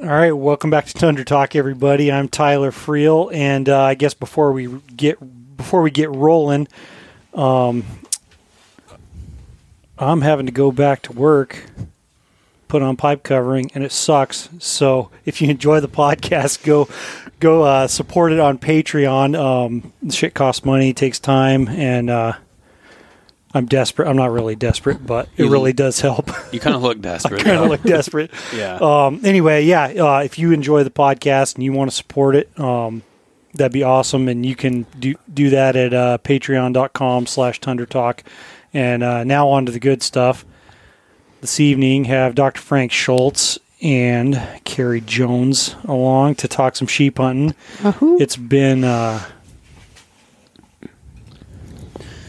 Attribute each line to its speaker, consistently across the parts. Speaker 1: All right, welcome back to Thunder Talk, everybody. I'm Tyler Friel, and uh, I guess before we get before we get rolling, um, I'm having to go back to work, put on pipe covering, and it sucks. So if you enjoy the podcast, go go uh, support it on Patreon. Um, shit costs money, takes time, and uh, I'm desperate. I'm not really desperate, but it
Speaker 2: You-
Speaker 1: really does help.
Speaker 2: You kind of look desperate.
Speaker 1: kind
Speaker 2: though.
Speaker 1: of look desperate.
Speaker 2: Yeah.
Speaker 1: Um, anyway, yeah. Uh, if you enjoy the podcast and you want to support it, um, that'd be awesome. And you can do do that at uh, patreon.com slash Thunder Talk. And uh, now on to the good stuff. This evening, have Dr. Frank Schultz and Carrie Jones along to talk some sheep hunting. It's been uh,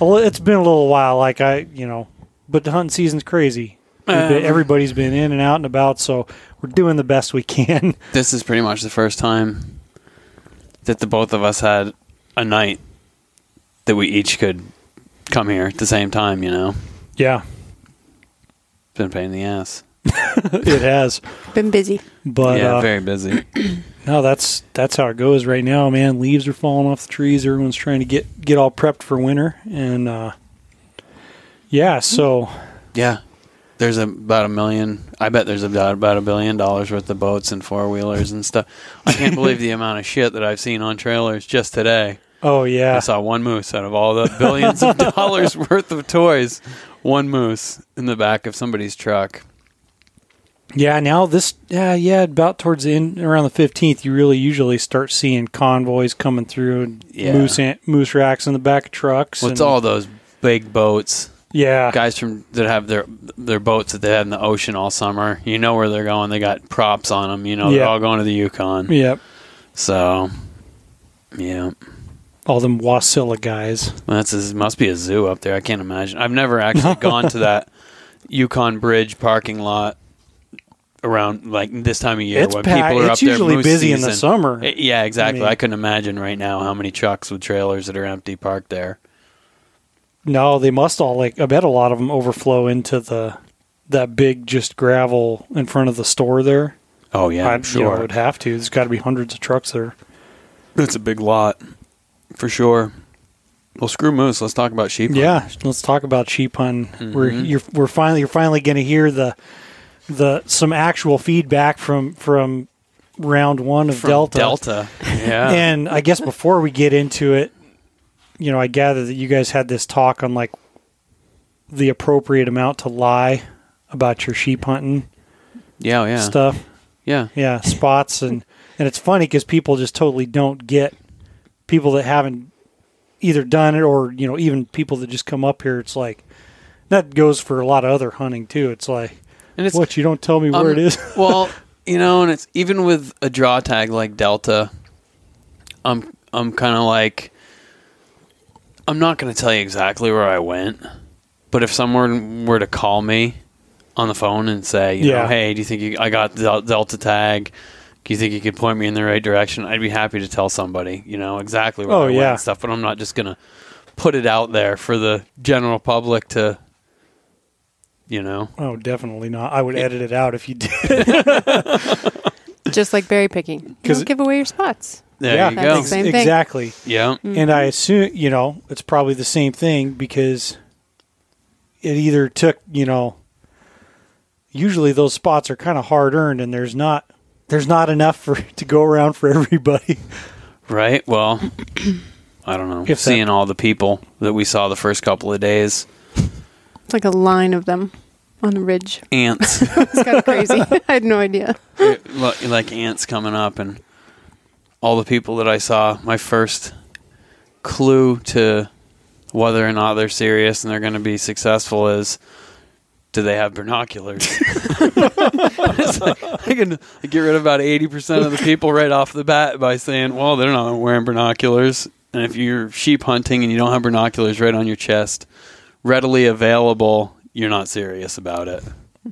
Speaker 1: a li- it's been a little while. Like I, you know, but the hunting season's crazy. We've been-
Speaker 2: Um.
Speaker 1: everybody's been in and out and about, so we're doing the best we can.
Speaker 2: this is pretty much the first time that the both of us had a night that we each could come here at the same time. You know,
Speaker 1: yeah,
Speaker 2: it's been a pain in the ass.
Speaker 1: it has.
Speaker 3: Been busy.
Speaker 1: But
Speaker 2: yeah,
Speaker 1: uh,
Speaker 2: very busy.
Speaker 1: no, that's that's how it goes right now, man. Leaves are falling off the trees. Everyone's trying to get get all prepped for winter, and uh, yeah, so
Speaker 2: yeah, there's about a million. I bet there's about about a billion dollars worth of boats and four wheelers and stuff. I can't believe the amount of shit that I've seen on trailers just today.
Speaker 1: oh yeah,
Speaker 2: I saw one moose out of all the billions of dollars worth of toys. One moose in the back of somebody's truck.
Speaker 1: Yeah, now this, yeah, yeah, about towards the end, around the fifteenth, you really usually start seeing convoys coming through and
Speaker 2: Yeah.
Speaker 1: moose an- moose racks in the back of trucks.
Speaker 2: Well, it's
Speaker 1: and-
Speaker 2: all those big boats,
Speaker 1: yeah,
Speaker 2: guys from that have their their boats that they have in the ocean all summer. You know where they're going. They got props on them. You know
Speaker 1: Yeah.
Speaker 2: they're all going to the Yukon.
Speaker 1: yep,
Speaker 2: So, yeah,
Speaker 1: all them Wasilla guys.
Speaker 2: that's a, must be a zoo up there. I can't imagine. I've never actually gone to that Yukon Bridge parking lot around like this time of year
Speaker 1: it's
Speaker 2: when
Speaker 1: packed.
Speaker 2: people are
Speaker 1: It's
Speaker 2: up there
Speaker 1: usually
Speaker 2: moose
Speaker 1: busy in the
Speaker 2: season.
Speaker 1: summer.
Speaker 2: Eh, Yeah, exactly. I,
Speaker 1: mean-
Speaker 2: couldn't imagine right now how many trucks with trailers that are empty parked there.
Speaker 1: no, they must all like. I bet a lot of them overflow into the that big just gravel in front of the store there.
Speaker 2: Oh yeah,
Speaker 1: I,
Speaker 2: I'm sure.
Speaker 1: would have to. There's got to be hundreds of trucks there.
Speaker 2: It's a big lot, for sure. Well, screw moose. Let's talk about sheep.
Speaker 1: Yeah, let's talk about sheep hunting. We're
Speaker 2: Mm-hmm.
Speaker 1: you're, we're finally you're finally going to hear the the some actual feedback from from round one of
Speaker 2: From
Speaker 1: Delta.
Speaker 2: Delta. Yeah.
Speaker 1: And I guess before we get into it, you know, I gather that you guys had this talk on like the appropriate amount to lie about your sheep hunting
Speaker 2: yeah, oh, yeah,
Speaker 1: stuff.
Speaker 2: yeah.
Speaker 1: Yeah, spots and and it's funny because people just totally don't get people that haven't either done it or you know even people that just come up here. It's like that goes for a lot of other hunting too. It's like
Speaker 2: And it's
Speaker 1: what you don't tell me where it
Speaker 2: um,
Speaker 1: is.
Speaker 2: well, you know, and it's even with a draw tag like Delta, I'm I'm kind of like I'm not going to tell you exactly where I went, but if someone were to call me on the phone and say, you
Speaker 1: Yeah.
Speaker 2: know, hey, do you think you, I got the Delta tag? Do you think you could point me in the right direction? I'd be happy to tell somebody, you know, exactly where
Speaker 1: Oh,
Speaker 2: I went
Speaker 1: yeah.
Speaker 2: and stuff, but I'm not just going to put it out there for the general public to, you know.
Speaker 1: oh, definitely not. I would edit it out if you did.
Speaker 3: Just like berry picking.
Speaker 1: 'Cause
Speaker 3: Don't give away your spots.
Speaker 2: There
Speaker 1: yeah,
Speaker 2: you
Speaker 3: That's
Speaker 2: go.
Speaker 3: the same thing.
Speaker 1: exactly.
Speaker 2: Yeah.
Speaker 1: And I assume you know it's probably the same thing because it either took you know usually those spots are kind of hard earned and there's not there's not enough for to go around for everybody.
Speaker 2: Right. Well, I don't know.
Speaker 1: If that-
Speaker 2: Seeing all the people that we saw the first couple of days,
Speaker 3: It's like a line of them on the ridge.
Speaker 2: ants,
Speaker 3: It's kind of crazy. I had no idea.
Speaker 2: lo- like ants coming up, and all the people that I saw. My first clue to whether or not they're serious and they're going to be successful is. Do they have binoculars? It's like, I can get rid of about eighty percent of the people right off the bat by saying, "Well, they're not wearing binoculars." And if you're sheep hunting and you don't have binoculars right on your chest, readily available, you're not serious about it.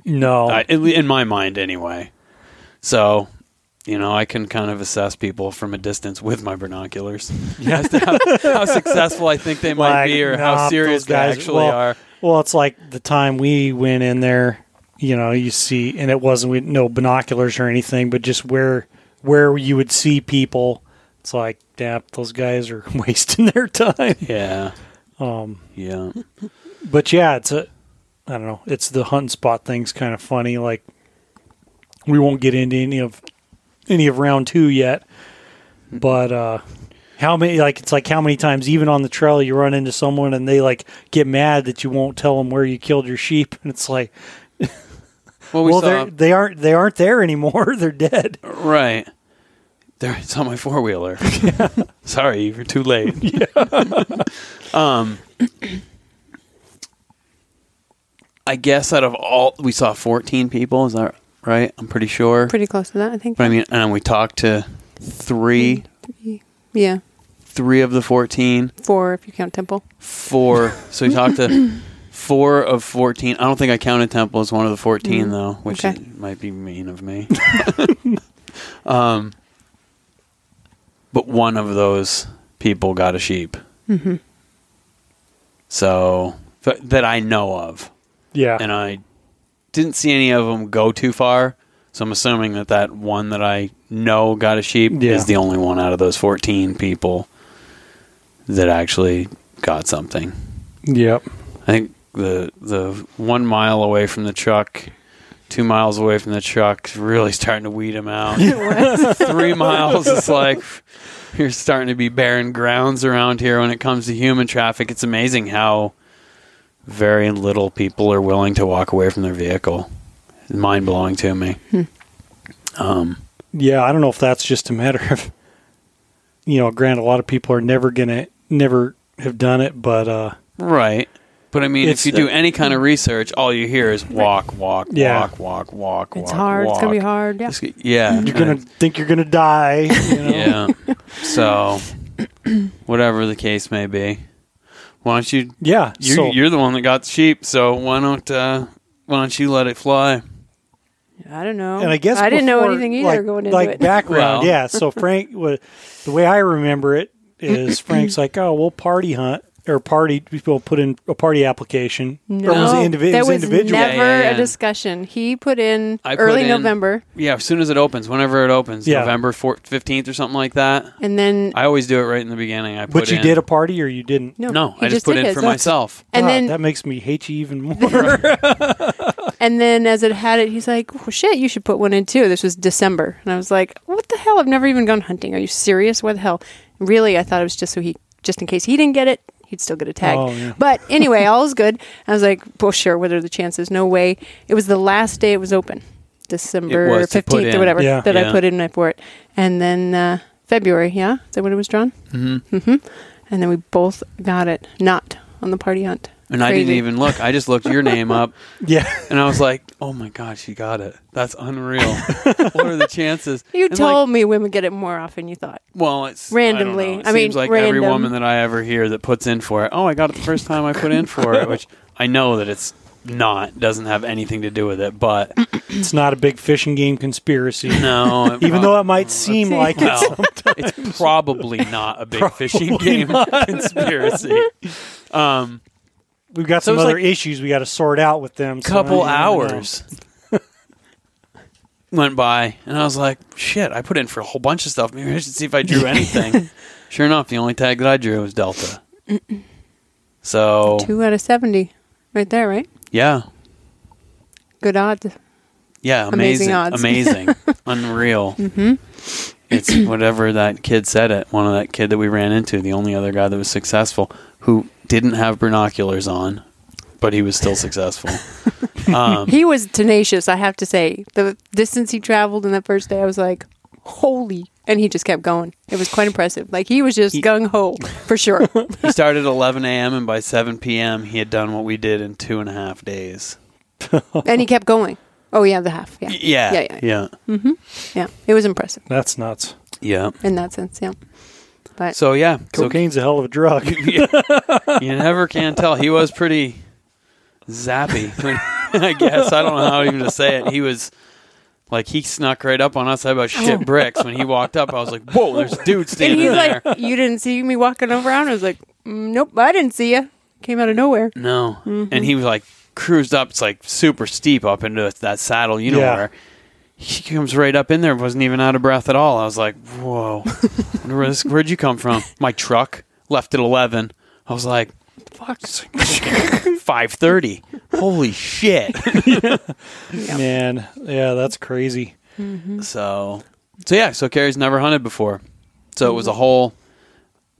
Speaker 1: No,
Speaker 2: I, at le- in my mind, anyway. So, you know, I can kind of assess people from a distance with my binoculars as to how, how successful I think they might
Speaker 1: Like,
Speaker 2: be or
Speaker 1: nah,
Speaker 2: how
Speaker 1: those
Speaker 2: serious they
Speaker 1: guys-
Speaker 2: actually
Speaker 1: well,
Speaker 2: are.
Speaker 1: Well, it's like the time we went in there. you know you see and it wasn't with no binoculars or anything but just where where you would see people it's like damn those guys are wasting their time
Speaker 2: Yeah. Um. Yeah.
Speaker 1: but yeah it's a i don't know it's the hunt and spot thing's kind of funny like we won't get into any of any of round two yet but uh how many like it's like how many times even on the trail you run into someone and they like get mad that you won't tell them where you killed your sheep and it's like
Speaker 2: Well, we
Speaker 1: well,
Speaker 2: saw
Speaker 1: they're they aren't they aren't there anymore. They're dead.
Speaker 2: right. There, it's on my four wheeler. Sorry, you were too late. um. I guess out of all we saw fourteen people, is that right? I'm pretty sure.
Speaker 3: Pretty close to that, I think.
Speaker 2: But I mean, and um, we talked to three,
Speaker 3: Yeah,
Speaker 2: three of the fourteen.
Speaker 3: four if you count temple.
Speaker 2: four. So we talked to four of fourteen. I don't think I counted Temple as one of the fourteen
Speaker 3: Mm,
Speaker 2: though, which
Speaker 3: okay.
Speaker 2: it might be mean of me. um, but one of those people got a sheep.
Speaker 3: Mm-hmm.
Speaker 2: So th- that I know of,
Speaker 1: Yeah.
Speaker 2: and uh, I didn't see any of them go too far. So I'm assuming that that one that I know got a sheep
Speaker 1: Yeah.
Speaker 2: is the only one out of those 14 people that actually got something.
Speaker 1: yep.
Speaker 2: I think the the one mile away from the truck, two miles away from the truck, is really starting to weed him out. Three miles is like you're starting to be barren grounds around here when it comes to human traffic. It's amazing how very little people are willing to walk away from their vehicle. It's mind blowing to me.
Speaker 3: Hmm.
Speaker 2: Um,
Speaker 1: Yeah. I don't know if that's just a matter of you know, granted a lot of people are never gonna never have done it, but uh
Speaker 2: right. But I mean,
Speaker 1: It's-
Speaker 2: if you do any kind of research, all you hear is walk, walk,
Speaker 1: Yeah.
Speaker 2: walk, walk, walk,
Speaker 3: It's
Speaker 2: walk.
Speaker 3: hard. It's gonna be
Speaker 2: walk.
Speaker 3: hard. Yeah.
Speaker 2: It's g- yeah.
Speaker 1: you're gonna think you're gonna die. You know?
Speaker 2: Yeah. so, whatever the case may be, why don't you?
Speaker 1: Yeah.
Speaker 2: You
Speaker 1: so-
Speaker 2: you're the one that got the sheep, so why don't uh, why don't you let it fly?
Speaker 3: I don't know.
Speaker 1: and I guess
Speaker 3: I didn't know
Speaker 1: before,
Speaker 3: anything either
Speaker 1: like,
Speaker 3: going into
Speaker 1: like
Speaker 3: it.
Speaker 1: background.
Speaker 2: Well-
Speaker 1: Yeah. So Frank, wa- the way I remember it is Frank's like, oh, we'll party hunt or party. We'll put in a party application.
Speaker 3: no,
Speaker 1: Or was it indivi- it
Speaker 3: there
Speaker 1: was
Speaker 3: was
Speaker 1: individual?
Speaker 3: never
Speaker 2: Yeah, yeah, yeah.
Speaker 3: a discussion. He put in
Speaker 2: I put
Speaker 3: early
Speaker 2: in-
Speaker 3: November,
Speaker 2: Yeah, as soon as it opens, whenever it opens,
Speaker 1: Yeah.
Speaker 2: November fifteenth or something like that.
Speaker 3: and then
Speaker 2: I always do it right in the beginning. I put
Speaker 1: But you
Speaker 2: in-
Speaker 1: did a party or you didn't?
Speaker 3: no,
Speaker 2: no,
Speaker 3: he
Speaker 2: I just put
Speaker 3: did
Speaker 2: in
Speaker 3: his.
Speaker 2: for
Speaker 3: That's-
Speaker 2: myself.
Speaker 3: And
Speaker 1: God,
Speaker 3: then
Speaker 1: that makes me hate you even more.
Speaker 3: And then as it had it, he's like, well, shit, you should put one in too. This was December. And I was like, what the hell? I've never even gone hunting. Are you serious? What the hell? Really, I thought it was just so he, just in case he didn't get it, he'd still get a tag.
Speaker 1: Oh, yeah.
Speaker 3: But anyway, all's good. I was like, well, sure, what are the chances? No way. It was the last day it was open, December
Speaker 2: It was to put
Speaker 3: 15th
Speaker 2: in.
Speaker 3: or whatever,
Speaker 1: Yeah.
Speaker 3: that
Speaker 2: Yeah.
Speaker 3: I put in for it. And then uh, February, yeah? Is that when it was drawn?
Speaker 2: Mm-hmm.
Speaker 3: And then we both got it, not on the party hunt.
Speaker 2: And I didn't
Speaker 3: Crazy.
Speaker 2: even look. I just looked your name up,
Speaker 1: yeah.
Speaker 2: and I was like, "Oh my god, she got it! That's unreal. what are the chances?"
Speaker 3: You
Speaker 2: And, like,
Speaker 3: told me women get it more often you thought.
Speaker 2: Well, it's I don't
Speaker 3: Randomly.
Speaker 2: know. It
Speaker 3: I mean,
Speaker 2: seems like every
Speaker 3: random.
Speaker 2: woman that I ever hear that puts in for it. Oh, I got it the first time I put in for it, which I know that it's not doesn't have anything to do with it. But
Speaker 1: It's not a big fishing game conspiracy,
Speaker 2: no,
Speaker 1: even though it might seem
Speaker 3: see.
Speaker 1: like it.
Speaker 2: well, it's probably not a big fishing game conspiracy. Um,
Speaker 1: We've got
Speaker 2: So
Speaker 1: some
Speaker 2: it's
Speaker 1: other
Speaker 2: like-
Speaker 1: issues we got to sort out with them. so
Speaker 2: couple
Speaker 1: I don't know.
Speaker 2: hours went by, and I was like, "Shit, I put in for a whole bunch of stuff. Maybe I should see if I drew anything." sure enough, the only tag that I drew was Delta. So
Speaker 3: Two out of 70. Right there, right?
Speaker 2: yeah,
Speaker 3: Good odds.
Speaker 2: Yeah, amazing,
Speaker 3: Amazing
Speaker 2: amazing, unreal. Mm-hmm. It's whatever that kid said. It one of that kid that we ran into, the only other guy that was successful, who didn't have binoculars on, but he was still successful. Um,
Speaker 3: He was tenacious, I have to say. The distance he traveled in that first day, I was like, holy. And he just kept going. It was quite impressive. Like, he was just
Speaker 2: He-
Speaker 3: gung ho for sure.
Speaker 2: he started at 11 a.m. and by 7 p.m. he had done what we did in two and a half days.
Speaker 3: and he kept going. Oh, yeah, the half. Yeah.
Speaker 2: Y- Yeah,
Speaker 3: Yeah, yeah, yeah.
Speaker 2: yeah,
Speaker 3: Yeah. It was impressive
Speaker 1: That's nuts.
Speaker 2: yeah.
Speaker 3: in that sense. Yeah. But
Speaker 2: So yeah, so
Speaker 1: Cocaine's a hell of a drug.
Speaker 2: you you never can tell. He was pretty zappy. I guess I don't know how even to say it. He was like he snuck right up on us. I about shit bricks when he walked up. I was like, "Whoa, there's a dude
Speaker 3: and
Speaker 2: standing
Speaker 3: he's
Speaker 2: there."
Speaker 3: like, you didn't see me walking around. I was like, "Mm, nope, I didn't see you. Came out of nowhere.
Speaker 2: no, and he was like cruised up. It's like super steep up into that saddle. You know
Speaker 1: Yeah.
Speaker 2: where he comes right up in there. wasn't even out of breath at all. I was like, whoa, Wonder where this, where'd you come from? My truck left at eleven. I was like, fuck, five thirty. Holy shit.
Speaker 1: man. Yeah, that's crazy.
Speaker 2: So, so yeah, so Carrie's never hunted before, so it was a whole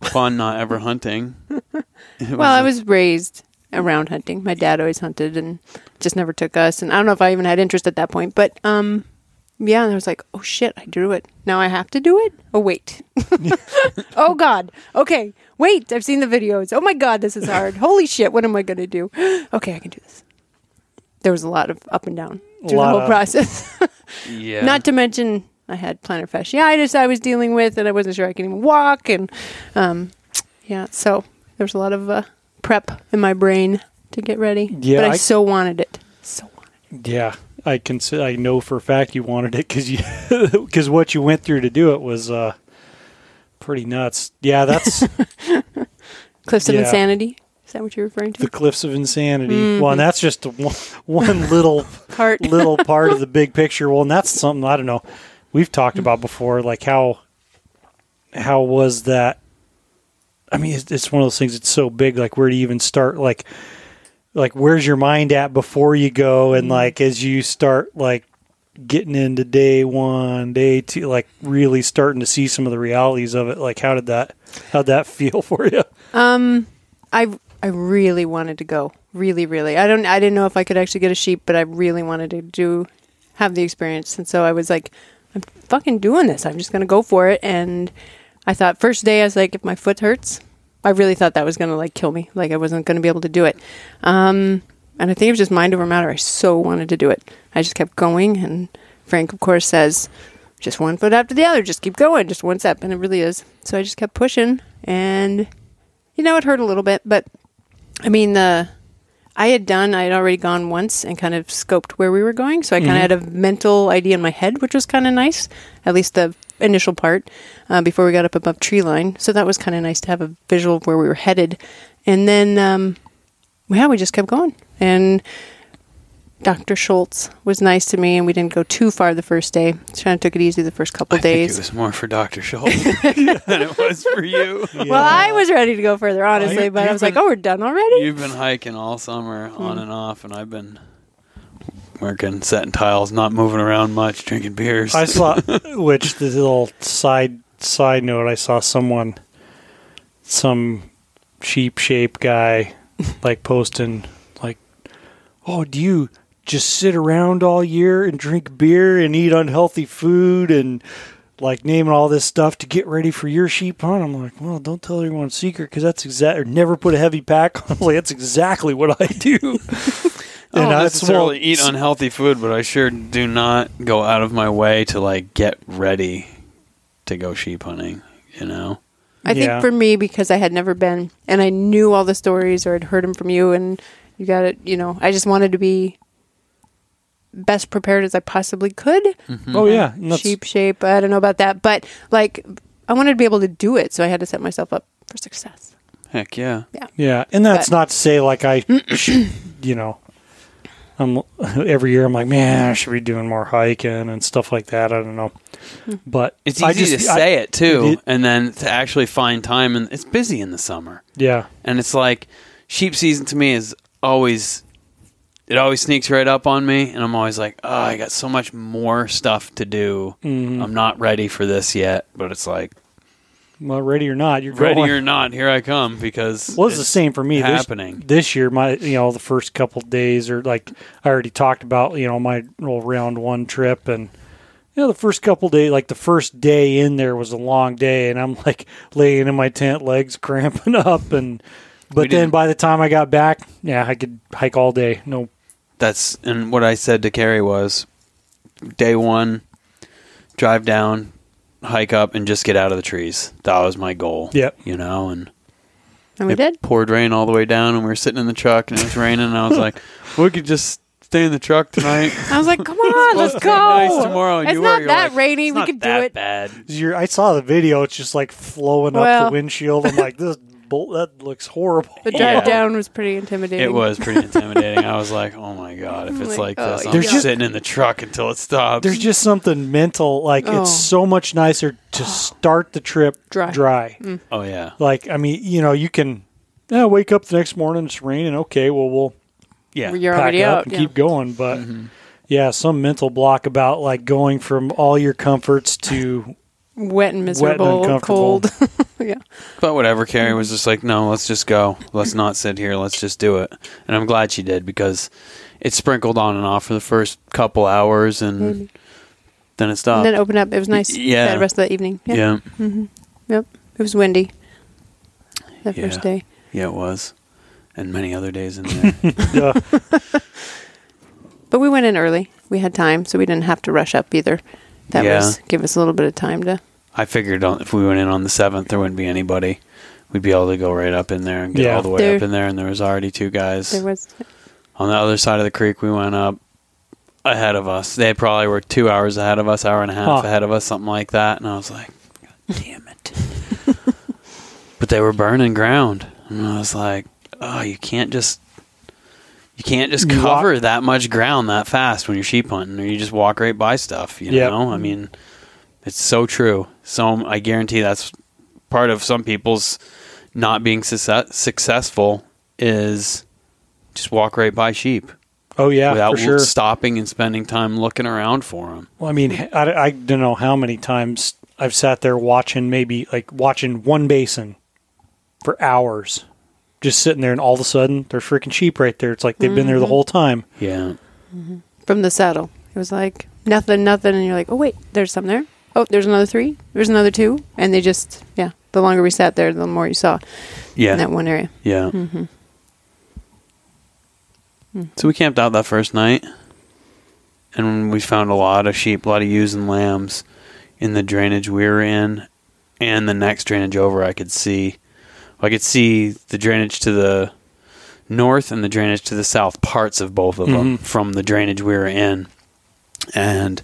Speaker 2: fun not ever hunting.
Speaker 3: Well, I was raised around hunting. My dad always hunted and just never took us. And I don't know if I even had interest at that point, but um, yeah. And I was like, oh shit, I do it. Now I have to do it. Oh wait. oh god. Okay. Wait. I've seen the videos. Oh my god, this is hard. Holy shit, what am I gonna do? okay, I can do this. There was a lot of up and down through the
Speaker 1: lot
Speaker 3: whole
Speaker 1: of-
Speaker 3: process.
Speaker 2: yeah,
Speaker 3: Not to mention, I had plantar fasciitis I was dealing with, and I wasn't sure I could even walk. And um, yeah, so there was a lot of uh, prep in my brain to get ready.
Speaker 1: Yeah,
Speaker 3: but I,
Speaker 1: I-
Speaker 3: so wanted it. So wanted it.
Speaker 1: Yeah, I can. s- I know for a fact you wanted it because you because what you went through to do it was uh, pretty nuts. Yeah, that's
Speaker 3: Cliffs of
Speaker 1: Yeah.
Speaker 3: Insanity. Is that what you're referring to?
Speaker 1: the cliffs of insanity. Well, and that's just one, one little
Speaker 3: Part.
Speaker 1: little part of the big picture. Well, and that's something I don't know. We've talked about before, like how how was that? I mean, it's, it's one of those things. It's so big. Like, where do you even start? Like, like where's your mind at before you go?
Speaker 3: Mm-hmm.
Speaker 1: And like as you start like getting into day one, day two, like really starting to see some of the realities of it. Like, how did that? How'd that feel for you?
Speaker 3: I I really wanted to go. Really, really. I don't I didn't know if I could actually get a sheep, but I really wanted to do have the experience. And so I was like, I'm fucking doing this. I'm just gonna go for it. And I thought first day I was like, if my foot hurts, I really thought that was gonna like kill me. Like I wasn't gonna be able to do it. Um and I think it was just mind over matter. I so wanted to do it. I just kept going and Frank of course says just one foot after the other, just keep going, just one step, and it really is. So I just kept pushing and you know, it hurt a little bit, but I mean, the I had done, I had already gone once and kind of scoped where we were going, so I
Speaker 2: Mm-hmm.
Speaker 3: kind of had a mental idea in my head, which was kind of nice, at least the initial part uh, before we got up above tree line. So that was kind of nice to have a visual of where we were headed, and then um, yeah, we just kept going and. Dr. Schultz was nice to me, and we didn't go too far the first day. Just kind of took it easy the first couple
Speaker 2: I think
Speaker 3: days.
Speaker 2: it was more for Doctor Schultz than it was for you.
Speaker 3: Well, I was ready to go further, honestly,
Speaker 2: you-
Speaker 3: but I
Speaker 2: you've
Speaker 3: was like,
Speaker 2: been-
Speaker 3: "Oh, we're done already."
Speaker 2: You've been hiking all summer,
Speaker 1: Hmm.
Speaker 2: on and off, and I've been working, setting tiles, not moving around much, drinking beers.
Speaker 1: I saw, which this little side side note, I saw someone, some sheep shape guy, like posting, like, oh, do you just sit around all year and drink beer and eat unhealthy food and like naming all this stuff to get ready for your sheep hunt? I'm like, well, don't tell everyone a secret because that's exact. Or never put a heavy pack on. I'm like, that's exactly what I do.
Speaker 2: I don't
Speaker 1: I-
Speaker 2: Oh, necessarily
Speaker 1: well,
Speaker 2: eat unhealthy food, but I sure do not go out of my way to like get ready to go sheep hunting. You know,
Speaker 3: I
Speaker 1: Yeah.
Speaker 3: think for me because I had never been and I knew all the stories or had heard them from you and you got it, you know, I just wanted to be best prepared as I possibly could.
Speaker 2: mm-hmm.
Speaker 1: Oh yeah, and that's-
Speaker 3: Sheep shape, I don't know about that, but like I wanted to be able to do it, so I had to set myself up for success.
Speaker 2: heck yeah.
Speaker 1: Yeah, and that's
Speaker 3: But-
Speaker 1: not to say like I, sh- you know, I'm every year I'm like, man, I should be doing more hiking and stuff like that. I don't know, but
Speaker 2: It's
Speaker 1: I
Speaker 2: easy to
Speaker 1: I-
Speaker 2: say it too,
Speaker 1: it-
Speaker 2: and then to actually find time, and it's busy in the summer.
Speaker 1: Yeah,
Speaker 2: and it's like sheep season to me is always it always sneaks right up on me and i'm always like oh i got so much more stuff to do
Speaker 1: Mm-hmm.
Speaker 2: i'm not ready for this yet but it's like
Speaker 1: well, ready or not, you're
Speaker 2: ready
Speaker 1: going.
Speaker 2: or not here i come because
Speaker 1: was the
Speaker 2: it's-
Speaker 1: same for me this-
Speaker 2: happening.
Speaker 1: This, year. My you know the first couple days are like I already talked about you know my little round one trip and you know the first couple days like the first day in there was a long day and I'm like laying in my tent legs cramping up and but then
Speaker 2: didn't-
Speaker 1: by the time I got back yeah I could hike all day no
Speaker 2: that's and what i said to carrie was day one drive down hike up and just get out of the trees that was my goal
Speaker 1: Yep.
Speaker 2: you know and
Speaker 3: And we
Speaker 2: it
Speaker 3: did.
Speaker 2: poured rain all the way down, and we were sitting in the truck, and it was raining. And I was like, "We could just stay in the truck tonight.
Speaker 3: I was like, "Come on, let's go."
Speaker 2: nice tomorrow." And
Speaker 3: it's
Speaker 2: you were,
Speaker 3: not
Speaker 2: you're
Speaker 3: that
Speaker 2: like,
Speaker 3: rainy.
Speaker 2: "It's
Speaker 3: we
Speaker 2: not
Speaker 3: could do
Speaker 2: that
Speaker 3: it.
Speaker 2: Bad.
Speaker 1: you're, I saw the video it's just like flowing up
Speaker 3: Well-
Speaker 1: the windshield I'm like this is bolt. That looks horrible.
Speaker 3: The drive
Speaker 2: Yeah.
Speaker 3: down was pretty intimidating.
Speaker 2: It was pretty intimidating. I was like, "Oh my god, if
Speaker 3: I'm
Speaker 2: it's
Speaker 3: like,
Speaker 2: like,
Speaker 3: oh,
Speaker 2: this, I'm
Speaker 1: There's just-
Speaker 2: sitting in the truck until it stops."
Speaker 1: There's just something mental. Like
Speaker 3: Oh.
Speaker 1: it's so much nicer to start the trip
Speaker 3: Dry. Mm.
Speaker 1: dry.
Speaker 2: oh yeah,
Speaker 1: Like I mean, you know, you can eh, wake up the next morning. It's raining. Okay, well we'll
Speaker 2: yeah.
Speaker 3: You're
Speaker 1: pack
Speaker 3: already
Speaker 1: up
Speaker 3: out.
Speaker 1: and
Speaker 3: yeah.
Speaker 1: keep going. But yeah, some mental block about like going from all your comforts to
Speaker 3: Wet and miserable,
Speaker 1: uncomfortable.
Speaker 3: cold. yeah.
Speaker 2: But whatever, Carrie was just like, no, let's just go. Let's not sit here. Let's just do it. And I'm glad she did because it sprinkled on and off for the first couple hours and then it stopped.
Speaker 3: and then it opened up. It was nice.
Speaker 2: yeah.
Speaker 3: That rest of that evening.
Speaker 2: yeah.
Speaker 3: Yep.
Speaker 2: yeah.
Speaker 3: Yep. It was windy. That
Speaker 2: Yeah.
Speaker 3: first day.
Speaker 2: it was. And many other days in there.
Speaker 1: uh,
Speaker 3: But we went in early. We had time, so we didn't have to rush up either. That
Speaker 2: Yeah.
Speaker 3: was give us a little bit of time to.
Speaker 2: I figured on, if we went in on the 7th, there wouldn't be anybody. We'd be able to go right up in there and get
Speaker 1: Yeah.
Speaker 2: all the way
Speaker 3: There-
Speaker 2: up in there. And there was already two guys.
Speaker 3: There was
Speaker 2: on the other side of the creek we went up ahead of us they probably were two hours ahead of us hour and a half
Speaker 1: Huh.
Speaker 2: ahead of us something like that and i was like god damn it but they were burning ground and i was like oh you can't just you can't just
Speaker 1: You walk-
Speaker 2: cover that much ground that fast when you're sheep hunting or you just walk right by stuff you
Speaker 1: Yep.
Speaker 2: know i mean it's so true so i guarantee that's part of some people's not being success- successful is just walk right by sheep
Speaker 1: oh yeah,
Speaker 2: without
Speaker 1: for sure.
Speaker 2: stopping and spending time looking around for them.
Speaker 1: Well, I mean, I, I don't know how many times I've sat there watching maybe like watching one basin for hours, just sitting there, and all of a sudden there's freaking sheep right there. It's like they've been there the whole time.
Speaker 2: Yeah.
Speaker 3: from the saddle. It was like nothing, nothing, and you're like, oh wait, there's some there. Oh, there's another three. There's another two, and they just yeah. The longer we sat there, the more you saw
Speaker 2: Yeah.
Speaker 3: in that one area.
Speaker 2: Yeah. So we camped out that first night, and we found a lot of sheep, a lot of ewes and lambs in the drainage we were in, and the next drainage over. I could see, I could see the drainage to the north and the drainage to the south, parts of both of them
Speaker 1: Mhm.
Speaker 2: from the drainage we were in, and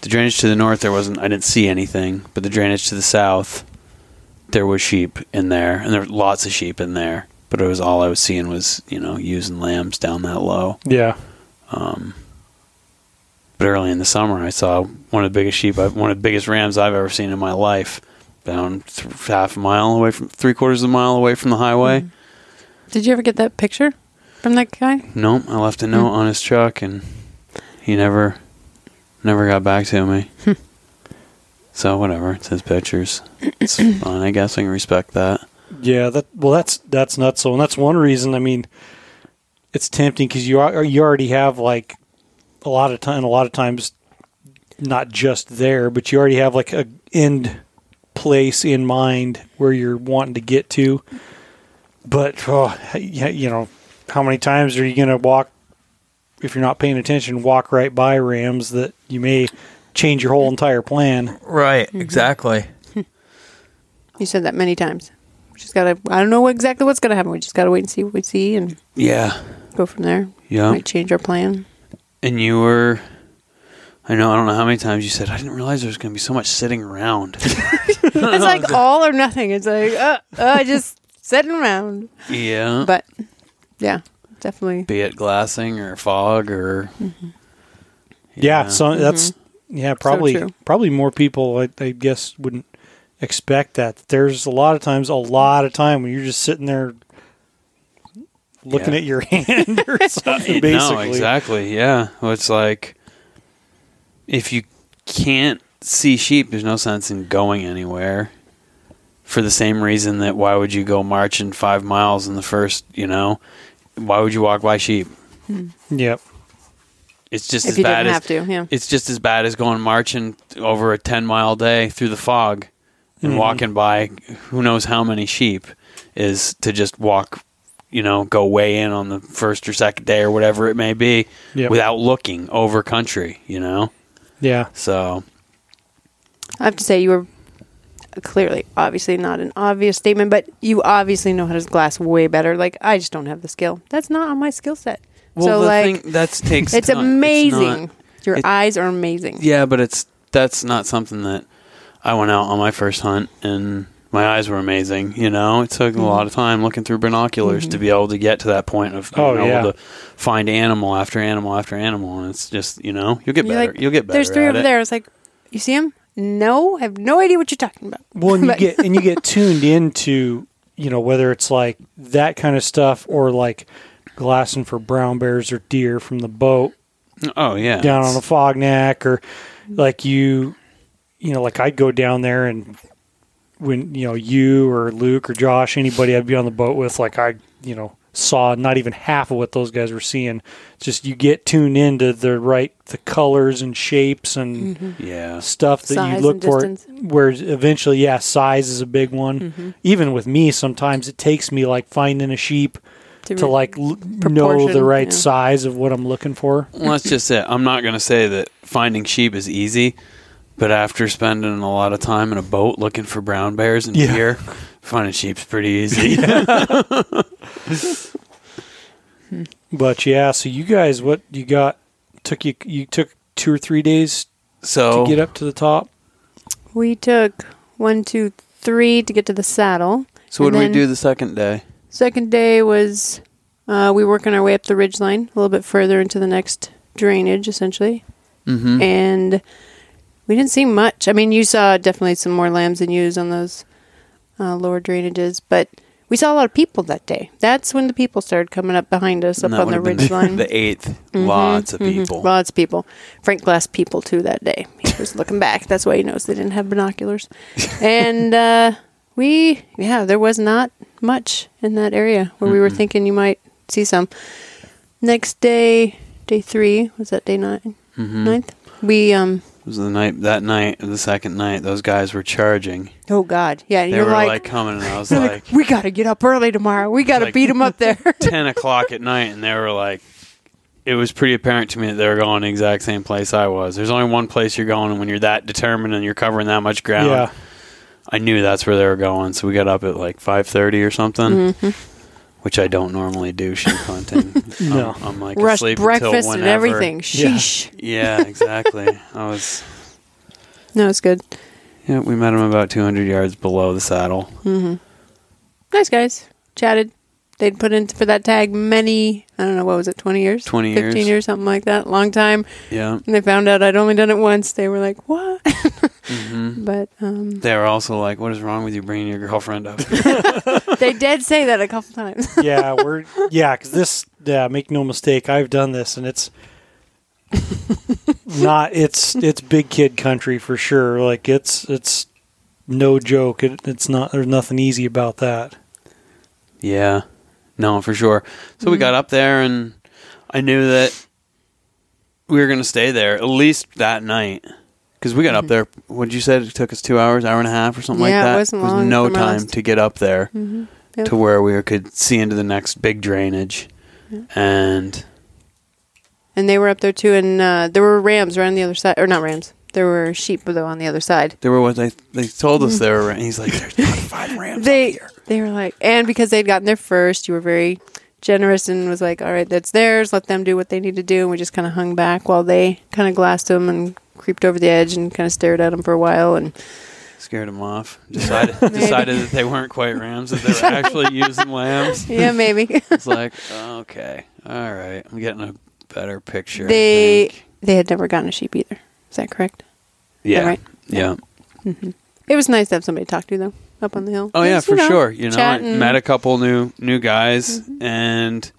Speaker 2: the drainage to the north there wasn't. I didn't see anything, but the drainage to the south there was sheep in there, and there were lots of sheep in there. But it was all I was seeing was you know ewes and lambs down that low.
Speaker 1: Yeah,
Speaker 2: But early in the summer, I saw one of the biggest sheep, I've, one of the biggest rams I've ever seen in my life, down th- half a mile away from, three quarters of a mile away from the highway.
Speaker 3: Did you ever get that picture from that guy?
Speaker 2: Nope, I left a note on his truck, and he never, never got back to me. so whatever, it's his pictures. It's fine, I guess I can respect that.
Speaker 1: yeah. That well, that's that's nuts. So, and that's one reason. I mean, it's tempting because you are you already have like a lot of time. A lot of times, not just there, but you already have like a end place in mind where you're wanting to get to. But oh, yeah, you know, how many times are you going to walk if you're not paying attention? Walk right by Rams that you may change your whole entire plan.
Speaker 2: Right, exactly.
Speaker 3: You said that many times. We just gotta. I don't know what- exactly what's gonna happen. We just gotta wait and see what we see and
Speaker 2: Yeah,
Speaker 3: go from there.
Speaker 2: Yeah.
Speaker 3: Might change our plan.
Speaker 2: and you were. I know. I don't know how many times you said I didn't realize there was going to be so much sitting around.
Speaker 3: It's like all or nothing. It's like uh, uh just sitting around.
Speaker 2: yeah.
Speaker 3: But yeah, definitely.
Speaker 2: be it glassing or fog or
Speaker 1: Mm-hmm. Yeah, so that's yeah, probably
Speaker 3: Mm-hmm. true.
Speaker 1: probably more people I, I guess wouldn't expect that. There's a lot of times, a lot of time when you're just sitting there looking
Speaker 2: Yeah.
Speaker 1: at your hand or something. Basically,
Speaker 2: no exactly yeah Well, it's like if you can't see sheep there's no sense in going anywhere for the same reason that why would you go marching five miles in the first you know why would you walk by sheep
Speaker 1: Yep.
Speaker 2: it's just
Speaker 3: If
Speaker 2: as
Speaker 3: you
Speaker 2: bad
Speaker 3: didn't
Speaker 2: as
Speaker 3: have to, yeah.
Speaker 2: it's just as bad as going marching over a 10 mile day through the fog and walking by who knows how many sheep is to just walk you know go way in on the first or second day or whatever it may be
Speaker 1: Yep.
Speaker 2: without looking over country you know
Speaker 1: Yeah.
Speaker 2: so
Speaker 3: I have to say, you were clearly, obviously, not an obvious statement, but you obviously know how to glass way better. Like, I just don't have the skill. That's not on my skill set. so, like,
Speaker 2: that takes
Speaker 3: it's amazing. Your
Speaker 2: it-
Speaker 3: eyes are amazing.
Speaker 2: yeah but it's that's not something that i went out on my first hunt and my eyes were amazing. You know, it took a
Speaker 1: Mm-hmm.
Speaker 2: lot of time looking through binoculars to be able to get to that point of being
Speaker 1: Oh,
Speaker 2: able
Speaker 1: yeah.
Speaker 2: to find animal after animal after animal. And it's just you know you'll get
Speaker 3: You're
Speaker 2: better.
Speaker 3: like,
Speaker 2: you'll get better.
Speaker 3: There's three
Speaker 2: at
Speaker 3: over
Speaker 2: it.
Speaker 3: there. I was like, you see him? No, I have no idea what you're talking about.
Speaker 1: Well, and you
Speaker 3: But-
Speaker 1: get and you get tuned into you know whether it's like that kind of stuff or like glassing for brown bears or deer from the boat
Speaker 2: Oh yeah,
Speaker 1: down
Speaker 2: It's-
Speaker 1: on a fognack or like you you know like I'd go down there and when you know you or Luke or Josh anybody I'd be on the boat with like I you know saw not even half of what those guys were seeing just you get tuned into the right the colors and shapes and
Speaker 2: yeah.
Speaker 1: stuff that
Speaker 3: Mm-hmm. Size
Speaker 1: you look
Speaker 3: and
Speaker 1: for.
Speaker 3: distance. Mm-hmm.
Speaker 1: Whereas eventually, yeah, size is a big one. Even with me, sometimes it takes me like finding a sheep to,
Speaker 3: To re-
Speaker 1: like l- know the
Speaker 3: proportion,
Speaker 1: right
Speaker 3: yeah.
Speaker 1: size of what I'm looking for.
Speaker 2: Well, that's just it. I'm not going to say that finding sheep is easy, but after spending a lot of time in a boat looking for brown bears and
Speaker 1: Yeah.
Speaker 2: deer, finding sheep's pretty easy.
Speaker 1: But yeah, so you guys, what you got? Took you you took two or three days
Speaker 2: So
Speaker 1: to get up to the top.
Speaker 3: We took one, two, three to get to the saddle.
Speaker 2: So what
Speaker 3: And
Speaker 2: did we
Speaker 3: then-
Speaker 2: do the second day?
Speaker 3: Second day was uh, we working our way up the ridge line a little bit further into the next drainage, essentially.
Speaker 2: Mm-hmm.
Speaker 3: And we didn't see much. I mean, you saw definitely some more lambs than ewes on those uh, lower drainages, but we saw a lot of people that day. That's when the people started coming up behind us up on the ridge line. Mm-hmm.
Speaker 2: the 8th Lots of people.
Speaker 3: Lots of people. Frank Glass people too that day. He was looking back. That's why he knows they didn't have binoculars. and uh, we, yeah, there was not much in that area where we were thinking you might see some. Next day, day three was that day 9
Speaker 2: Mm-hmm.
Speaker 3: ninth. We um.
Speaker 2: It was the night that night, the second night. Those guys were charging.
Speaker 3: Oh God, yeah. and
Speaker 2: They
Speaker 3: you're
Speaker 2: were like,
Speaker 3: like,
Speaker 2: coming, and I was
Speaker 3: you're
Speaker 2: like
Speaker 3: like, we gotta get up early tomorrow. We gotta
Speaker 2: like-
Speaker 3: beat 'em beat them up there.
Speaker 2: ten o'clock at night, and they were like. It was pretty apparent to me that they were going the exact same place I was. There's only one place you're going, and when you're that determined and you're covering that much ground,
Speaker 1: Yeah,
Speaker 2: I knew that's where they were going, so we got up at like five thirty or something,
Speaker 3: Mm-hmm.
Speaker 2: which I don't normally do sheep hunting.
Speaker 1: No.
Speaker 2: I'm, I'm like
Speaker 3: Rush
Speaker 2: asleep
Speaker 3: breakfast
Speaker 2: until
Speaker 3: and
Speaker 2: whenever.
Speaker 3: everything. Sheesh.
Speaker 2: Yeah, exactly. I was.
Speaker 3: No, it's good.
Speaker 2: Yeah, we met him about two hundred yards below the saddle.
Speaker 3: Mm-hmm. Nice guys. Chatted. They'd put in for that tag many, I don't know, what was it, 20 years?
Speaker 2: 20
Speaker 3: 15
Speaker 2: years.
Speaker 3: something like that. Long time.
Speaker 2: Yeah,
Speaker 3: And they found out I'd only done it once. They were like, what? But um,
Speaker 2: they were also like, "What is wrong with you bringing your girlfriend up?"
Speaker 3: they did say that a couple times.
Speaker 1: yeah, we're yeah, because this yeah, make no mistake, I've done this, and it's not it's it's big kid country for sure. Like it's it's no joke. It, it's not there's nothing easy about that.
Speaker 2: Yeah. No, for sure. So
Speaker 3: Mm-hmm.
Speaker 2: we got up there and I knew that we were going to stay there at least that night. Because we got up there, what'd you say? It took us two hours, hour and a half or something
Speaker 3: Mm-hmm. Yeah,
Speaker 2: like
Speaker 3: it
Speaker 2: that?
Speaker 3: wasn't
Speaker 2: There was
Speaker 3: long
Speaker 2: no
Speaker 3: from our
Speaker 2: time
Speaker 3: last- Mm-hmm.
Speaker 2: to get up there
Speaker 3: Yep.
Speaker 2: to where we could see into the next big drainage. And
Speaker 3: And they were up there too. And uh, there were rams right on the other side. Or not rams. There were sheep, though, on the other side.
Speaker 2: there were what they they told us there were. And he's like, there's not five rams.
Speaker 3: Mm. they they were like and because they'd gotten there first you were very generous and was like all right that's theirs let them do what they need to do and we just kind of hung back while they kind of glassed them and creeped over the edge and kind of stared at them for a while and
Speaker 2: Scared them off. Decided, decided that they weren't quite rams, that they were actually using lambs.
Speaker 3: yeah maybe
Speaker 2: It's like, okay, all right, I'm getting a better picture. I
Speaker 3: they
Speaker 2: think.
Speaker 3: they had never gotten a sheep either is that correct
Speaker 2: yeah,
Speaker 3: right? Mm-hmm.
Speaker 2: yeah.
Speaker 3: it was nice to have somebody to talk to though up on the hill
Speaker 2: Oh yeah,
Speaker 3: Just,
Speaker 2: for sure. You know, I
Speaker 3: chatting. Mm-hmm.
Speaker 2: met a couple new new guys, and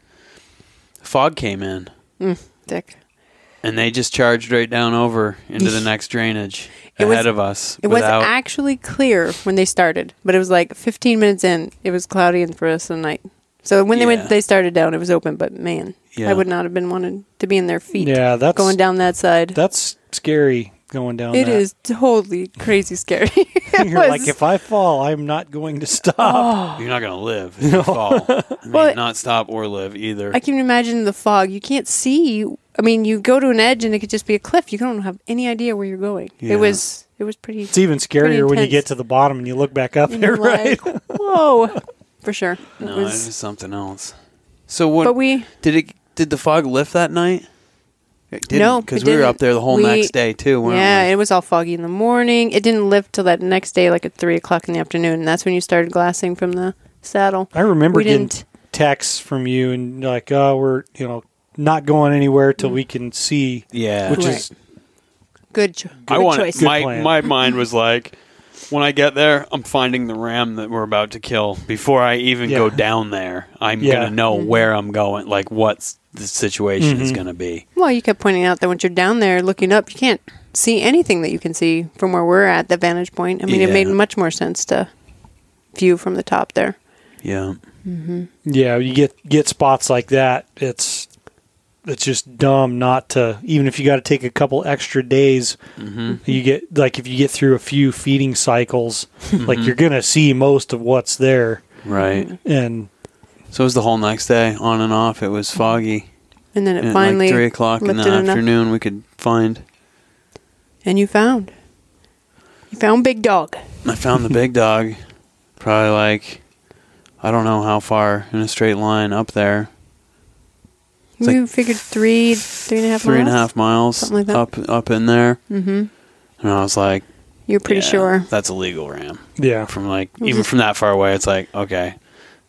Speaker 2: fog came in,
Speaker 3: Dick.
Speaker 2: and they just charged right down over into the next drainage
Speaker 3: It was-
Speaker 2: ahead of us.
Speaker 3: It
Speaker 2: without-
Speaker 3: was actually clear when they started, but it was like 15 minutes in. It was cloudy and for us the night. So when they
Speaker 2: Yeah.
Speaker 3: went, they started down. It was open, but man,
Speaker 2: Yeah.
Speaker 3: I would not have been wanting to be in their feet.
Speaker 1: Yeah, that's
Speaker 3: going down that side.
Speaker 1: That's scary going down.
Speaker 3: It
Speaker 1: that.
Speaker 3: is totally crazy scary. It
Speaker 1: You're like
Speaker 3: was-
Speaker 1: if I fall, I'm not going to stop.
Speaker 3: Oh,
Speaker 2: you're not gonna live. If you fall. I mean,
Speaker 3: Well,
Speaker 2: not stop or live either.
Speaker 3: I can imagine the fog. You can't see. I mean, you go to an edge and it could just be a cliff. You don't have any idea where you're going.
Speaker 2: Yeah.
Speaker 3: It was it was pretty.
Speaker 1: It's even scarier when you
Speaker 3: intense.
Speaker 1: get to the bottom and you look back up
Speaker 3: and
Speaker 1: there,
Speaker 3: you're
Speaker 1: right?
Speaker 3: like, whoa, for sure. It
Speaker 2: no, it
Speaker 3: was,
Speaker 2: was something else. So what?
Speaker 3: but we
Speaker 2: did it? Did the fog lift that night? It didn't,
Speaker 3: No,
Speaker 2: because
Speaker 3: it
Speaker 2: we were
Speaker 3: didn't.
Speaker 2: up there the whole
Speaker 3: We-
Speaker 2: next day too. Weren't
Speaker 3: yeah,
Speaker 2: we?
Speaker 3: it was all foggy in the morning. It didn't lift till that next day, like at three o'clock in the afternoon. And that's when you started glassing from the saddle.
Speaker 1: I remember
Speaker 3: We
Speaker 1: getting
Speaker 3: didn't-
Speaker 1: texts from you and you're like, oh, we're you know not going anywhere till we can see,
Speaker 2: yeah.
Speaker 1: which
Speaker 3: Right.
Speaker 1: is
Speaker 3: Good, cho- good
Speaker 2: I want
Speaker 3: choice.
Speaker 1: my-
Speaker 2: my
Speaker 1: plan.
Speaker 2: my mind was like, when I get there, I'm finding the ram that we're about to kill before I even
Speaker 1: Yeah.
Speaker 2: go down there. I'm
Speaker 1: Yeah.
Speaker 2: gonna
Speaker 3: Mm-hmm.
Speaker 2: know where I'm going, like what the situation is gonna be.
Speaker 3: Well, you kept pointing out that once you're down there looking up, you can't see anything that you can see from where we're at, the vantage point. I mean, it
Speaker 2: Yeah.
Speaker 3: made much more sense to view from the top there.
Speaker 2: Yeah,
Speaker 1: yeah, you get get spots like that. It's it's just dumb not to even if you got to take a couple extra days.
Speaker 2: Mm-hmm.
Speaker 3: Mm-hmm.
Speaker 1: You get like if you get through a few feeding cycles, like you're gonna see most of what's there,
Speaker 2: right.
Speaker 1: and
Speaker 2: So it was the whole next day, on and off. It was foggy.
Speaker 3: And then it
Speaker 2: And at
Speaker 3: finally
Speaker 2: like three o'clock in the
Speaker 3: lifted enough-
Speaker 2: afternoon, we could find.
Speaker 3: And you found. You found Big Dog.
Speaker 2: I found the big dog, probably like, I don't know how far in a straight line up there. It's
Speaker 3: you
Speaker 2: like
Speaker 3: figured three, three and a half
Speaker 2: Three and a
Speaker 3: miles?
Speaker 2: half miles
Speaker 3: Something like that.
Speaker 2: up up in there,
Speaker 3: Mm-hmm.
Speaker 2: and I was like,
Speaker 3: You're pretty
Speaker 2: "Yeah,
Speaker 3: sure.
Speaker 2: that's a legal ram."
Speaker 1: yeah,
Speaker 2: From like
Speaker 3: was
Speaker 2: even
Speaker 3: a-
Speaker 2: from that far away, it's like okay,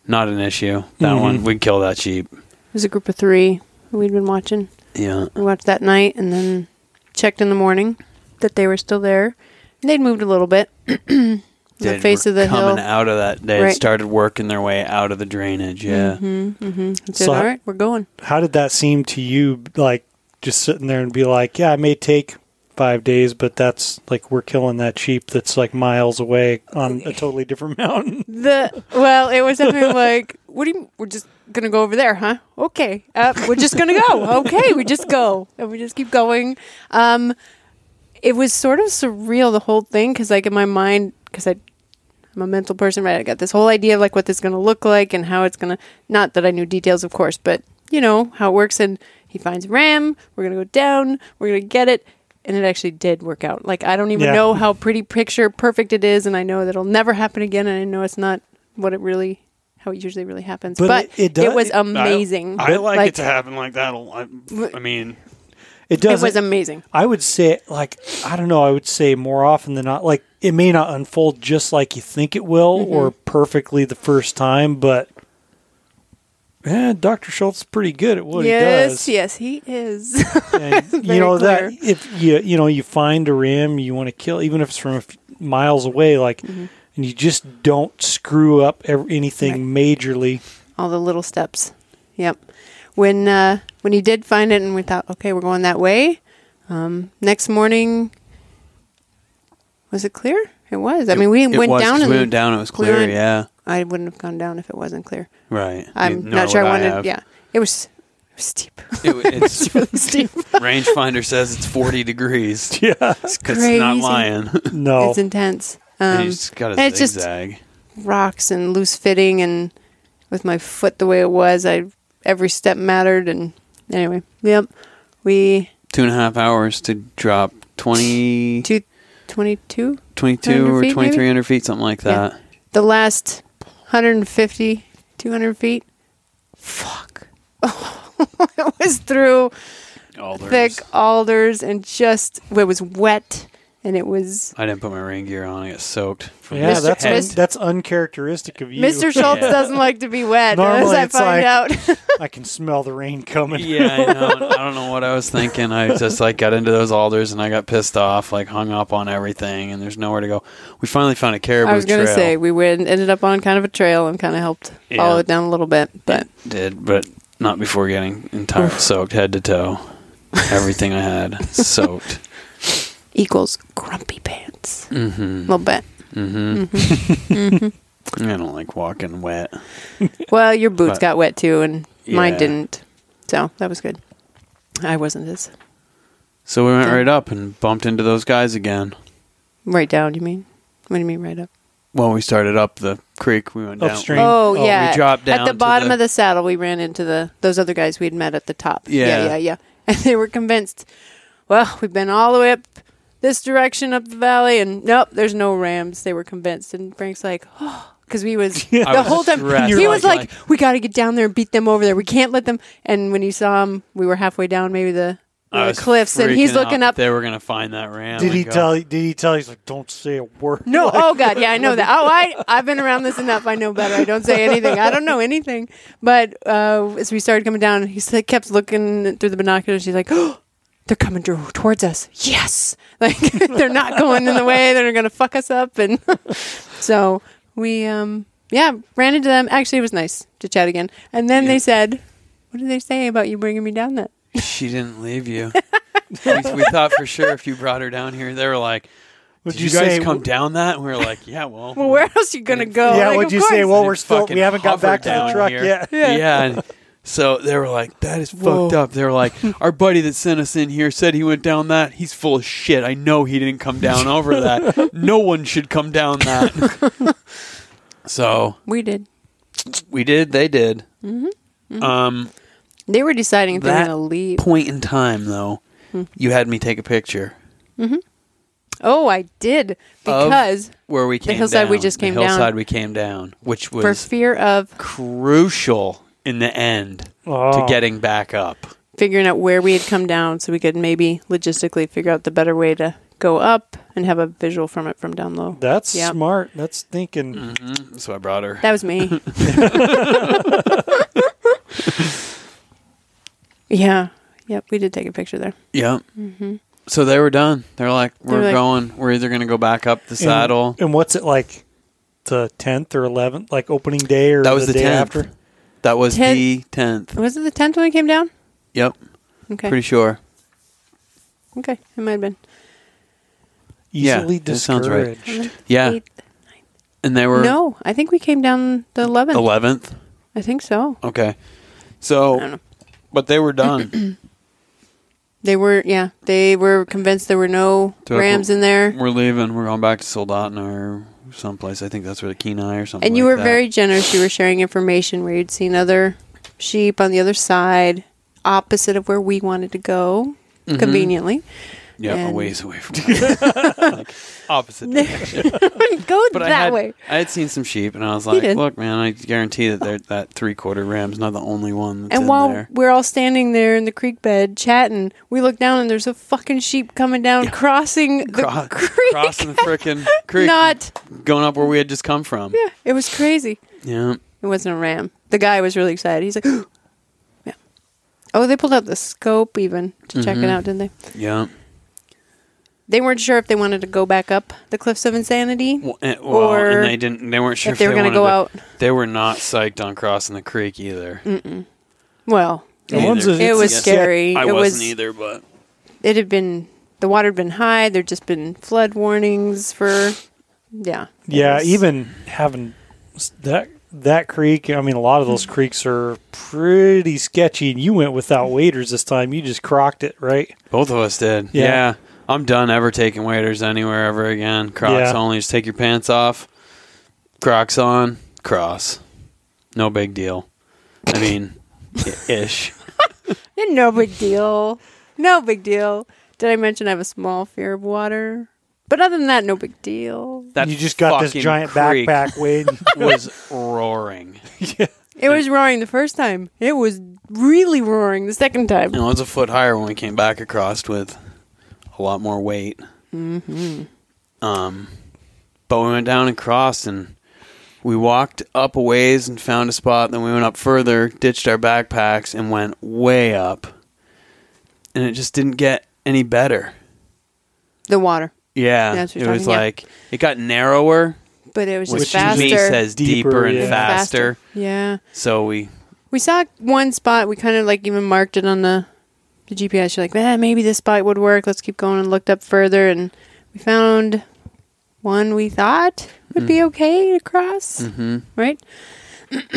Speaker 2: not an issue. That
Speaker 1: Mhm.
Speaker 2: one we can kill that sheep.
Speaker 3: It was a group of three that we'd been watching.
Speaker 2: Yeah,
Speaker 3: We watched that night and then checked in the morning that they were still there. And they'd moved a little bit. the
Speaker 2: They
Speaker 3: face
Speaker 2: were
Speaker 3: of the hill.
Speaker 2: coming out of that. They had
Speaker 3: Right. Mm-hmm.
Speaker 2: started working their way out of the drainage. Yeah,
Speaker 3: Said,
Speaker 1: So-
Speaker 3: all right, we're going.
Speaker 1: how did that seem to you like just sitting there and be like yeah it may take five days but that's like we're killing that sheep that's like miles away on a totally different mountain
Speaker 3: The well, it was something like, "What do you? We're just gonna go over there, huh? Okay, uh, we're just gonna go. Okay, we just go and we just keep going." Um, it was sort of surreal the whole thing because, like, in my mind, because I. I'm a mental person, right? I got this whole idea of like what this is going to look like and how it's going to. Not that I knew details, of course, but you know how it works. And he finds Ram. We're going to go down. We're going to get it, and it actually did work out. Like I don't even
Speaker 1: Yeah.
Speaker 3: know how pretty picture perfect it is, and I know that it'll never happen again. And I know it's not what it really, how it usually really happens.
Speaker 1: But
Speaker 3: But,
Speaker 1: it- it does-
Speaker 3: was
Speaker 1: it-
Speaker 3: amazing.
Speaker 2: I, I like, it to happen like that. a lot. I mean,
Speaker 1: it
Speaker 3: It
Speaker 1: doesn't
Speaker 3: was amazing.
Speaker 1: i would say like i don't know i would say more often than not like it may not unfold just like you think it will
Speaker 3: Mm-hmm.
Speaker 1: or perfectly the first time but yeah, Dr. Schultz is pretty good at what he
Speaker 3: yes,
Speaker 1: does.
Speaker 3: yes, he is.
Speaker 1: and you
Speaker 3: Very
Speaker 1: know that
Speaker 3: clear.
Speaker 1: if you you know you find a rim you want to kill even if it's from a f- miles away like
Speaker 3: Mm-hmm.
Speaker 1: and you just don't screw up ev- anything majorly
Speaker 3: all the little steps. Yep. When uh, when he did find it, and we thought, okay, we're going that way. Um, next morning, was it clear? It was. I mean, we
Speaker 2: it
Speaker 3: went
Speaker 2: was,
Speaker 3: down.
Speaker 2: 'cause
Speaker 3: And
Speaker 2: We went down. It was
Speaker 3: we
Speaker 2: clear.
Speaker 3: went-
Speaker 2: yeah,
Speaker 3: I wouldn't have gone down if it wasn't clear.
Speaker 2: right. You
Speaker 3: I'm
Speaker 2: know
Speaker 3: not sure I
Speaker 2: what
Speaker 3: wanted.
Speaker 2: Mm, have.
Speaker 3: yeah, it was, it was steep.
Speaker 2: It- it's
Speaker 3: it's really steep.
Speaker 2: rangefinder says it's 40 degrees.
Speaker 1: yeah
Speaker 2: It's, 'cause it's not
Speaker 3: Crazy.
Speaker 2: lying.
Speaker 1: no
Speaker 3: It's intense.
Speaker 2: and
Speaker 3: Um,
Speaker 2: Oh. he's got a
Speaker 3: it's just-
Speaker 2: zigzag.
Speaker 3: rocks and loose fitting, and with my foot the way it was, I every step mattered. And anyway, yep, we
Speaker 2: Two and a half hours to drop 20,
Speaker 3: two twenty two.
Speaker 2: 22 or
Speaker 3: 200 feet,
Speaker 2: 2300 feet, something like
Speaker 3: Yeah.
Speaker 2: that.
Speaker 3: the last 150 200 feet fuck it was through
Speaker 2: Alders.
Speaker 3: thick alders and just it was wet and it was
Speaker 2: I didn't put my rain gear on. I got soaked. From
Speaker 1: yeah
Speaker 2: the
Speaker 3: Mr.
Speaker 1: that's
Speaker 2: head.
Speaker 1: un- that's uncharacteristic of you
Speaker 3: mr schultz
Speaker 2: Yeah.
Speaker 3: doesn't like to be wet as
Speaker 1: Normally
Speaker 3: i
Speaker 1: it's like-
Speaker 3: find out
Speaker 1: i can smell the rain coming
Speaker 2: yeah, I know. I don't know what I was thinking. I just like got into those alders and I got pissed off, like hung up on everything, and there's nowhere to go. We finally found a caribou
Speaker 3: i was
Speaker 2: trail.
Speaker 3: gonna say we went ended up on kind of a trail and kind of helped
Speaker 2: Yeah.
Speaker 3: follow it down a little bit but
Speaker 2: did, but not before getting entire soaked head to toe. Everything I had soaked.
Speaker 3: equals grumpy pants a
Speaker 2: Mm-hmm.
Speaker 3: little bit Mm-hmm.
Speaker 2: I don't like walking wet.
Speaker 3: well your boots
Speaker 2: But-
Speaker 3: got wet too and mine
Speaker 2: Yeah.
Speaker 3: didn't so that was good i wasn't as
Speaker 2: So we went
Speaker 3: Yeah.
Speaker 2: right up and bumped into those guys again.
Speaker 3: Right down, you mean? What do you mean right up?
Speaker 2: When we started up the creek, we went down.
Speaker 1: Upstream.
Speaker 3: Oh,
Speaker 1: Oh,
Speaker 3: yeah.
Speaker 2: we dropped
Speaker 3: At
Speaker 2: down
Speaker 3: the
Speaker 2: to
Speaker 3: bottom
Speaker 2: the-
Speaker 3: of the saddle we ran into the those other guys we had met at the top.
Speaker 2: Yeah.
Speaker 3: Yeah, yeah, yeah. And they were convinced, well, we've been all the way up this direction up the valley and nope, there's no rams. They were convinced and Frank's like, "Oh, cuz we was the
Speaker 2: I was
Speaker 3: whole time
Speaker 2: stressed.
Speaker 3: he
Speaker 2: You're
Speaker 3: was
Speaker 2: like-
Speaker 3: like, we got to get down there and beat them over there. We can't let them and when he saw him, we were halfway down maybe the
Speaker 2: I
Speaker 3: the
Speaker 2: was
Speaker 3: cliffs, and he's
Speaker 2: freaking
Speaker 3: looking
Speaker 2: out
Speaker 3: up-
Speaker 2: that They were gonna find that ram.
Speaker 1: Did
Speaker 2: and
Speaker 1: he
Speaker 2: go,
Speaker 1: tell? Did he tell? He's like, don't say a word.
Speaker 3: No,
Speaker 1: Like,
Speaker 3: oh god, yeah, I know that. Oh, I I've been around this enough. I know better. I don't say anything. I don't know anything. But uh, as we started coming down, he s- kept looking through the binoculars. He's like, oh, they're coming to- towards us. Yes, like they're not going in the way. They're gonna fuck us up. And so we, um, yeah, ran into them. Actually, it was nice to chat again. And then they said, "What did they say about you bringing me down that?"
Speaker 2: She didn't leave you. we, we thought for sure if you brought her down here, they were like,
Speaker 1: Would
Speaker 2: "Did you, guys
Speaker 1: say-
Speaker 2: come down that?" And we were like, "Yeah, well,
Speaker 3: Well, where else you gonna go?
Speaker 1: Yeah,
Speaker 3: Oh, Like,
Speaker 1: what'd
Speaker 3: of
Speaker 1: you say?
Speaker 3: course.
Speaker 1: Well,
Speaker 2: They
Speaker 1: we're still.
Speaker 2: fucking
Speaker 1: We haven't got
Speaker 2: hover
Speaker 1: back to the
Speaker 2: down
Speaker 1: truck
Speaker 2: here.
Speaker 1: yet.
Speaker 2: Yeah. and so they were like, that is
Speaker 3: Whoa.
Speaker 2: fucked up. They were like, our buddy that sent us in here said he went down that. He's full of shit. I know he didn't come down over that. No one should come down that. so
Speaker 3: we did.
Speaker 2: we did. They did.
Speaker 3: Mm-hmm.
Speaker 2: Um,
Speaker 3: They were deciding if they were
Speaker 2: That
Speaker 3: gonna leave.
Speaker 2: point in time, though,
Speaker 3: Hmm.
Speaker 2: you had me take a picture
Speaker 3: Oh, I did
Speaker 2: Of-
Speaker 3: because
Speaker 2: where we came
Speaker 3: hillside
Speaker 2: down,
Speaker 3: we just came
Speaker 2: the
Speaker 3: down.
Speaker 2: hillside we came down, which was
Speaker 3: for fear of
Speaker 2: crucial in the end to
Speaker 1: Oh.
Speaker 2: getting back up.
Speaker 3: figuring out where we had come down, so we could maybe logistically figure out the better way to go up and have a visual from it from down low.
Speaker 1: That's
Speaker 3: Yep. Mm.
Speaker 1: smart. That's thinking.
Speaker 2: So I brought her.
Speaker 3: Mm-hmm. That was me. yeah. Yep. We did take a picture there. Mm-hmm.
Speaker 2: Yep. So they were done. They're like,
Speaker 3: They were
Speaker 2: we're
Speaker 3: like-
Speaker 2: going. We're either going to go back up the
Speaker 1: And-
Speaker 2: saddle.
Speaker 1: And, what's it like? The tenth or eleventh, like opening day or
Speaker 2: That was
Speaker 1: the,
Speaker 2: the
Speaker 1: day
Speaker 2: 10th.
Speaker 1: after.
Speaker 2: That was
Speaker 3: Ten-
Speaker 2: the tenth.
Speaker 3: Was it the tenth when we came down?
Speaker 2: Yep.
Speaker 3: Okay.
Speaker 2: Pretty sure.
Speaker 3: okay. It might have been.
Speaker 2: Yeah,
Speaker 1: Easily
Speaker 2: that sounds right.
Speaker 1: discouraged.
Speaker 2: Yeah.
Speaker 3: Eighth.
Speaker 2: And they were
Speaker 3: No, I think we came down the eleventh.
Speaker 2: eleventh. Oh.
Speaker 3: I think so.
Speaker 2: Okay.
Speaker 3: I don't
Speaker 2: So,
Speaker 3: know.
Speaker 2: but they were done.
Speaker 3: They were, yeah, they were convinced there were no
Speaker 2: To-
Speaker 3: rams in there.
Speaker 2: we're leaving. We're going back to Soldotna or someplace. I think that's where the Kenai or something.
Speaker 3: And you
Speaker 2: like
Speaker 3: were
Speaker 2: that.
Speaker 3: very generous. You were sharing information where you'd seen other sheep on the other side, opposite of where we wanted to go,
Speaker 2: Mm-hmm.
Speaker 3: conveniently.
Speaker 2: yeah, a
Speaker 3: and-
Speaker 2: ways away from Like, opposite. direction.
Speaker 3: go
Speaker 2: But I
Speaker 3: that
Speaker 2: had,
Speaker 3: way.
Speaker 2: I had seen some sheep, and I was like,
Speaker 3: did.
Speaker 2: "Look, man, I guarantee that they're, that three quarter ram's not the only one." That's
Speaker 3: And
Speaker 2: in
Speaker 3: while
Speaker 2: there.
Speaker 3: we're all standing there in the creek bed chatting, we look down and there's a fucking sheep coming down, crossing the
Speaker 2: Cro-
Speaker 3: creek.
Speaker 2: crossing the frickin' creek,
Speaker 3: Not,
Speaker 2: going up where we had just come from.
Speaker 3: yeah, it was crazy.
Speaker 2: Yeah.
Speaker 3: It wasn't a ram. The guy was really excited. He's like, yeah. Oh, they pulled out the scope even to check it
Speaker 2: Mhm.
Speaker 3: out, didn't they?
Speaker 2: Yeah.
Speaker 3: They weren't sure if they wanted to go back up the cliffs of insanity.
Speaker 2: Well, and, eh, well,
Speaker 3: Or
Speaker 2: and they didn't. They weren't sure
Speaker 3: if they were
Speaker 2: going to
Speaker 3: go out.
Speaker 2: They were not psyched on crossing the creek either.
Speaker 3: Well,
Speaker 1: The
Speaker 2: Me
Speaker 1: ones
Speaker 2: either.
Speaker 1: that-
Speaker 3: it
Speaker 2: It's
Speaker 3: was
Speaker 2: a-
Speaker 3: scary.
Speaker 2: I
Speaker 3: it
Speaker 2: wasn't
Speaker 3: was.
Speaker 2: either, but
Speaker 3: It had been the water had been high. There'd just been flood warnings for. Yeah. it
Speaker 1: Yeah,
Speaker 3: was-
Speaker 1: even having s- that that creek. I mean, a lot of
Speaker 3: Hmm.
Speaker 1: those creeks are pretty sketchy. And you went without waders this time. You just crocked it, right?
Speaker 2: both of us did.
Speaker 1: Yeah.
Speaker 2: Yeah. I'm done ever taking waders anywhere ever again. Crocs
Speaker 1: Yeah.
Speaker 2: only. Just take your pants off. Crocs on. Cross. No big deal. I mean, i- ish.
Speaker 3: Yeah, no big deal. No big deal. Did I mention I have a small fear of water? But other than that, no big deal.
Speaker 2: That
Speaker 1: you just got this
Speaker 2: fucking
Speaker 1: giant
Speaker 2: creek
Speaker 1: backpack, Wade.
Speaker 2: was roaring.
Speaker 3: It was roaring the first time. It was really roaring the second time.
Speaker 2: You know, it was a foot higher when we came back across with a lot more weight. Mm-hmm. Um, but we went down and crossed, and we walked up a ways and found a spot. Then we went up further, ditched our backpacks, and went way up. And it just didn't get any better.
Speaker 3: The water.
Speaker 2: Yeah,
Speaker 3: That's what
Speaker 2: it
Speaker 3: you're
Speaker 2: was
Speaker 3: talking- yeah.
Speaker 2: like it got narrower,
Speaker 3: But it was
Speaker 2: which
Speaker 3: just
Speaker 2: to
Speaker 3: faster.
Speaker 2: me says deeper,
Speaker 1: Deeper,
Speaker 2: and
Speaker 1: yeah.
Speaker 2: faster.
Speaker 3: Yeah.
Speaker 2: So we
Speaker 3: We saw one spot. We kind of like even marked it on the, the GPS. You're like, eh, maybe this spot would work. Let's keep going and looked up further. And we found one we thought would be okay to cross,
Speaker 2: hmm
Speaker 3: right?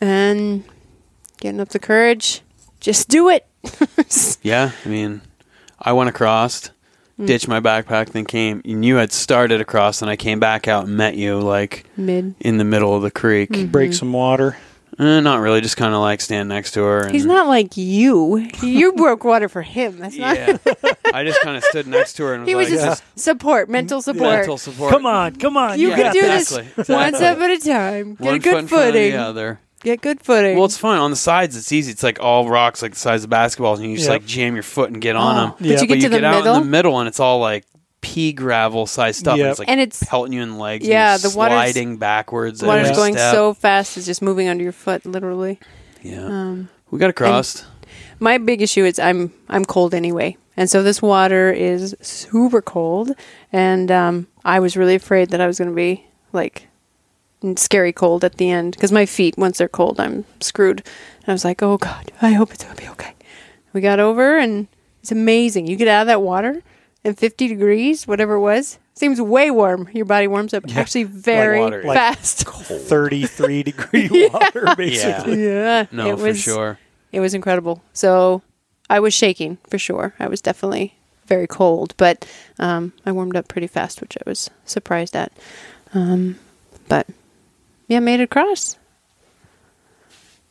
Speaker 3: and getting up the courage. Just do it.
Speaker 2: Yeah, I mean, I went across,
Speaker 3: Hmm.
Speaker 2: ditched my backpack, then came. And you had started across, and I came back out and met you like
Speaker 3: Mid.
Speaker 2: in the middle of the creek.
Speaker 3: Mm-hmm.
Speaker 1: Break some water.
Speaker 2: Eh, not really, just kind of like stand next to her. And,
Speaker 3: Hmm. He's not like you. You broke water for him. That's not.
Speaker 2: Yeah, I just kind of stood next to her and was
Speaker 3: He was
Speaker 2: like, uh,
Speaker 3: just support, mental support.
Speaker 2: mental support.
Speaker 1: Come on, come on.
Speaker 3: You
Speaker 2: Yeah,
Speaker 3: can do
Speaker 2: exactly,
Speaker 3: this
Speaker 2: exactly.
Speaker 3: one step at a time. Get
Speaker 2: One
Speaker 3: a good
Speaker 2: foot in front of
Speaker 3: footing.
Speaker 2: the other.
Speaker 3: Get good footing.
Speaker 2: Well, it's fun. On the sides, it's easy. It's like all rocks, like the size of basketballs, and you just
Speaker 1: Yeah.
Speaker 2: like jam your foot and get on
Speaker 3: Oh,
Speaker 2: them.
Speaker 3: but Yeah. you get to the
Speaker 2: out
Speaker 3: middle?
Speaker 2: in the middle, and it's all like pea gravel size stuff.
Speaker 1: Yep.
Speaker 2: And it's like
Speaker 3: And it's-
Speaker 2: pelting you in the legs.
Speaker 3: Yeah,
Speaker 2: and you're
Speaker 3: the water's-
Speaker 2: sliding backwards.
Speaker 3: the water's
Speaker 2: every
Speaker 3: going
Speaker 2: step.
Speaker 3: so fast; it's just moving under your foot, literally.
Speaker 2: Yeah,
Speaker 3: Um,
Speaker 2: we got across.
Speaker 3: my big issue is I'm I'm cold anyway, and so this water is super cold, and um, I was really afraid that I was going to be like scary cold at the end because my feet once they're cold I'm screwed. And I was like, oh god, I hope it's going to be okay. We got over, and it's amazing. You get out of that water and 50 degrees, whatever it was, seems way warm. Your body warms up actually very
Speaker 2: water is. Like-
Speaker 3: fast.
Speaker 1: 33 degree water, basically.
Speaker 3: yeah,
Speaker 2: No,
Speaker 3: it
Speaker 2: for
Speaker 3: was
Speaker 2: sure.
Speaker 3: it was incredible. So I was shaking for sure. I was definitely very cold, but um, I warmed up pretty fast, which I was surprised at. Um, but yeah, made it across.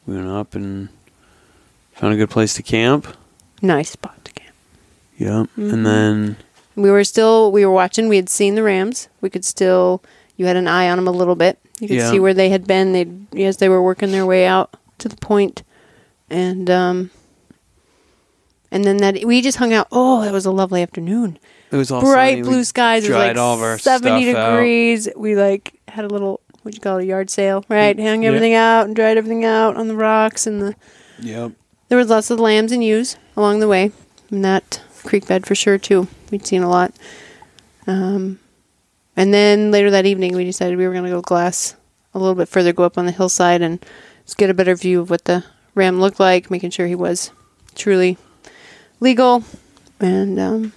Speaker 2: We went up and found a good place to camp.
Speaker 3: Nice spot to camp.
Speaker 2: Yep,
Speaker 3: Mm-hmm.
Speaker 2: and then
Speaker 3: We were still we were watching. We had seen the Rams. We could still you had an eye on them a little bit. You could
Speaker 2: Yeah.
Speaker 3: see where they had been. They as they were working their way out to the point, and um, and then that we just hung out. Oh, that was a lovely afternoon.
Speaker 2: it was all
Speaker 3: bright
Speaker 2: sunny. We
Speaker 3: blue skies. It was
Speaker 2: dried
Speaker 3: like
Speaker 2: all of our
Speaker 3: 70
Speaker 2: stuff out.
Speaker 3: degrees. We like had a little what you call it, a yard sale, right?
Speaker 2: Mm,
Speaker 3: Hung
Speaker 1: yeah.
Speaker 3: everything out and dried everything out on the rocks and the
Speaker 2: Yep.
Speaker 3: there was lots of lambs and ewes along the way, and that creek bed for sure too. We'd seen a lot. Um, and then later that evening, we decided we were going to go glass a little bit further, go up on the hillside, and just get a better view of what the ram looked like, making sure he was truly legal. And um,
Speaker 2: And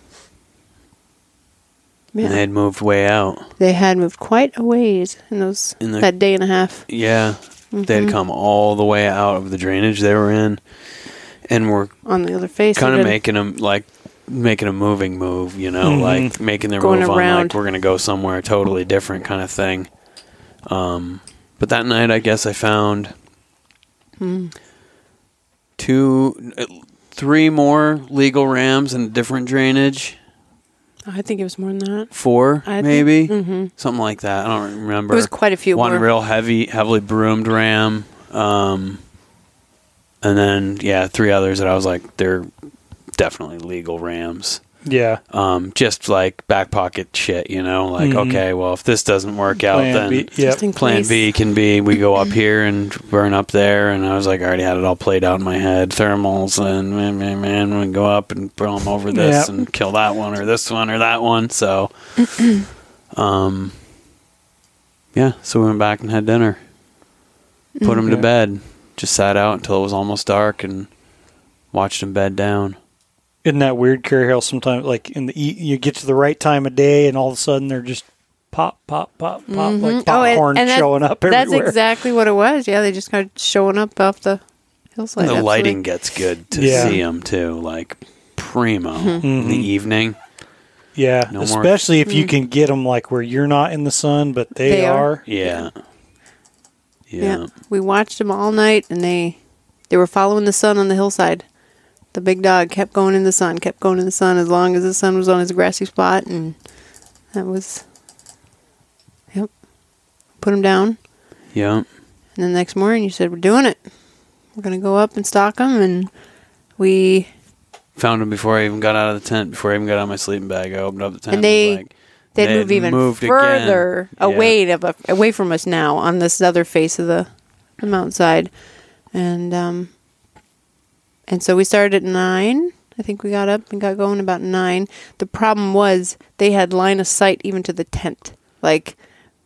Speaker 2: they
Speaker 3: yeah,
Speaker 2: had moved way out.
Speaker 3: they had moved quite a ways in those
Speaker 2: In the-
Speaker 3: that day and a half.
Speaker 2: Yeah, they
Speaker 3: Mm-hmm.
Speaker 2: had come all the way out of the drainage they were in, and were
Speaker 3: On the other face,
Speaker 2: kind
Speaker 3: They
Speaker 2: of
Speaker 3: did-
Speaker 2: making them like making a moving move, you know,
Speaker 1: Mhm.
Speaker 2: like making their
Speaker 3: Mm-hmm. Going
Speaker 2: move on
Speaker 3: around.
Speaker 2: like we're gonna go somewhere totally different kind of thing. Um, but that night, I guess I found
Speaker 3: Hmm.
Speaker 2: two, uh, three more legal rams in different drainage.
Speaker 3: I think it was more than that.
Speaker 2: Four,
Speaker 3: I think-
Speaker 2: maybe
Speaker 3: hmm
Speaker 2: something like that. I don't remember.
Speaker 3: It was quite a few.
Speaker 2: one
Speaker 3: more.
Speaker 2: real heavy, heavily broomed ram, um, and then yeah, three others that I was like, they're definitely legal rams.
Speaker 1: Yeah.
Speaker 2: Um, just like back pocket shit, you know. Like
Speaker 1: Mhm.
Speaker 2: okay, well if this doesn't work out,
Speaker 1: Plan
Speaker 2: then
Speaker 1: B.
Speaker 3: Just
Speaker 1: Yep.
Speaker 3: in
Speaker 2: plan
Speaker 3: case.
Speaker 2: B can be we go up here and burn up there. And I was like, I already had it all played out in my head. Thermals and man, man, man, we go up and throw them over this
Speaker 1: Yeah.
Speaker 2: and kill that one or this one or that one. So, um, yeah. So we went back and had dinner. Put him to
Speaker 1: Mhm.
Speaker 2: bed. Just sat out until it was almost dark and watched him bed down.
Speaker 1: Isn't that weird, Carrie Hill? Sometimes, like in the e- you get to the right time of day, and all of a sudden they're just pop, pop, pop, pop, like
Speaker 3: Oh, and-
Speaker 1: popcorn
Speaker 3: and that-
Speaker 1: showing up
Speaker 3: That's
Speaker 1: everywhere.
Speaker 3: exactly what it was. Yeah, they just kind of showing up off the hillside.
Speaker 2: the
Speaker 3: Absolutely.
Speaker 2: lighting gets good to see 'em
Speaker 1: Yeah.
Speaker 2: see him too. Like primo in the evening.
Speaker 1: Yeah,
Speaker 2: No more-
Speaker 1: especially if you can get them like where you're not in the sun, but they,
Speaker 3: Mm. They are.
Speaker 1: are.
Speaker 2: Yeah.
Speaker 3: Yeah.
Speaker 2: Yeah.
Speaker 3: we watched them all night, and they they were following the sun on the hillside. The big dog kept going in the sun, kept going in the sun as long as the sun was on his grassy spot, and that was yep. Put him down,
Speaker 2: Yeah.
Speaker 3: and then the next morning you said we're doing it. We're gonna go up and stalk him, and we
Speaker 2: Found him before I even got out of the tent, before I even got out of my sleeping bag. I opened up the tent.
Speaker 3: And they-
Speaker 2: was like,
Speaker 3: they
Speaker 2: They had
Speaker 3: move even
Speaker 2: moved again.
Speaker 3: further
Speaker 2: Yeah.
Speaker 3: away of away from us now on this other face of the, the mountainside, and um, and so we started at nine. I think we got up and got going about nine. The problem was they had line of sight even to the tent. Like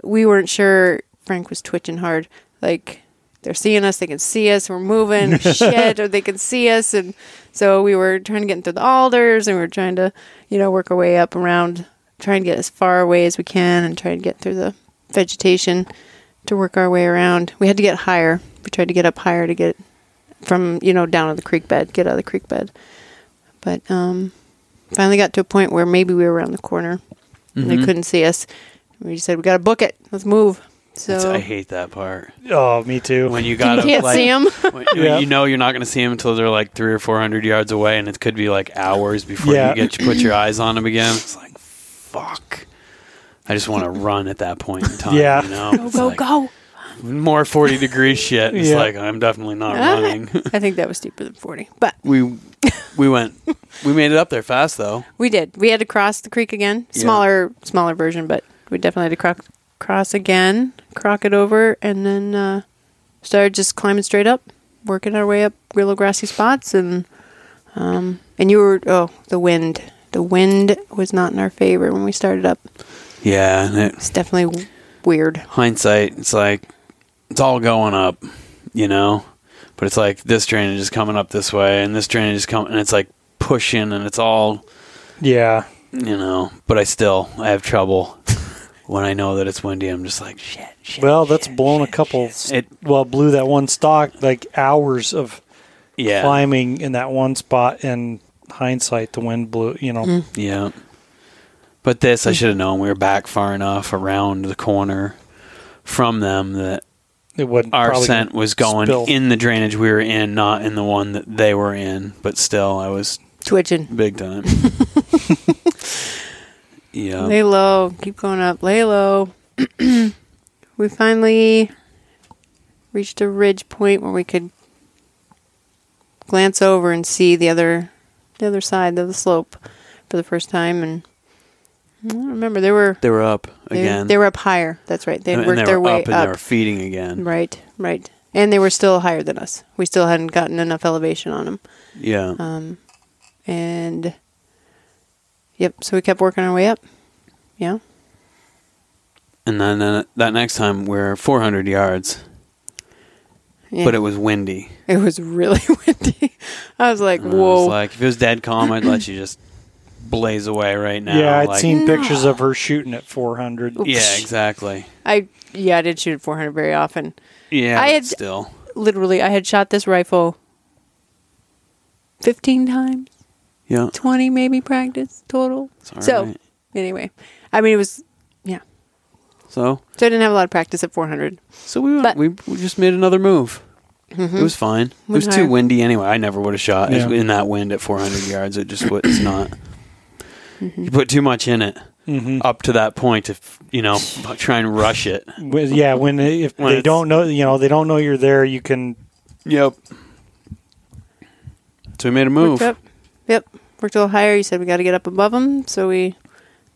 Speaker 3: we weren't sure. Frank was twitching hard. Like they're seeing us. They can see us. We're moving. shit, or they can see us. And so we were trying to get into the alders, and we were trying to, you know, work our way up around, try and get as far away as we can, and try and get through the vegetation to work our way around. We had to get higher. We tried to get up higher to get from you know down to the creek bed, get out of the creek bed. But um, finally got to a point where maybe we were around the corner. and
Speaker 2: Mm-hmm.
Speaker 3: They couldn't see us. We just said we got to book it. Let's move. So
Speaker 2: That's- I hate that part.
Speaker 1: Oh, me too.
Speaker 2: When you got
Speaker 3: can't
Speaker 2: like,
Speaker 3: see him.
Speaker 2: when- when
Speaker 1: Yeah.
Speaker 2: you know you're not going to see him until they're like three or four hundred yards away, and it could be like hours before
Speaker 1: Yeah.
Speaker 2: you get to put your eyes on him again. It's like, fuck. I just want to run at that point in time.
Speaker 1: Yeah.
Speaker 2: You know?
Speaker 3: go
Speaker 2: It's
Speaker 3: go
Speaker 2: like,
Speaker 3: go.
Speaker 2: more 40 degree shit. It's
Speaker 1: Yeah.
Speaker 2: like, I'm definitely not
Speaker 3: Ah,
Speaker 2: running.
Speaker 3: I think that was deeper than 40. But
Speaker 2: we we went, we made it up there fast though.
Speaker 3: we did. We had to cross the creek again.
Speaker 2: Yeah.
Speaker 3: Smaller smaller version, but we definitely had to croc- cross again, crock it over, and then uh, started just climbing straight up, working our way up real grassy spots. And, um, and you were, oh, the wind. The wind was not in our favor when we started up.
Speaker 2: Yeah. And it,
Speaker 3: It's definitely w- weird.
Speaker 2: hindsight, it's like, it's all going up, you know? But it's like, this drainage is coming up this way and this drainage is coming, and it's like pushing and it's all,
Speaker 1: Yeah.
Speaker 2: you know, but I still, I have trouble when I know that it's windy. I'm just like, shit, shit.
Speaker 1: Well, that's blown a couple.
Speaker 2: It-
Speaker 1: It, well, blew that one stock like hours of
Speaker 2: Yeah.
Speaker 1: climbing in that one spot. And hindsight, the wind blew. You know.
Speaker 3: Mm.
Speaker 2: Yeah. But this, I should have known we were back far enough around the corner from them that
Speaker 1: It wouldn't.
Speaker 2: our
Speaker 1: probably
Speaker 2: scent was going
Speaker 1: spill.
Speaker 2: in the drainage we were in, not in the one that they were in. But still, I was
Speaker 3: Twitching.
Speaker 2: big time. yeah.
Speaker 3: Lay low. Keep going up. Lay low. we finally reached a ridge point where we could glance over and see the other the other side of the slope for the first time and I don't remember they were
Speaker 2: they were up
Speaker 3: they,
Speaker 2: again.
Speaker 3: they were up higher. That's right. They
Speaker 2: And
Speaker 3: worked
Speaker 2: they
Speaker 3: their
Speaker 2: were
Speaker 3: way
Speaker 2: up and they were feeding again.
Speaker 3: Right, right. And they were still higher than us. We still hadn't gotten enough elevation on them.
Speaker 2: Yeah.
Speaker 3: Um, and yep, so we kept working our way up. Yeah.
Speaker 2: and then uh, that next time we are 400 yards,
Speaker 3: Yeah.
Speaker 2: but it was windy.
Speaker 3: It was really windy. I was like,
Speaker 2: And I was
Speaker 3: whoa.
Speaker 2: like, if it was dead calm, I'd let you just blaze away right now.
Speaker 1: Yeah, I'd
Speaker 2: like,
Speaker 1: seen pictures of her shooting at 400.
Speaker 2: Yeah, exactly.
Speaker 3: I yeah, I did shoot at 400 very often.
Speaker 2: Yeah,
Speaker 3: I
Speaker 2: but
Speaker 3: had-
Speaker 2: still.
Speaker 3: Literally, I had shot this rifle 15 times,
Speaker 2: Yeah,
Speaker 3: 20 maybe practice total.
Speaker 2: It's all
Speaker 3: so
Speaker 2: right.
Speaker 3: anyway, I mean it was yeah.
Speaker 2: so
Speaker 3: So I didn't have a lot of practice at 400.
Speaker 2: so we went,
Speaker 3: But- Mm-hmm.
Speaker 2: we we just made another move. It was fine. It was
Speaker 3: Went
Speaker 2: too
Speaker 3: higher.
Speaker 2: windy anyway. I never would have shot
Speaker 1: Yeah.
Speaker 2: in that wind at 400 yards. It just was not.
Speaker 3: Mm-hmm.
Speaker 2: You put too much in it
Speaker 1: Mm-hmm.
Speaker 2: up to that point. If you know, try and rush it.
Speaker 1: Well, Yeah, when if
Speaker 2: When
Speaker 1: they
Speaker 2: it's-
Speaker 1: don't know, you know, they don't know you're there. You can.
Speaker 2: Yep. So we made a
Speaker 3: Worked
Speaker 2: move.
Speaker 3: up. Yep. Worked a little higher. You said we got to get up above them. So we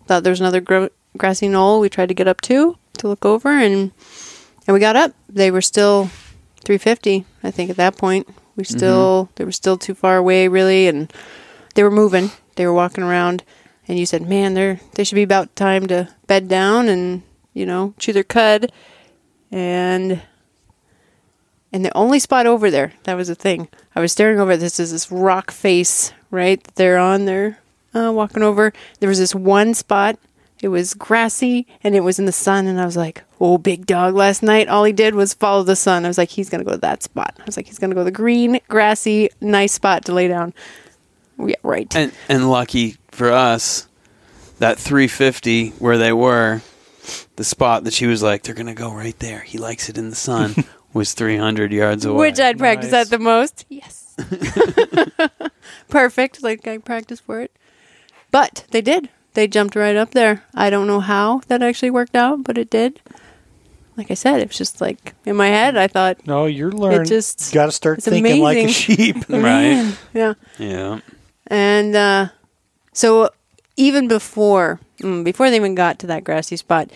Speaker 3: thought there was another gro- grassy knoll we tried to get up to to look over. And and we got up. They were still 350, I think, at that point. We still, they were still too far away, really. And they were moving. They were walking around. And you said, man, they're, they should be about time to bed down and, you know, chew their cud. And and the only spot over there, that was the thing. I was staring over this is this rock face, right? that They're on there, uh, walking over. There was this one spot. It was grassy and it was in the sun. And I was like, oh, big dog last night. All he did was follow the sun. I was like, he's going to go to that spot. I was like, he's going to go to the green, grassy, nice spot to lay down. Yeah, right.
Speaker 2: And and lucky for us, that 350 where they were, the spot that she was like, they're gonna go right there. He likes it in the sun. was 300 yards away.
Speaker 3: Which I'd practice
Speaker 1: Nice.
Speaker 3: at the most. Yes. Perfect. Like I practiced for it. But they did. They jumped right up there. I don't know how that actually worked out, but it did. Like I said, it was just like in my head, I thought,
Speaker 1: No, you're learning.
Speaker 3: just-
Speaker 1: got to start
Speaker 3: it's
Speaker 1: thinking like a
Speaker 3: amazing.
Speaker 1: sheep.
Speaker 2: right.
Speaker 3: yeah.
Speaker 2: Yeah.
Speaker 3: And uh, so even before mm, before they even got to that grassy spot,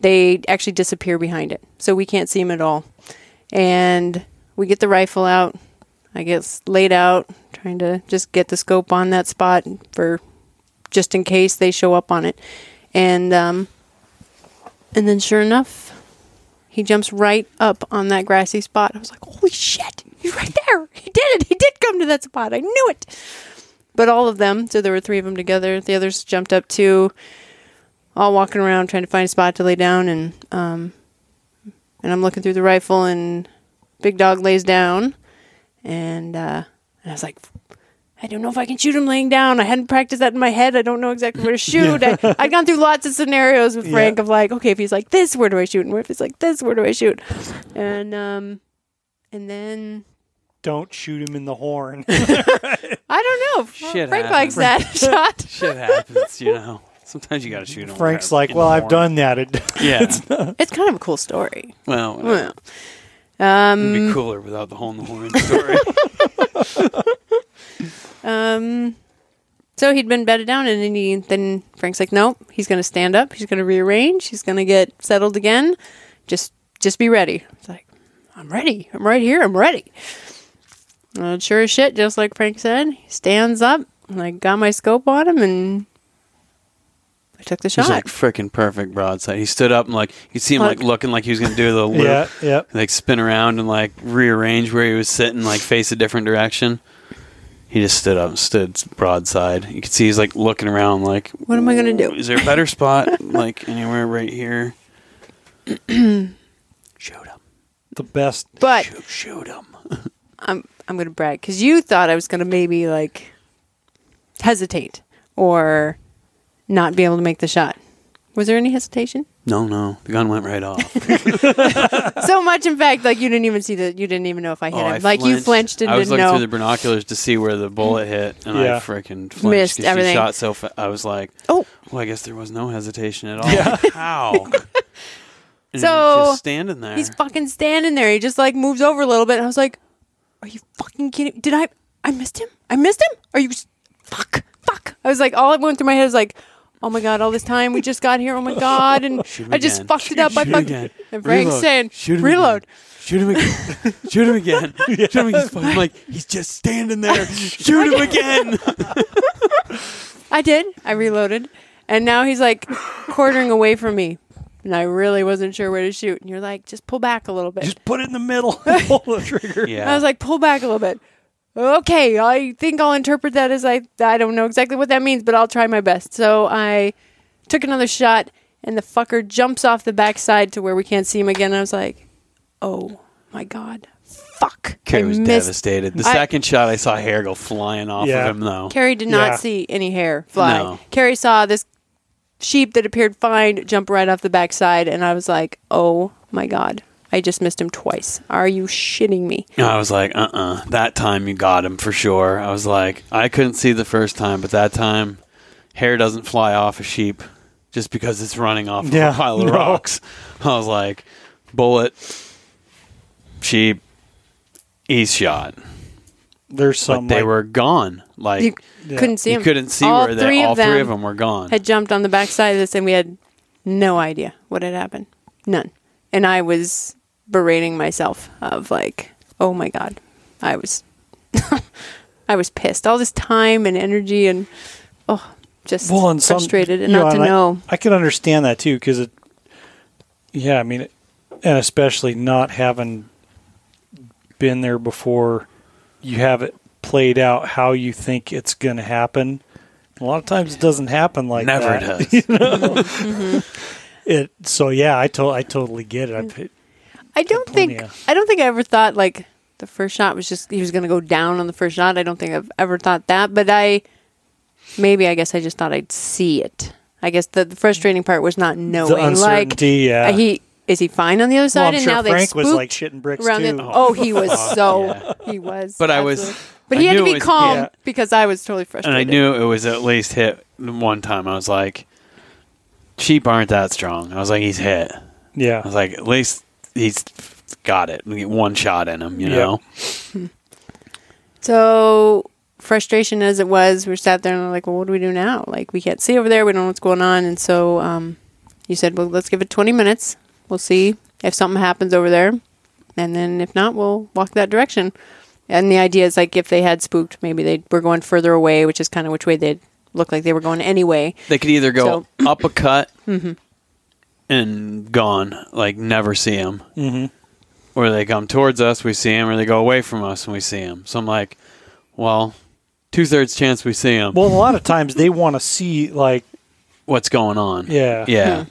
Speaker 3: they actually disappear behind it, so we can't see them at all. And we get the rifle out. I guess laid out, trying to just get the scope on that spot for just in case they show up on it. And um, and then sure enough, he jumps right up on that grassy spot. I was like, "Holy shit! He's right there! He did it! He did come to that spot! I knew it!" but all of them so there were three of them together the others jumped up too all walking around trying to find a spot to lay down and um and i'm looking through the rifle and big dog lays down and uh and i was like I don't know if I can shoot him laying down. I hadn't practiced that in my head. I don't know exactly where to shoot. I, I'd gone through lots of scenarios with Frank of like, okay, if he's like this, where do I shoot? And if he's like this, where do I shoot? And um, and then
Speaker 1: Don't shoot him in the horn.
Speaker 3: I don't know.
Speaker 2: Shit
Speaker 3: Frank
Speaker 2: happens.
Speaker 3: likes that shot.
Speaker 2: Shit happens, you know. Sometimes you got to shoot them.
Speaker 1: Frank's like, well, I've done that. It,
Speaker 2: Yeah.
Speaker 3: It's kind of a cool story.
Speaker 2: well, whatever.
Speaker 3: Well, um,
Speaker 2: it'd be cooler without the hole in the horn story.
Speaker 3: Um, so he'd been bedded down, and then, he, then Frank's like, "Nope, he's going to stand up. He's going to rearrange. He's going to get settled again. Just, just be ready." It's like, "I'm ready. I'm right here. I'm ready." Well, sure as shit, just like Frank said, he stands up, and I got my scope on him, and I took the shot.
Speaker 2: He's like freaking perfect broadside. He stood up and like you see him
Speaker 3: Like-
Speaker 2: like looking like he was gonna do the loop,
Speaker 1: yeah, yeah.
Speaker 2: like spin around and like rearrange where he was sitting, like face a different direction. He just stood up and stood broadside. You could see he's like looking around, like,
Speaker 3: What am I gonna do?
Speaker 2: Is there a better spot, like anywhere right here? shoot him!
Speaker 1: The best.
Speaker 3: but
Speaker 2: Shoot, shoot him!
Speaker 3: I'm I'm gonna brag because you thought I was gonna maybe like hesitate or not be able to make the shot. Was there any hesitation?
Speaker 2: No, no, the gun went right off.
Speaker 3: so much, in fact, like you didn't even see that. You didn't even know if I hit
Speaker 2: Oh,
Speaker 3: him.
Speaker 2: I
Speaker 3: like you flinched and
Speaker 2: I was
Speaker 3: didn't
Speaker 2: looking
Speaker 3: know.
Speaker 2: through the binoculars to see where the bullet hit, and
Speaker 1: Yeah.
Speaker 2: I freaking flinched
Speaker 3: Missed
Speaker 2: 'cause she
Speaker 3: everything.
Speaker 2: shot so fa- I was like,
Speaker 3: oh,
Speaker 2: Well, I guess there was no hesitation at all. How? And
Speaker 3: So,
Speaker 2: he's just standing there.
Speaker 3: he's fucking standing there. He just like moves over a little bit. And I was like, "Are you fucking kidding? Did I? I missed him. I missed him. Are you? s- Fuck, fuck." I was like, all it went through my head is like. Oh my god! All this time we just got here. Oh my god! And
Speaker 2: Shoot him
Speaker 3: I just
Speaker 2: again.
Speaker 3: fucked it up. I
Speaker 2: Shoot him
Speaker 3: fucked.
Speaker 2: again.
Speaker 3: And Frank's
Speaker 2: Reload.
Speaker 3: saying,
Speaker 2: Shoot him
Speaker 3: "Reload."
Speaker 2: Shoot him again. Shoot him again. Shoot him. He's fucking like he's just standing there. Shoot him again.
Speaker 3: I did. I reloaded. And now he's like quartering away from me. And I really wasn't sure where to shoot. And you're like, just pull back a little bit.
Speaker 1: Just put it in the middle and pull the trigger.
Speaker 2: yeah.
Speaker 3: And I was like, pull back a little bit. Okay, I think I'll interpret that as I I don't know exactly what that means, but I'll try my best. So I took another shot and the fucker jumps off the backside to where we can't see him again. I was like, Oh my god. Fuck. I
Speaker 2: Carrie was
Speaker 3: missed-
Speaker 2: devastated. The
Speaker 3: I-
Speaker 2: second shot, I saw hair go flying off
Speaker 1: Yeah.
Speaker 2: of him though.
Speaker 3: Carrie did not
Speaker 1: Yeah.
Speaker 3: see any hair fly.
Speaker 2: No.
Speaker 3: Carrie saw this sheep that appeared fine jump right off the backside, and I was like, oh my God. I just missed him twice. Are you shitting me?
Speaker 2: And I was like, uh uh That time you got him for sure. I was like, I couldn't see the first time, but that time, hair doesn't fly off a sheep just because it's running off
Speaker 1: Yeah,
Speaker 2: of a pile of
Speaker 1: no.
Speaker 2: rocks. I was like, bullet, sheep, he's shot.
Speaker 1: There's
Speaker 2: But
Speaker 1: some.
Speaker 2: they
Speaker 1: like-
Speaker 2: were gone. Like,
Speaker 3: You
Speaker 2: you,
Speaker 1: Yeah.
Speaker 3: couldn't see him.
Speaker 2: couldn't see
Speaker 3: all
Speaker 2: where
Speaker 3: three
Speaker 2: they, all
Speaker 3: of them
Speaker 2: three of them were gone.
Speaker 3: had jumped on the backside of this, and we had no idea what had happened. None. And I was berating myself of like, oh my God. I was I was pissed. All this time and energy and oh just
Speaker 1: well, and some-
Speaker 3: frustrated and
Speaker 1: you
Speaker 3: not to
Speaker 1: I-
Speaker 3: know.
Speaker 1: I, could understand that too because it. Yeah, I mean, it, and especially not having been there before, you have it played out how you think it's going to happen. A lot of times, it doesn't happen like
Speaker 2: Never
Speaker 1: that.
Speaker 2: does.
Speaker 1: It so yeah, I to, I totally get
Speaker 3: Mm.
Speaker 1: it. I, p-
Speaker 3: I don't think
Speaker 1: plenty of-
Speaker 3: I don't think I ever thought like the first shot was just he was going to go down on the first shot. I don't think I've ever thought that, but I maybe I guess I just thought I'd see it. I guess the, the frustrating part was not knowing. like
Speaker 1: uncertainty, yeah.
Speaker 3: uh, he is he fine on the other side?
Speaker 1: well, I'm
Speaker 3: and
Speaker 1: sure
Speaker 3: now they
Speaker 1: Frank
Speaker 3: spooked
Speaker 1: was like shitting bricks
Speaker 3: around
Speaker 1: too.
Speaker 3: it. Oh, he was so
Speaker 2: Yeah.
Speaker 3: he was.
Speaker 2: But I was-
Speaker 3: absolutely. But
Speaker 2: I
Speaker 3: he had to
Speaker 2: knew
Speaker 3: be
Speaker 2: it was-
Speaker 3: calm
Speaker 1: yeah.
Speaker 3: because I was totally frustrated.
Speaker 2: And I knew it was at least hit one time. I was like, sheep aren't that strong. I was like, he's hit. I
Speaker 1: yeah,
Speaker 2: was like, at least he's got it. We get one shot in him, you
Speaker 1: Yeah.
Speaker 2: know?
Speaker 3: So frustration as it was, we sat there and we're like, well, what do we do now? Like, we can't see over there. We don't know what's going on. And so um, you said, well, let's give it 20 minutes. We'll see if something happens over there. And then if not, we'll walk that direction. And the idea is like if they had spooked, maybe they were going further away, which is kind of which way they looked like they were going anyway.
Speaker 2: They could either go up a cut and gone, like never see him. Mm-hmm. Or they come towards us, we see him, or they go away from us and we see him. So I'm like, well, two thirds chance we see him.
Speaker 1: well, a lot of times they want to see like
Speaker 2: What's going on?
Speaker 1: Yeah.
Speaker 2: Yeah.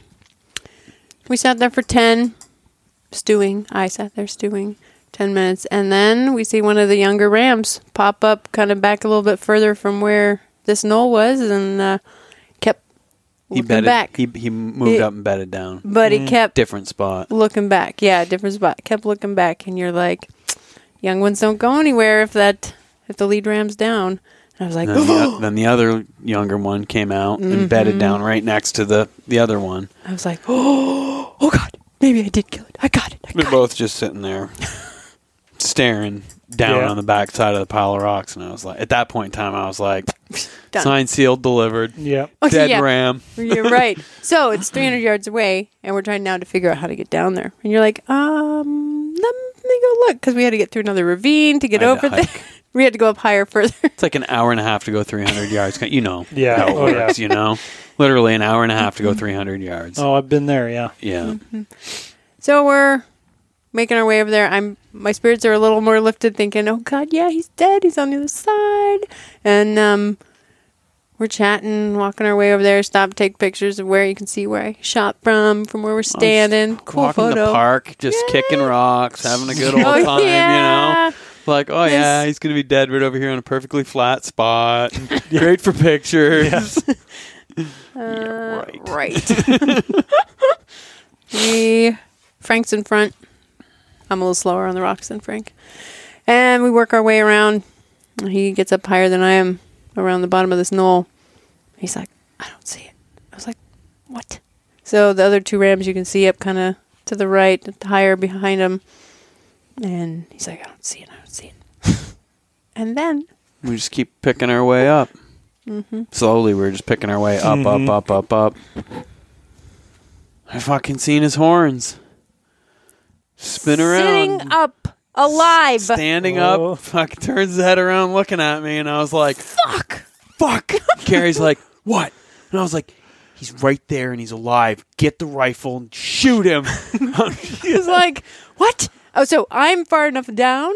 Speaker 3: We sat there for 10, stewing. I sat there stewing 10 minutes. And then we see one of the younger rams pop up kind of back a little bit further from where this knoll was and uh, kept
Speaker 2: He
Speaker 3: looking
Speaker 2: bedded,
Speaker 3: back.
Speaker 2: He, he moved
Speaker 3: He-
Speaker 2: up and bedded down.
Speaker 3: but he kept
Speaker 2: Different spot.
Speaker 3: looking back. Yeah, different spot. Kept looking back. And you're like, young ones don't go anywhere if that if the lead ram's down. And I was like,
Speaker 2: And then, the, then the other younger one came out and bedded down right next to the, the other one.
Speaker 3: I was like, oh, oh God, maybe I did kill it. I got it. I
Speaker 2: They're
Speaker 3: got it.
Speaker 2: both just sitting there staring down
Speaker 1: Yeah.
Speaker 2: on the back side of the pile of rocks. And I was like, at that point in time, I was like,
Speaker 3: Done.
Speaker 2: sign, sealed, delivered.
Speaker 1: Yeah.
Speaker 3: Okay,
Speaker 2: Dead
Speaker 3: yeah.
Speaker 2: ram.
Speaker 3: You're right. So it's 300 yards away, and we're trying now to figure out how to get down there. And you're like, um, let me go look because we had to get through another ravine to get
Speaker 2: I had to
Speaker 3: over there.
Speaker 2: hike.
Speaker 3: We had to go up higher further.
Speaker 2: It's like an hour and a half to go 300 yards. You know
Speaker 1: Yeah.
Speaker 2: how it
Speaker 1: Oh, yeah. Mm-hmm.
Speaker 2: works, you know? Literally an hour and a half to go 300 yards.
Speaker 1: Oh, I've been there. Yeah.
Speaker 2: Yeah.
Speaker 3: Mm-hmm. So we're making our way over there. I'm my spirits are a little more lifted, thinking, "Oh God, yeah, he's dead. He's on the other side." And um, we're chatting, walking our way over there. Stop, take pictures of where you can see where I shot from, from where we're standing. cool
Speaker 2: Oh, Walking
Speaker 3: photo.
Speaker 2: the park, just kicking rocks, having a good old
Speaker 3: Oh,
Speaker 2: time,
Speaker 3: yeah.
Speaker 2: you know? Like, oh, yeah, he's going to be dead right over here on a perfectly flat spot. Great for pictures.
Speaker 3: Uh,
Speaker 2: right.
Speaker 3: right. we Frank's in front. I'm a little slower on the rocks than Frank. And we work our way around. He gets up higher than I am around the bottom of this knoll. He's like, I don't see it. I was like, what? So the other two rams you can see up kind of to the right, higher behind him. And he's like, I don't see it. I don't see it. and then
Speaker 2: We just keep picking our way up. Mm-hmm. Slowly, we're just picking our way up, up, up, up, up. I fucking seen his horns. Spin around.
Speaker 3: sitting up alive.
Speaker 2: Standing
Speaker 1: Oh.
Speaker 2: up, fuck, turns his head around looking at me, and I was like,
Speaker 3: Fuck.
Speaker 2: fuck. Carrie's like, what? And I was like, he's right there and he's alive. Get the rifle and shoot him.
Speaker 3: He was like, "What?" Oh, so I'm far enough down. I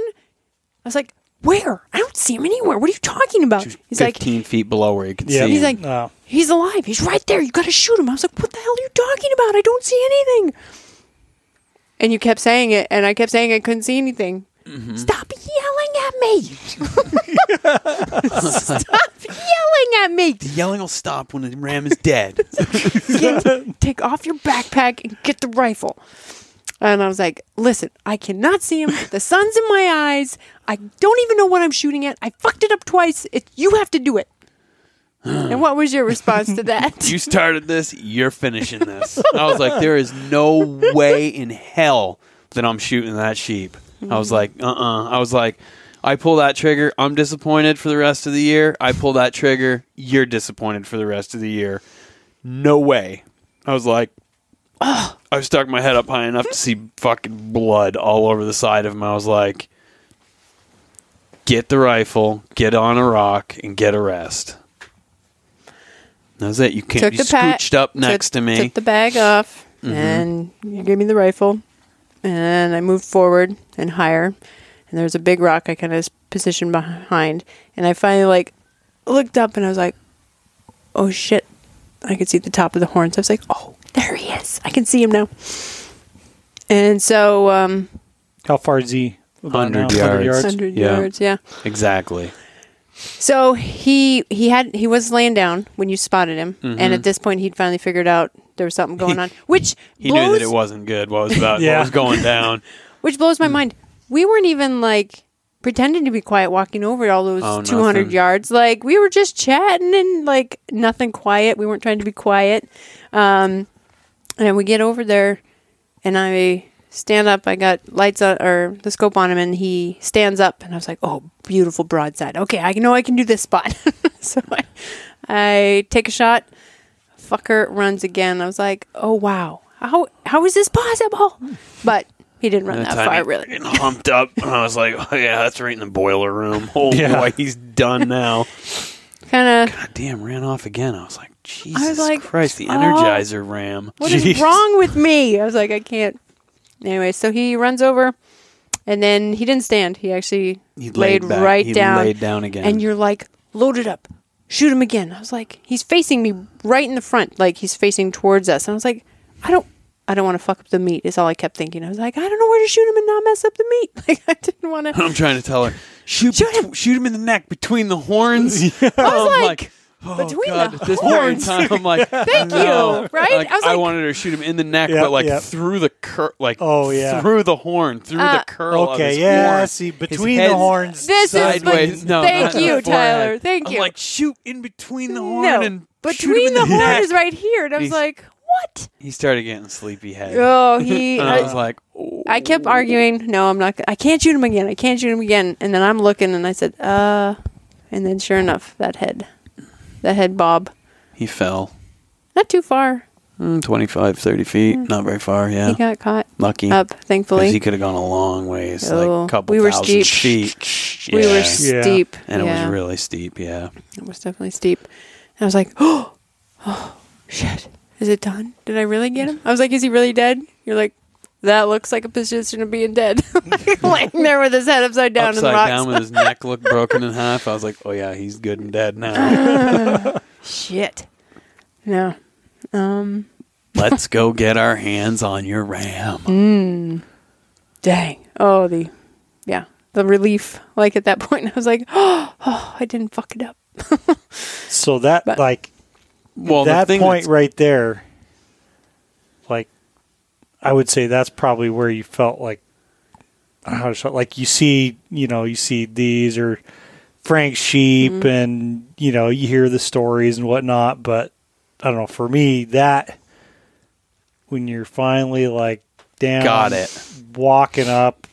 Speaker 3: was like, "Where? I don't see him anywhere. What are you talking about?" He's like,
Speaker 2: 15 feet below where you can
Speaker 1: Yeah.
Speaker 2: see
Speaker 3: He's
Speaker 2: him.
Speaker 3: like-
Speaker 1: Oh.
Speaker 3: "He's alive. He's right there. You gotta shoot him." I was like, "What the hell are you talking about? I don't see anything." And you kept saying it, and I kept saying I couldn't see anything. Stop yelling at me! Stop yelling at me!
Speaker 2: the yelling will stop when the ram is dead.
Speaker 3: get, take off your backpack and get the rifle. And I was like, listen, I cannot see him. The sun's in my eyes. I don't even know what I'm shooting at. I fucked it up twice. It, you have to do it. and what was your response to that?
Speaker 2: you started this, you're finishing this. I was like, there is no way in hell that I'm shooting that sheep. I was like, uh uh I was like, I pull that trigger, I'm disappointed for the rest of the year. I pull that trigger, you're disappointed for the rest of the year. No way. I was like, ugh. I stuck my head up high enough to see fucking blood all over the side of him. I was like, get the rifle, get on a rock, and get a rest. That was it. You can't. You
Speaker 3: pa-
Speaker 2: scooched up next
Speaker 3: took-
Speaker 2: to me. Mm-hmm.
Speaker 3: Took the bag off, and you gave me the rifle, and I moved forward and higher. And there's a big rock I kind of positioned behind, and I finally like looked up, and I was like, "Oh shit!" I could see the top of the horns. I was like, "Oh, there he is! I can see him now." And so, um,
Speaker 1: How far is he? About
Speaker 2: 100
Speaker 1: now? 100
Speaker 2: yards.
Speaker 1: yards.
Speaker 3: hundred
Speaker 2: Yeah.
Speaker 3: yards, yeah.
Speaker 2: exactly.
Speaker 3: So he he had he was laying down when you spotted him,
Speaker 2: Mm-hmm.
Speaker 3: and at this point he'd finally figured out there was something going on, which
Speaker 2: He
Speaker 3: blows,
Speaker 2: knew that it wasn't good. What was about?
Speaker 1: Yeah.
Speaker 2: What was going down?
Speaker 3: Which blows
Speaker 2: Hmm.
Speaker 3: my mind. We weren't even like pretending to be quiet walking over all those
Speaker 2: Oh,
Speaker 3: 200
Speaker 2: nothing.
Speaker 3: yards. Like we were just chatting and like nothing quiet. We weren't trying to be quiet. Um, and we get over there and I stand up. I got lights on or the scope on him and he stands up and I was like, oh, beautiful broadside. Okay, I know I can do this spot. so I, I take a shot. Fucker runs again. I was like, oh, wow. How, how is this possible? But he didn't run
Speaker 2: That
Speaker 3: that
Speaker 2: time
Speaker 3: far,
Speaker 2: he-
Speaker 3: really.
Speaker 2: Getting humped up, and I was like, "Oh yeah, that's right in the boiler room." Oh
Speaker 1: Yeah.
Speaker 2: boy, he's done now.
Speaker 3: Kind of.
Speaker 2: God damn, ran off again. I was like, "Jesus
Speaker 3: like,
Speaker 2: Christ, the
Speaker 3: oh,
Speaker 2: Energizer ram."
Speaker 3: What is
Speaker 2: Jeez.
Speaker 3: wrong with me? I was like, I can't. Anyway, so he runs over, and then he didn't stand. He actually
Speaker 2: He
Speaker 3: laid,
Speaker 2: laid back.
Speaker 3: right
Speaker 2: He
Speaker 3: down.
Speaker 2: laid down again.
Speaker 3: And you're like, load it up, shoot him again. I was like, he's facing me right in the front, like he's facing towards us. And I was like, I don't, I don't want to fuck up the meat. Is all I kept thinking. I was like, I don't know where to shoot him and not mess up the meat. Like I didn't want to.
Speaker 2: I'm trying to tell her, shoot,
Speaker 3: Shoot him.
Speaker 2: shoot him in the neck between the horns.
Speaker 3: I was
Speaker 2: I'm
Speaker 3: like, between
Speaker 2: Oh, God,
Speaker 3: the
Speaker 2: at this point in
Speaker 3: horns.
Speaker 2: time, I'm like,
Speaker 3: Thank
Speaker 2: no.
Speaker 3: you, right?
Speaker 2: Like,
Speaker 3: I
Speaker 2: I,
Speaker 3: was like-
Speaker 2: wanted her to shoot him in the neck,
Speaker 1: Yep,
Speaker 2: but like
Speaker 1: yep.
Speaker 2: through the cur, like
Speaker 1: Oh, yeah.
Speaker 2: through the horn, through
Speaker 3: Uh,
Speaker 2: the curl. of his
Speaker 1: Okay, yeah.
Speaker 2: horn.
Speaker 1: See,
Speaker 2: His
Speaker 1: between the
Speaker 2: head's
Speaker 1: horns.
Speaker 3: This is
Speaker 1: sideways.
Speaker 2: sideways.
Speaker 3: but-
Speaker 2: no,
Speaker 3: thank
Speaker 2: not in
Speaker 3: you,
Speaker 2: the forehead.
Speaker 3: Tyler. Thank
Speaker 2: I'm
Speaker 3: you.
Speaker 2: like shoot in between the horn
Speaker 3: no,
Speaker 2: and shoot him
Speaker 3: between
Speaker 2: in
Speaker 3: the,
Speaker 2: the,
Speaker 3: horn
Speaker 2: neck.
Speaker 3: is right here, and I was
Speaker 2: He's-
Speaker 3: like, what?
Speaker 2: He started getting sleepy head,
Speaker 3: Oh, he.
Speaker 2: and I was like,
Speaker 3: I kept arguing, no, I'm not. g- I can't shoot him again. I can't shoot him again. And then I'm looking, and I said, uh, and then sure enough, that head, that head bob,
Speaker 2: he fell
Speaker 3: not too far.
Speaker 2: mm, 25, 30 feet, not very far. Yeah,
Speaker 3: Mm. He got caught
Speaker 2: lucky.
Speaker 3: up,
Speaker 2: 'Cause he
Speaker 3: thankfully.
Speaker 2: could have gone a long ways,
Speaker 3: Oh,
Speaker 2: like a couple
Speaker 3: we were
Speaker 2: thousand
Speaker 3: steep.
Speaker 2: feet.
Speaker 3: We
Speaker 2: Yeah.
Speaker 3: were steep,
Speaker 2: and
Speaker 3: yeah.
Speaker 2: it was really steep. Yeah,
Speaker 3: It was definitely steep. And I was like, oh, shit. Is it done? Did I really get him? I was like, is he really dead? You're like, that looks like a position of being dead. like laying there with his head upside down in the
Speaker 2: upside
Speaker 3: rocks.
Speaker 2: down with his neck looked broken in half. I was like, oh yeah, he's good and dead now.
Speaker 3: Shit. No. Um,
Speaker 2: Let's go get our hands on your ram.
Speaker 3: dang. Oh, the, yeah, the relief. Like at that point, I was like, oh, oh I didn't fuck it up.
Speaker 1: So that
Speaker 3: But-
Speaker 1: like
Speaker 2: Well, the
Speaker 1: that
Speaker 2: thing
Speaker 1: point
Speaker 2: that's-
Speaker 1: right there, like I would say that's probably where you felt like I don't know, so, like you see, you know, you see these or Frank's sheep,
Speaker 3: Mm-hmm.
Speaker 1: and you know, you hear the stories and whatnot. But I don't know. For me, that when you're finally like down,
Speaker 2: Got it.
Speaker 1: walking up.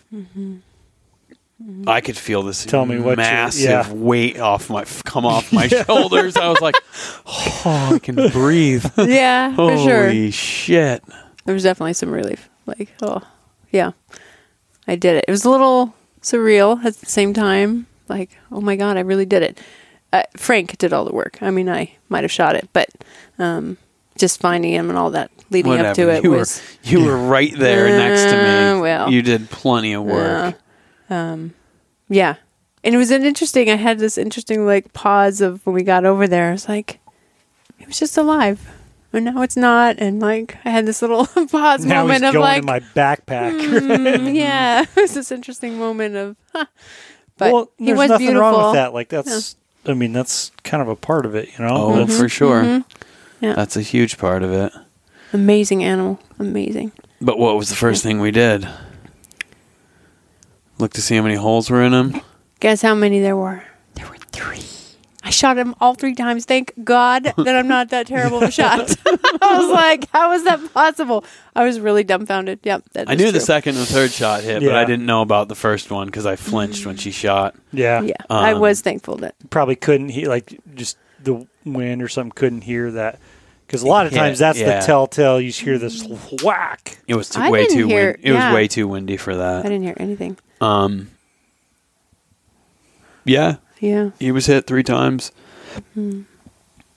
Speaker 2: I could feel this
Speaker 1: Tell me what you-
Speaker 2: massive
Speaker 1: yeah.
Speaker 2: weight off my come off my shoulders. I was like, oh, I can breathe.
Speaker 3: yeah, for
Speaker 2: Holy
Speaker 3: sure.
Speaker 2: shit!
Speaker 3: there was definitely some relief. Like, oh, yeah, I did it. It was a little surreal at the same time. Like, oh my god, I really did it. Uh, Frank did all the work. I mean, I might have shot it, but um, just finding him and all that leading up to
Speaker 2: Whatever.
Speaker 3: it
Speaker 2: you
Speaker 3: was
Speaker 2: were you were right there next to
Speaker 3: Uh,
Speaker 2: me.
Speaker 3: well.
Speaker 2: you did plenty of work.
Speaker 3: Yeah. And it was an interesting, I had this interesting like pause of when we got over there. It's like, it was just alive. And now it's not. And like, I had this little pause
Speaker 1: Now he's
Speaker 3: moment
Speaker 1: going
Speaker 3: of like,
Speaker 1: in my backpack.
Speaker 3: mm, yeah, it was this interesting moment of, huh. But
Speaker 1: well,
Speaker 3: he
Speaker 1: there's
Speaker 3: was
Speaker 1: nothing
Speaker 3: beautiful.
Speaker 1: wrong with that. Like that's, I mean, that's kind of a part of it, you know.
Speaker 2: oh,
Speaker 1: That's-
Speaker 2: for sure.
Speaker 3: Mm-hmm. Yeah.
Speaker 2: That's a huge part of it.
Speaker 3: Amazing animal. Amazing.
Speaker 2: But what was the first thing we did? Look to see how many holes were in him.
Speaker 3: Guess how many there were? There were three. I shot him all three times. Thank God that I'm not that terrible of a shot. I was like, how is that possible? I was really dumbfounded. Yep. That
Speaker 2: I
Speaker 3: is
Speaker 2: knew
Speaker 3: true.
Speaker 2: the second and third shot hit, but
Speaker 1: Yeah.
Speaker 2: I didn't know about the first one because I flinched when she shot.
Speaker 1: yeah,
Speaker 3: Yeah, I
Speaker 2: Um,
Speaker 3: was thankful that.
Speaker 1: Probably couldn't he like just the wind or something couldn't hear that because a lot of
Speaker 2: Yeah,
Speaker 1: times that's
Speaker 2: yeah.
Speaker 1: the telltale. You just hear this whack.
Speaker 2: It was too,
Speaker 3: I
Speaker 2: way
Speaker 3: didn't
Speaker 2: too
Speaker 3: hear-
Speaker 2: wind, it
Speaker 3: yeah.
Speaker 2: was way too windy for
Speaker 3: I
Speaker 2: that.
Speaker 3: didn't hear anything.
Speaker 2: Um, yeah,
Speaker 3: Yeah,
Speaker 2: he was hit three times.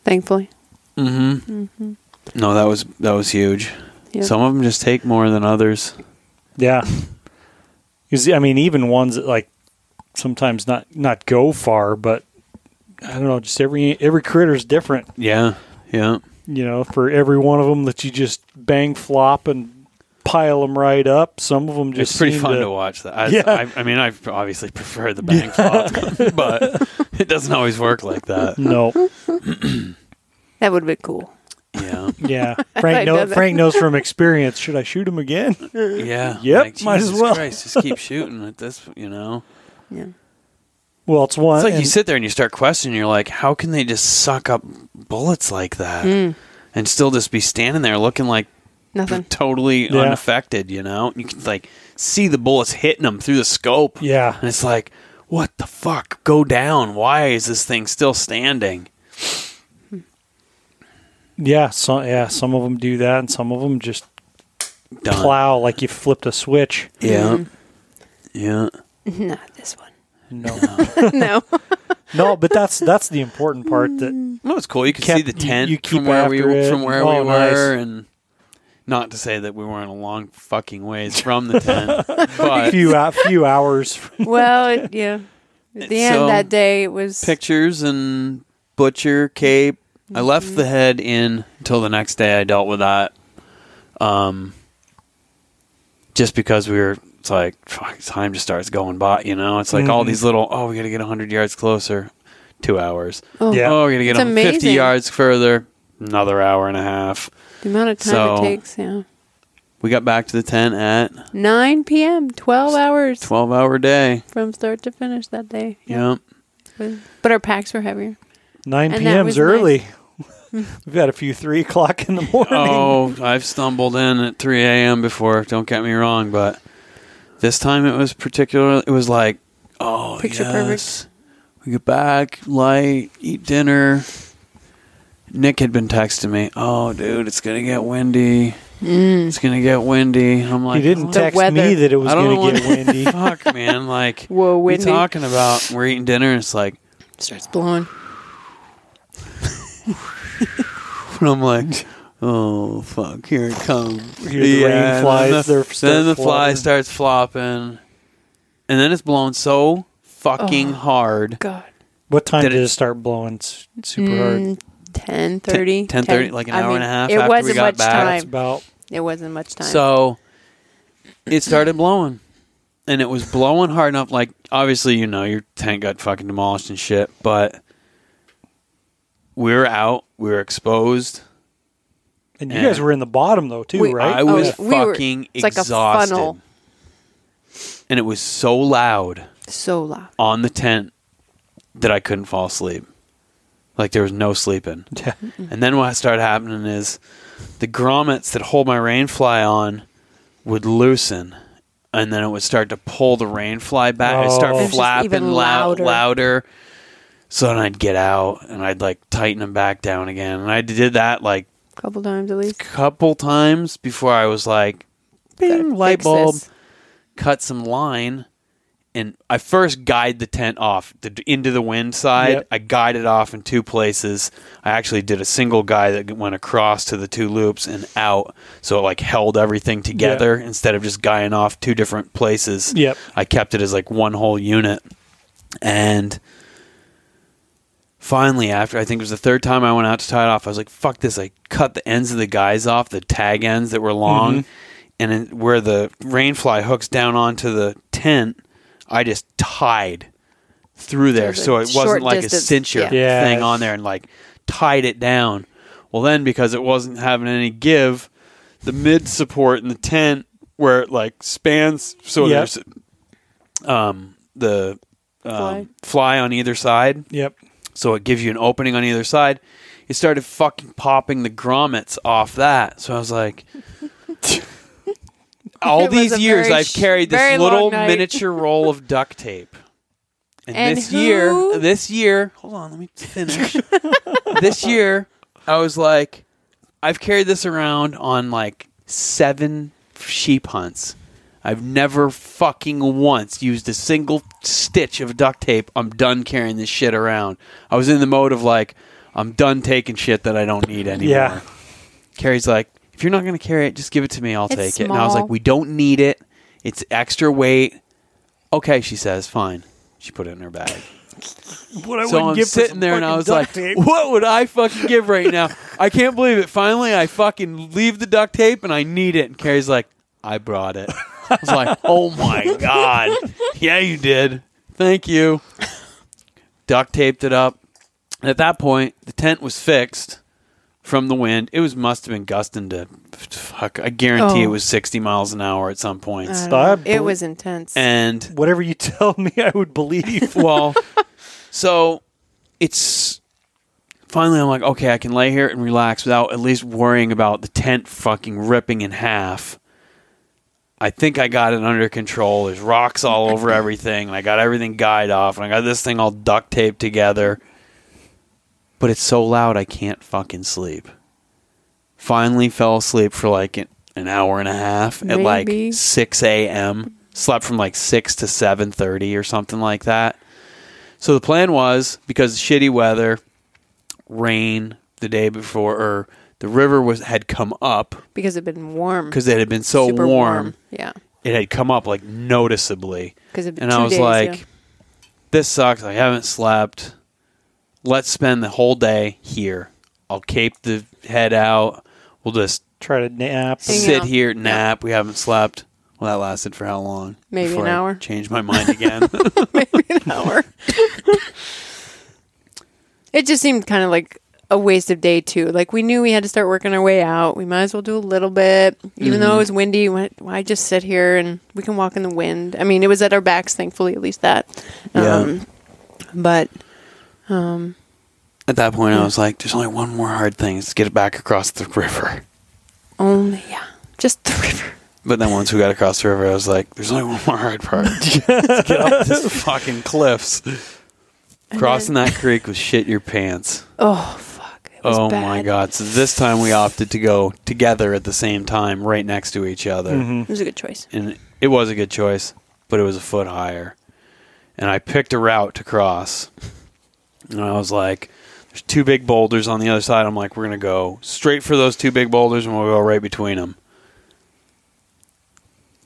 Speaker 3: thankfully.
Speaker 2: Mm-hmm. No, that was that was huge.
Speaker 3: Yeah.
Speaker 2: Some of them just take more than others.
Speaker 1: Yeah, 'Cause, I mean, even ones that like sometimes not not go far, but I don't know. Just every every critter's different.
Speaker 2: Yeah, yeah.
Speaker 1: you know, for every one of them that you just bang flop and pile them right up. Some of them just
Speaker 2: it's pretty
Speaker 1: seem
Speaker 2: fun to, watch. That I,
Speaker 1: Yeah.
Speaker 2: I, I mean, I obviously prefer the bang flop, but it doesn't always work like that.
Speaker 1: No,
Speaker 3: That would have been cool.
Speaker 2: Yeah,
Speaker 1: yeah,
Speaker 3: I
Speaker 1: Frank knows.
Speaker 3: love it.
Speaker 1: Frank knows from experience. Should I shoot him again?
Speaker 2: yeah.
Speaker 1: Yep, might as
Speaker 2: Jesus
Speaker 1: well.
Speaker 2: Christ, just keep shooting at this. You know,
Speaker 3: Yeah.
Speaker 1: Well, it's one.
Speaker 2: it's like you
Speaker 1: and-
Speaker 2: sit there and you start questioning. You're like, how can they just suck up bullets like that and still just be standing there looking like
Speaker 3: Nothing.
Speaker 2: totally
Speaker 1: Yeah.
Speaker 2: unaffected? You know, you can like see the bullets hitting them through the scope.
Speaker 1: Yeah,
Speaker 2: And it's like, what the fuck? Go down. Why is this thing still standing?
Speaker 1: yeah. Some yeah, some of them do that, and some of them just
Speaker 2: Done.
Speaker 1: plow like you flipped a switch.
Speaker 2: Yeah. Yeah.
Speaker 3: Not this one.
Speaker 1: No,
Speaker 3: no.
Speaker 1: no, but that's that's the important part. That
Speaker 2: No, it's cool. You can
Speaker 1: Kept-
Speaker 2: see the
Speaker 1: you-
Speaker 2: tent
Speaker 1: you
Speaker 2: from
Speaker 1: keep
Speaker 2: where we
Speaker 1: after it.
Speaker 2: from where
Speaker 1: Oh,
Speaker 2: we
Speaker 1: nice.
Speaker 2: were, and not to say that we weren't a long fucking ways from the tent, but
Speaker 1: few hou- few hours.
Speaker 3: Well, it, yeah. At the
Speaker 2: So-
Speaker 3: end that day, it was.
Speaker 2: pictures and butcher cape. I left the head in until the next day. I dealt with that, um, just because we were. It's
Speaker 1: Mm-hmm.
Speaker 2: like fuck, time just starts going by. You know, it's like all these little. Oh, we got to get hundred yards closer. two hours.
Speaker 3: Oh,
Speaker 1: Yeah.
Speaker 2: Oh, we're gonna get
Speaker 3: It's
Speaker 2: them fifty
Speaker 3: amazing.
Speaker 2: yards further, another hour and a half.
Speaker 3: The amount of time
Speaker 2: So-
Speaker 3: it takes, yeah.
Speaker 2: We got back to the tent at
Speaker 3: 9 p.m., 12 hours
Speaker 2: twelve hour day.
Speaker 3: from start to finish that day.
Speaker 2: Yep.
Speaker 3: With- But our packs were heavier.
Speaker 1: 9
Speaker 3: And that
Speaker 1: p.m.'s
Speaker 3: was
Speaker 1: early. We've had a few 3 o'clock in the morning.
Speaker 2: Oh, I've stumbled in at 3 a.m. before. Don't get me wrong, but this time it was particularly. It was like, oh
Speaker 3: Picture perfect.
Speaker 2: yes, we get back, light, eat dinner. Nick had been texting me. Oh, dude, it's gonna get windy.
Speaker 3: Mm.
Speaker 2: It's gonna get windy. I'm like,
Speaker 1: he didn't
Speaker 2: "What
Speaker 3: The
Speaker 1: text me
Speaker 3: weather.
Speaker 1: that it was
Speaker 2: I don't
Speaker 1: going to get
Speaker 2: want-
Speaker 1: windy.
Speaker 2: the fuck, man. Like,
Speaker 3: Whoa,
Speaker 2: we're
Speaker 3: windy.
Speaker 2: talking about we're eating dinner. and It's like,
Speaker 3: Starts blowing.
Speaker 2: And I'm like, oh fuck, here it comes.
Speaker 1: Hear the rain
Speaker 2: and
Speaker 1: flies,
Speaker 2: Then
Speaker 1: they're-
Speaker 2: the,
Speaker 1: start
Speaker 2: then the fly
Speaker 1: flopping.
Speaker 2: starts flopping, and then it's blowing so fucking hard.
Speaker 3: God.
Speaker 1: What time
Speaker 2: Did
Speaker 1: did,
Speaker 2: it-
Speaker 1: it start blowing s- super hard?
Speaker 3: Mm, 10, 30.
Speaker 2: 10:30, like an hour and a half
Speaker 3: It
Speaker 2: after we
Speaker 3: wasn't
Speaker 2: got
Speaker 3: much
Speaker 2: back.
Speaker 1: That's
Speaker 3: time.
Speaker 1: about
Speaker 3: It wasn't much time.
Speaker 2: So it started blowing, and it was blowing hard enough. Like obviously, you know, your tent got fucking demolished and shit, but we were out, we were exposed.
Speaker 1: And you
Speaker 2: Yeah.
Speaker 1: guys were in the bottom though too,
Speaker 3: We- Oh.
Speaker 1: right?
Speaker 2: I was
Speaker 3: yeah. We were-
Speaker 2: fucking
Speaker 3: it's like a
Speaker 2: exhausted,
Speaker 3: funnel.
Speaker 2: and it was so loud.
Speaker 3: so loud.
Speaker 2: on the tent that I couldn't fall asleep. Like there was no sleeping.
Speaker 1: Yeah.
Speaker 2: And then what started happening is the grommets that hold my rain fly on would loosen and then it would start to pull the rain fly back. It'd start
Speaker 1: Oh. It was
Speaker 3: just
Speaker 2: flapping
Speaker 3: even
Speaker 2: loud
Speaker 3: louder.
Speaker 2: louder. So then I'd get out and I'd like tighten them back down again. And I did that like
Speaker 3: A couple times at least.
Speaker 2: a couple times before I was like
Speaker 3: Gotta
Speaker 2: bing, light
Speaker 3: fix
Speaker 2: bulb
Speaker 3: this.
Speaker 2: cut some line and I first guide the tent off the, into the wind side.
Speaker 1: Yep.
Speaker 2: I guided off in two places. I actually did a single guide that went across to the two loops and out, so it like held everything together instead of just guying off two different places.
Speaker 1: Yep.
Speaker 2: I kept it as like one whole unit, and finally, after I think it was the third time I went out to tie it off, I was like, "Fuck this!" I cut the ends of the guys off, the tag ends that were long,
Speaker 1: Mm-hmm.
Speaker 2: and then where the rain fly hooks down onto the tent, I just tied through there,
Speaker 3: There's a
Speaker 2: so it
Speaker 3: short
Speaker 2: wasn't like a
Speaker 3: distance,
Speaker 2: cincher
Speaker 3: yeah.
Speaker 1: Yeah,
Speaker 2: thing on
Speaker 1: it's-
Speaker 2: there, and like tied it down. Well, then because it wasn't having any give, the mid support in the tent where it like spans, so
Speaker 1: Yep.
Speaker 2: there's um the
Speaker 3: Fly.
Speaker 2: um, fly on either side
Speaker 1: Yep.
Speaker 2: so it gives you an opening on either side. It started fucking popping the grommets off that. So I was like, all
Speaker 3: It was
Speaker 2: these
Speaker 3: a
Speaker 2: years
Speaker 3: very
Speaker 2: I've carried
Speaker 3: sh- very
Speaker 2: this little
Speaker 3: long night.
Speaker 2: miniature roll of duct tape. And,
Speaker 3: And
Speaker 2: this
Speaker 3: who-
Speaker 2: year, this year, hold on, let me finish. this year, I was like, I've carried this around on like seven sheep hunts. I've never fucking once used a single stitch of duct tape. I'm done carrying this shit around. I was in the mode of like, I'm done taking shit that I don't need anymore.
Speaker 1: Yeah.
Speaker 2: Carrie's like, if you're not going to carry it, just give it to me. I'll
Speaker 3: It's
Speaker 2: take it. And I was
Speaker 3: small.
Speaker 2: like, we don't need it. It's extra weight. Okay, she says, fine. She put it in her bag
Speaker 1: What I
Speaker 2: so I'm sitting there and I was like, "What would I fucking give right now? I can't believe it. Finally, I fucking leave the duct tape and I need it." And Carrie's like, "I brought it." I was like, "Oh my god, yeah, you did. Thank you." Duct taped it up, and at that point, the tent was fixed from the wind. It was must have been gusting to fuck. I guarantee it
Speaker 3: Oh.
Speaker 2: was 60 miles an hour at some points.
Speaker 3: I don't
Speaker 1: Stop.
Speaker 3: know. It was intense.
Speaker 2: and
Speaker 1: whatever you tell me, I would believe.
Speaker 2: well, so it's finally I'm like, okay, I can lay here and relax without at least worrying about the tent fucking ripping in half. I think I got it under control. There's rocks all over everything, and I got everything guyed off, and I got this thing all duct taped together. But it's so loud I can't fucking sleep. Finally fell asleep for like an, an hour and a half at
Speaker 3: Maybe.
Speaker 2: like six AM. Slept from like six to seven thirty or something like that. So the plan was because of shitty weather, rain the day before, or the river was had come up
Speaker 3: because it had been warm.
Speaker 2: because it had been so
Speaker 3: Super
Speaker 2: warm,
Speaker 3: Yeah.
Speaker 2: It had come up like noticeably,
Speaker 3: Because it had been
Speaker 2: and
Speaker 3: two
Speaker 2: I was
Speaker 3: days,
Speaker 2: like,
Speaker 3: yeah.
Speaker 2: "This sucks. I haven't slept. Let's spend the whole day here. I'll cape the head out. We'll just
Speaker 1: Try to nap.
Speaker 3: Hang
Speaker 2: sit
Speaker 3: out.
Speaker 2: here, nap. We haven't slept. Well, that lasted for how long?
Speaker 3: Maybe an
Speaker 2: Before I
Speaker 3: hour.
Speaker 2: changed my mind again.
Speaker 3: maybe an hour. It just seemed kind of like a waste of day too. Like we knew we had to start working our way out. We might as well do a little bit, even
Speaker 2: Mm-hmm.
Speaker 3: though it was windy. Why, why just sit here and we can walk in the wind? I mean, it was at our backs, thankfully, at least that.
Speaker 2: Yeah.
Speaker 3: Um, but
Speaker 2: At that point, I was like, "There's only one more hard thing: is to get it back across the river."
Speaker 3: only yeah, just the river.
Speaker 2: But then once we got across the river, I was like, "There's only one more hard part: to get off this fucking cliffs." Crossing that creek was shit your pants.
Speaker 3: Oh fuck! It was
Speaker 2: Oh
Speaker 3: bad.
Speaker 2: my god! So this time we opted to go together at the same time, right next to each other,
Speaker 1: Mm-hmm.
Speaker 3: It was a good choice.
Speaker 2: and it was a good choice, but it was a foot higher. And I picked a route to cross, and I was like, "There's two big boulders on the other side." I'm like, "We're gonna go straight for those two big boulders, and we'll go right between them."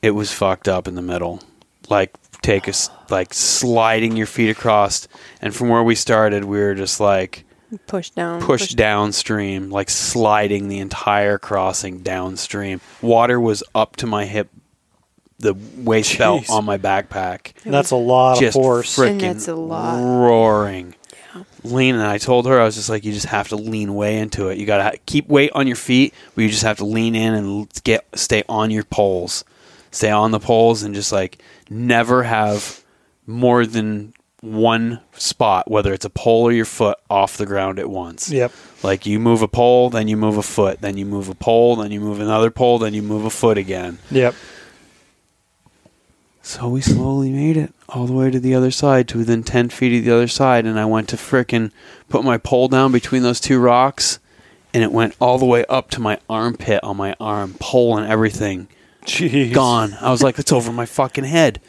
Speaker 2: It was fucked up in the middle, like take us like sliding your feet across, and from where we started, we were just like
Speaker 3: Pushed down.
Speaker 2: pushed downstream, like sliding the entire crossing downstream. Water was up to my hip, the waist belt
Speaker 1: Jeez.
Speaker 2: on my backpack.
Speaker 1: That's a lot
Speaker 2: Just
Speaker 1: of force.
Speaker 2: frickin'
Speaker 3: And that's a lot.
Speaker 2: roaring. Lean and I told her I was just like, you just have to lean way into it. You gotta ha- keep weight on your feet, but you just have to lean in and l- get stay on your poles, stay on the poles, and just like never have more than one spot, whether it's a pole or your foot, off the ground at once.
Speaker 1: Yep.
Speaker 2: Like you move a pole, then you move a foot, then you move a pole, then you move another pole, then you move a foot again.
Speaker 1: Yep.
Speaker 2: So we slowly made it all the way to the other side, to within 10 feet of the other side, and I went to frickin' put my pole down between those two rocks, and it went all the way up to my armpit on my arm, pole and everything.
Speaker 1: Jeez.
Speaker 2: Gone. I was like, it's over my fucking head.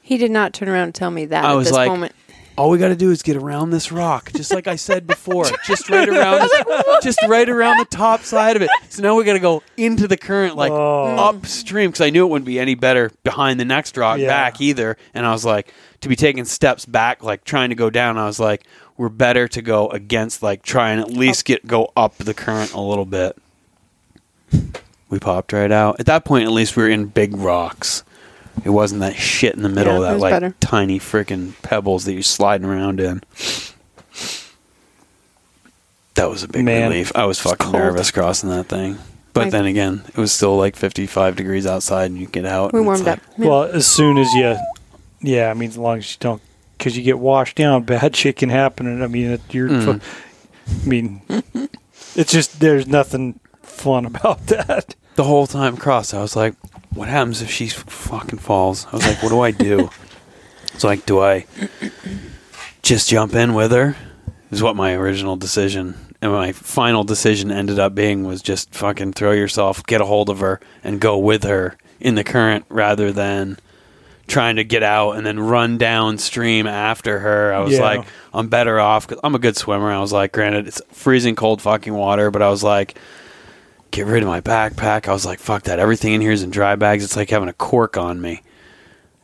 Speaker 3: He did not turn around and tell me that
Speaker 2: I
Speaker 3: at
Speaker 2: was
Speaker 3: this
Speaker 2: like,
Speaker 3: moment.
Speaker 2: all we got to do is get around this rock, just like I said before, just right around, just right around the top side of it. So now we got to go into the current, like
Speaker 1: Oh.
Speaker 2: upstream, because I knew it wouldn't be any better behind the next rock
Speaker 1: Yeah.
Speaker 2: back either. And I was like, to be taking steps back, like trying to go down. I was like, we're better to go against, like try and at least get go up the current a little bit. We popped right out. At that point, at least we were in big rocks. It wasn't that shit in the middle,
Speaker 3: Yeah, it
Speaker 2: that
Speaker 3: was
Speaker 2: like
Speaker 3: better.
Speaker 2: tiny freaking pebbles that you're sliding around in. That was a big
Speaker 1: Man.
Speaker 2: relief. I was fucking
Speaker 3: cold.
Speaker 2: nervous crossing that thing. But
Speaker 3: My-
Speaker 2: then again, it was still like 55 degrees outside and you get out.
Speaker 3: We
Speaker 2: and it's
Speaker 3: warmed
Speaker 2: like-
Speaker 3: up. Yeah.
Speaker 1: Well, as soon as you, yeah, I mean, as long as you don't, because you get washed down, bad shit can happen. And I mean, it, you're,
Speaker 2: Mm.
Speaker 1: I mean, it's just there's nothing fun about that.
Speaker 2: The whole time across, I was like, what happens if she f- fucking falls? I was like, what do I do? It's like, do I just jump in with her? Is what my original decision and my final decision ended up being was just fucking throw yourself, get a hold of her, and go with her in the current rather than trying to get out and then run downstream after her. I was
Speaker 1: Yeah.
Speaker 2: like, I'm better off because I'm a good swimmer. I was like, granted, it's freezing cold fucking water, but I was like, get rid of my backpack. I was like, fuck that. Everything in here is in dry bags. It's like having a cork on me.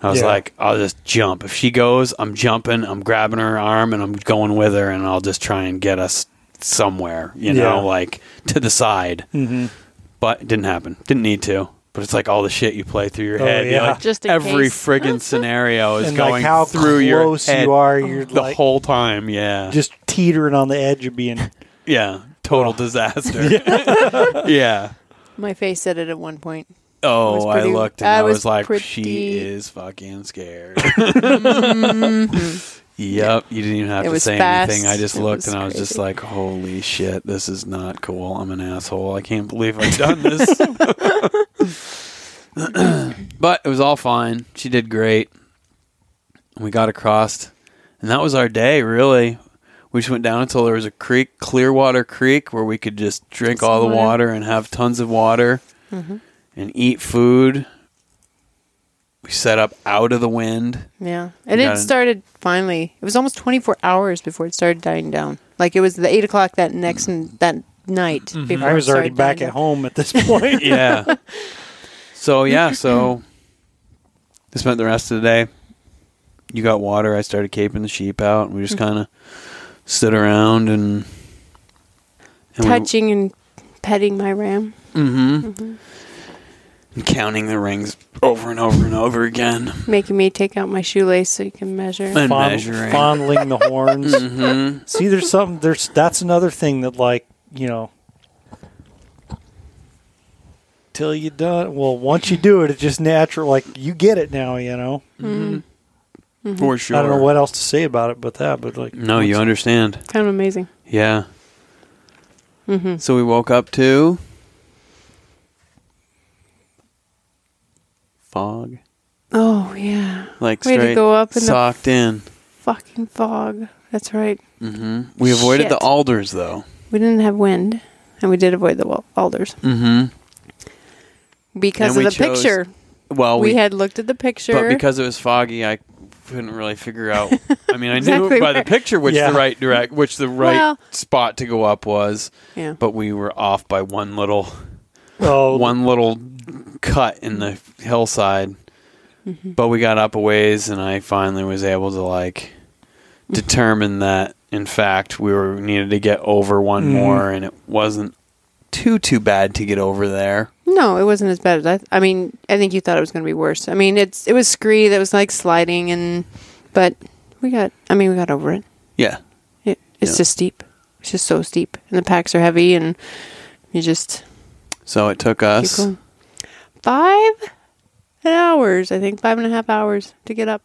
Speaker 2: I was
Speaker 1: Yeah.
Speaker 2: like, I'll just jump. If she goes, I'm jumping, I'm grabbing her arm and I'm going with her and I'll just try and get us somewhere, you
Speaker 1: Yeah.
Speaker 2: know, like to the side.
Speaker 1: Mm-hmm.
Speaker 2: But it didn't happen. Didn't need to. But it's like all the shit you play through your
Speaker 1: Oh,
Speaker 2: head. You're
Speaker 1: yeah.
Speaker 2: like,
Speaker 3: Just in
Speaker 2: every
Speaker 3: case.
Speaker 2: friggin' scenario is
Speaker 1: And
Speaker 2: going
Speaker 1: like how
Speaker 2: through your
Speaker 1: close
Speaker 2: head
Speaker 1: you are, you're
Speaker 2: the
Speaker 1: like
Speaker 2: whole time. Yeah.
Speaker 1: just Oh. teetering on the edge of being.
Speaker 2: Mm-hmm. yeah. Total disaster. yeah.
Speaker 3: My face said it at one point.
Speaker 2: Oh,
Speaker 3: was
Speaker 2: I
Speaker 3: pretty-
Speaker 2: looked and
Speaker 3: I
Speaker 2: I,
Speaker 3: was
Speaker 2: was, like,
Speaker 3: pretty-
Speaker 2: she is fucking scared. yep, you didn't even have
Speaker 3: It
Speaker 2: to
Speaker 3: was
Speaker 2: say
Speaker 3: fast.
Speaker 2: anything. I just
Speaker 3: It
Speaker 2: looked
Speaker 3: was
Speaker 2: and I was just
Speaker 3: crazy.
Speaker 2: like, holy shit, this is not cool. I'm an asshole. I can't believe I've done this. but it was all fine. She did great. We got across, and that was our day, really. We just went down until there was a creek, Clearwater Creek, where we could just drink
Speaker 3: Some
Speaker 2: all the
Speaker 3: water.
Speaker 2: water Mm-hmm. and have tons of water and eat food. We set up out of the wind.
Speaker 3: Yeah. And
Speaker 2: Got
Speaker 3: it
Speaker 2: it.
Speaker 3: started finally. It was almost 24 hours before it started dying down. Like it was the 8 o'clock that next n- that night.
Speaker 2: Mm-hmm.
Speaker 3: Before
Speaker 1: I
Speaker 3: it
Speaker 1: was already
Speaker 3: started
Speaker 1: back
Speaker 3: dying
Speaker 1: at
Speaker 3: down.
Speaker 1: home at this point.
Speaker 2: Yeah. so yeah, so I spent the rest of the day. You got water. I started caping the sheep out, and we just kind of stood around and, and we-
Speaker 3: Touching and petting my ram.
Speaker 2: hmm Mm-hmm. and counting the rings over and over and over again.
Speaker 3: Making me take out my shoelace so you can measure.
Speaker 2: And
Speaker 1: Fond-
Speaker 2: measuring.
Speaker 1: fondling the horns.
Speaker 2: hmm
Speaker 3: Mm-hmm.
Speaker 1: See, there's something. There's that's another thing that, like, you know, till you done. Well, once you do it, it's just natural. Like you get it now. You know,
Speaker 3: Mm-hmm.
Speaker 2: For sure.
Speaker 1: I don't know what else to say about it, but that. But like,
Speaker 2: No, you
Speaker 1: once-
Speaker 2: understand.
Speaker 3: Kind of amazing.
Speaker 2: Yeah.
Speaker 3: Mm-hmm.
Speaker 2: So we woke up to fog,
Speaker 3: Oh yeah,
Speaker 2: like
Speaker 3: Way to
Speaker 2: straight
Speaker 3: go up in the-
Speaker 2: socked in.
Speaker 3: fucking fog. That's right.
Speaker 2: hmm We avoided the
Speaker 3: Shit.
Speaker 2: alders though.
Speaker 3: We didn't have wind, and we did avoid the wa- alders
Speaker 2: hmm
Speaker 3: because
Speaker 2: And we
Speaker 3: of the
Speaker 2: chose-
Speaker 3: picture.
Speaker 2: Well, Oh, we,
Speaker 3: we had looked at the picture.
Speaker 2: but because it was foggy, I couldn't really figure out. I mean, I knew
Speaker 3: Exactly
Speaker 2: by the
Speaker 3: where-
Speaker 2: picture which
Speaker 1: Yeah.
Speaker 2: the right direct, which the right
Speaker 3: Well-
Speaker 2: spot to go up was,
Speaker 3: yeah,
Speaker 2: but we were off by one little,
Speaker 1: oh,
Speaker 2: one little cut in the hillside.
Speaker 3: Mm-hmm.
Speaker 2: But we got up a ways, and I finally was able to like determine that in fact we were needed to get over one
Speaker 1: Mhm.
Speaker 2: more, and it wasn't too too bad to get over there.
Speaker 3: no, it wasn't as bad as I. I mean, I think you thought it was going to be worse. I mean, it's it was scree that was like sliding and, but we got. I mean, we got over it.
Speaker 2: Yeah,
Speaker 3: It, it's
Speaker 2: Yeah.
Speaker 3: just steep. It's just so steep, and the packs are heavy, and you just
Speaker 2: so it took
Speaker 3: keep
Speaker 2: us.
Speaker 3: going. Five hours, I think, five and a half hours to get up.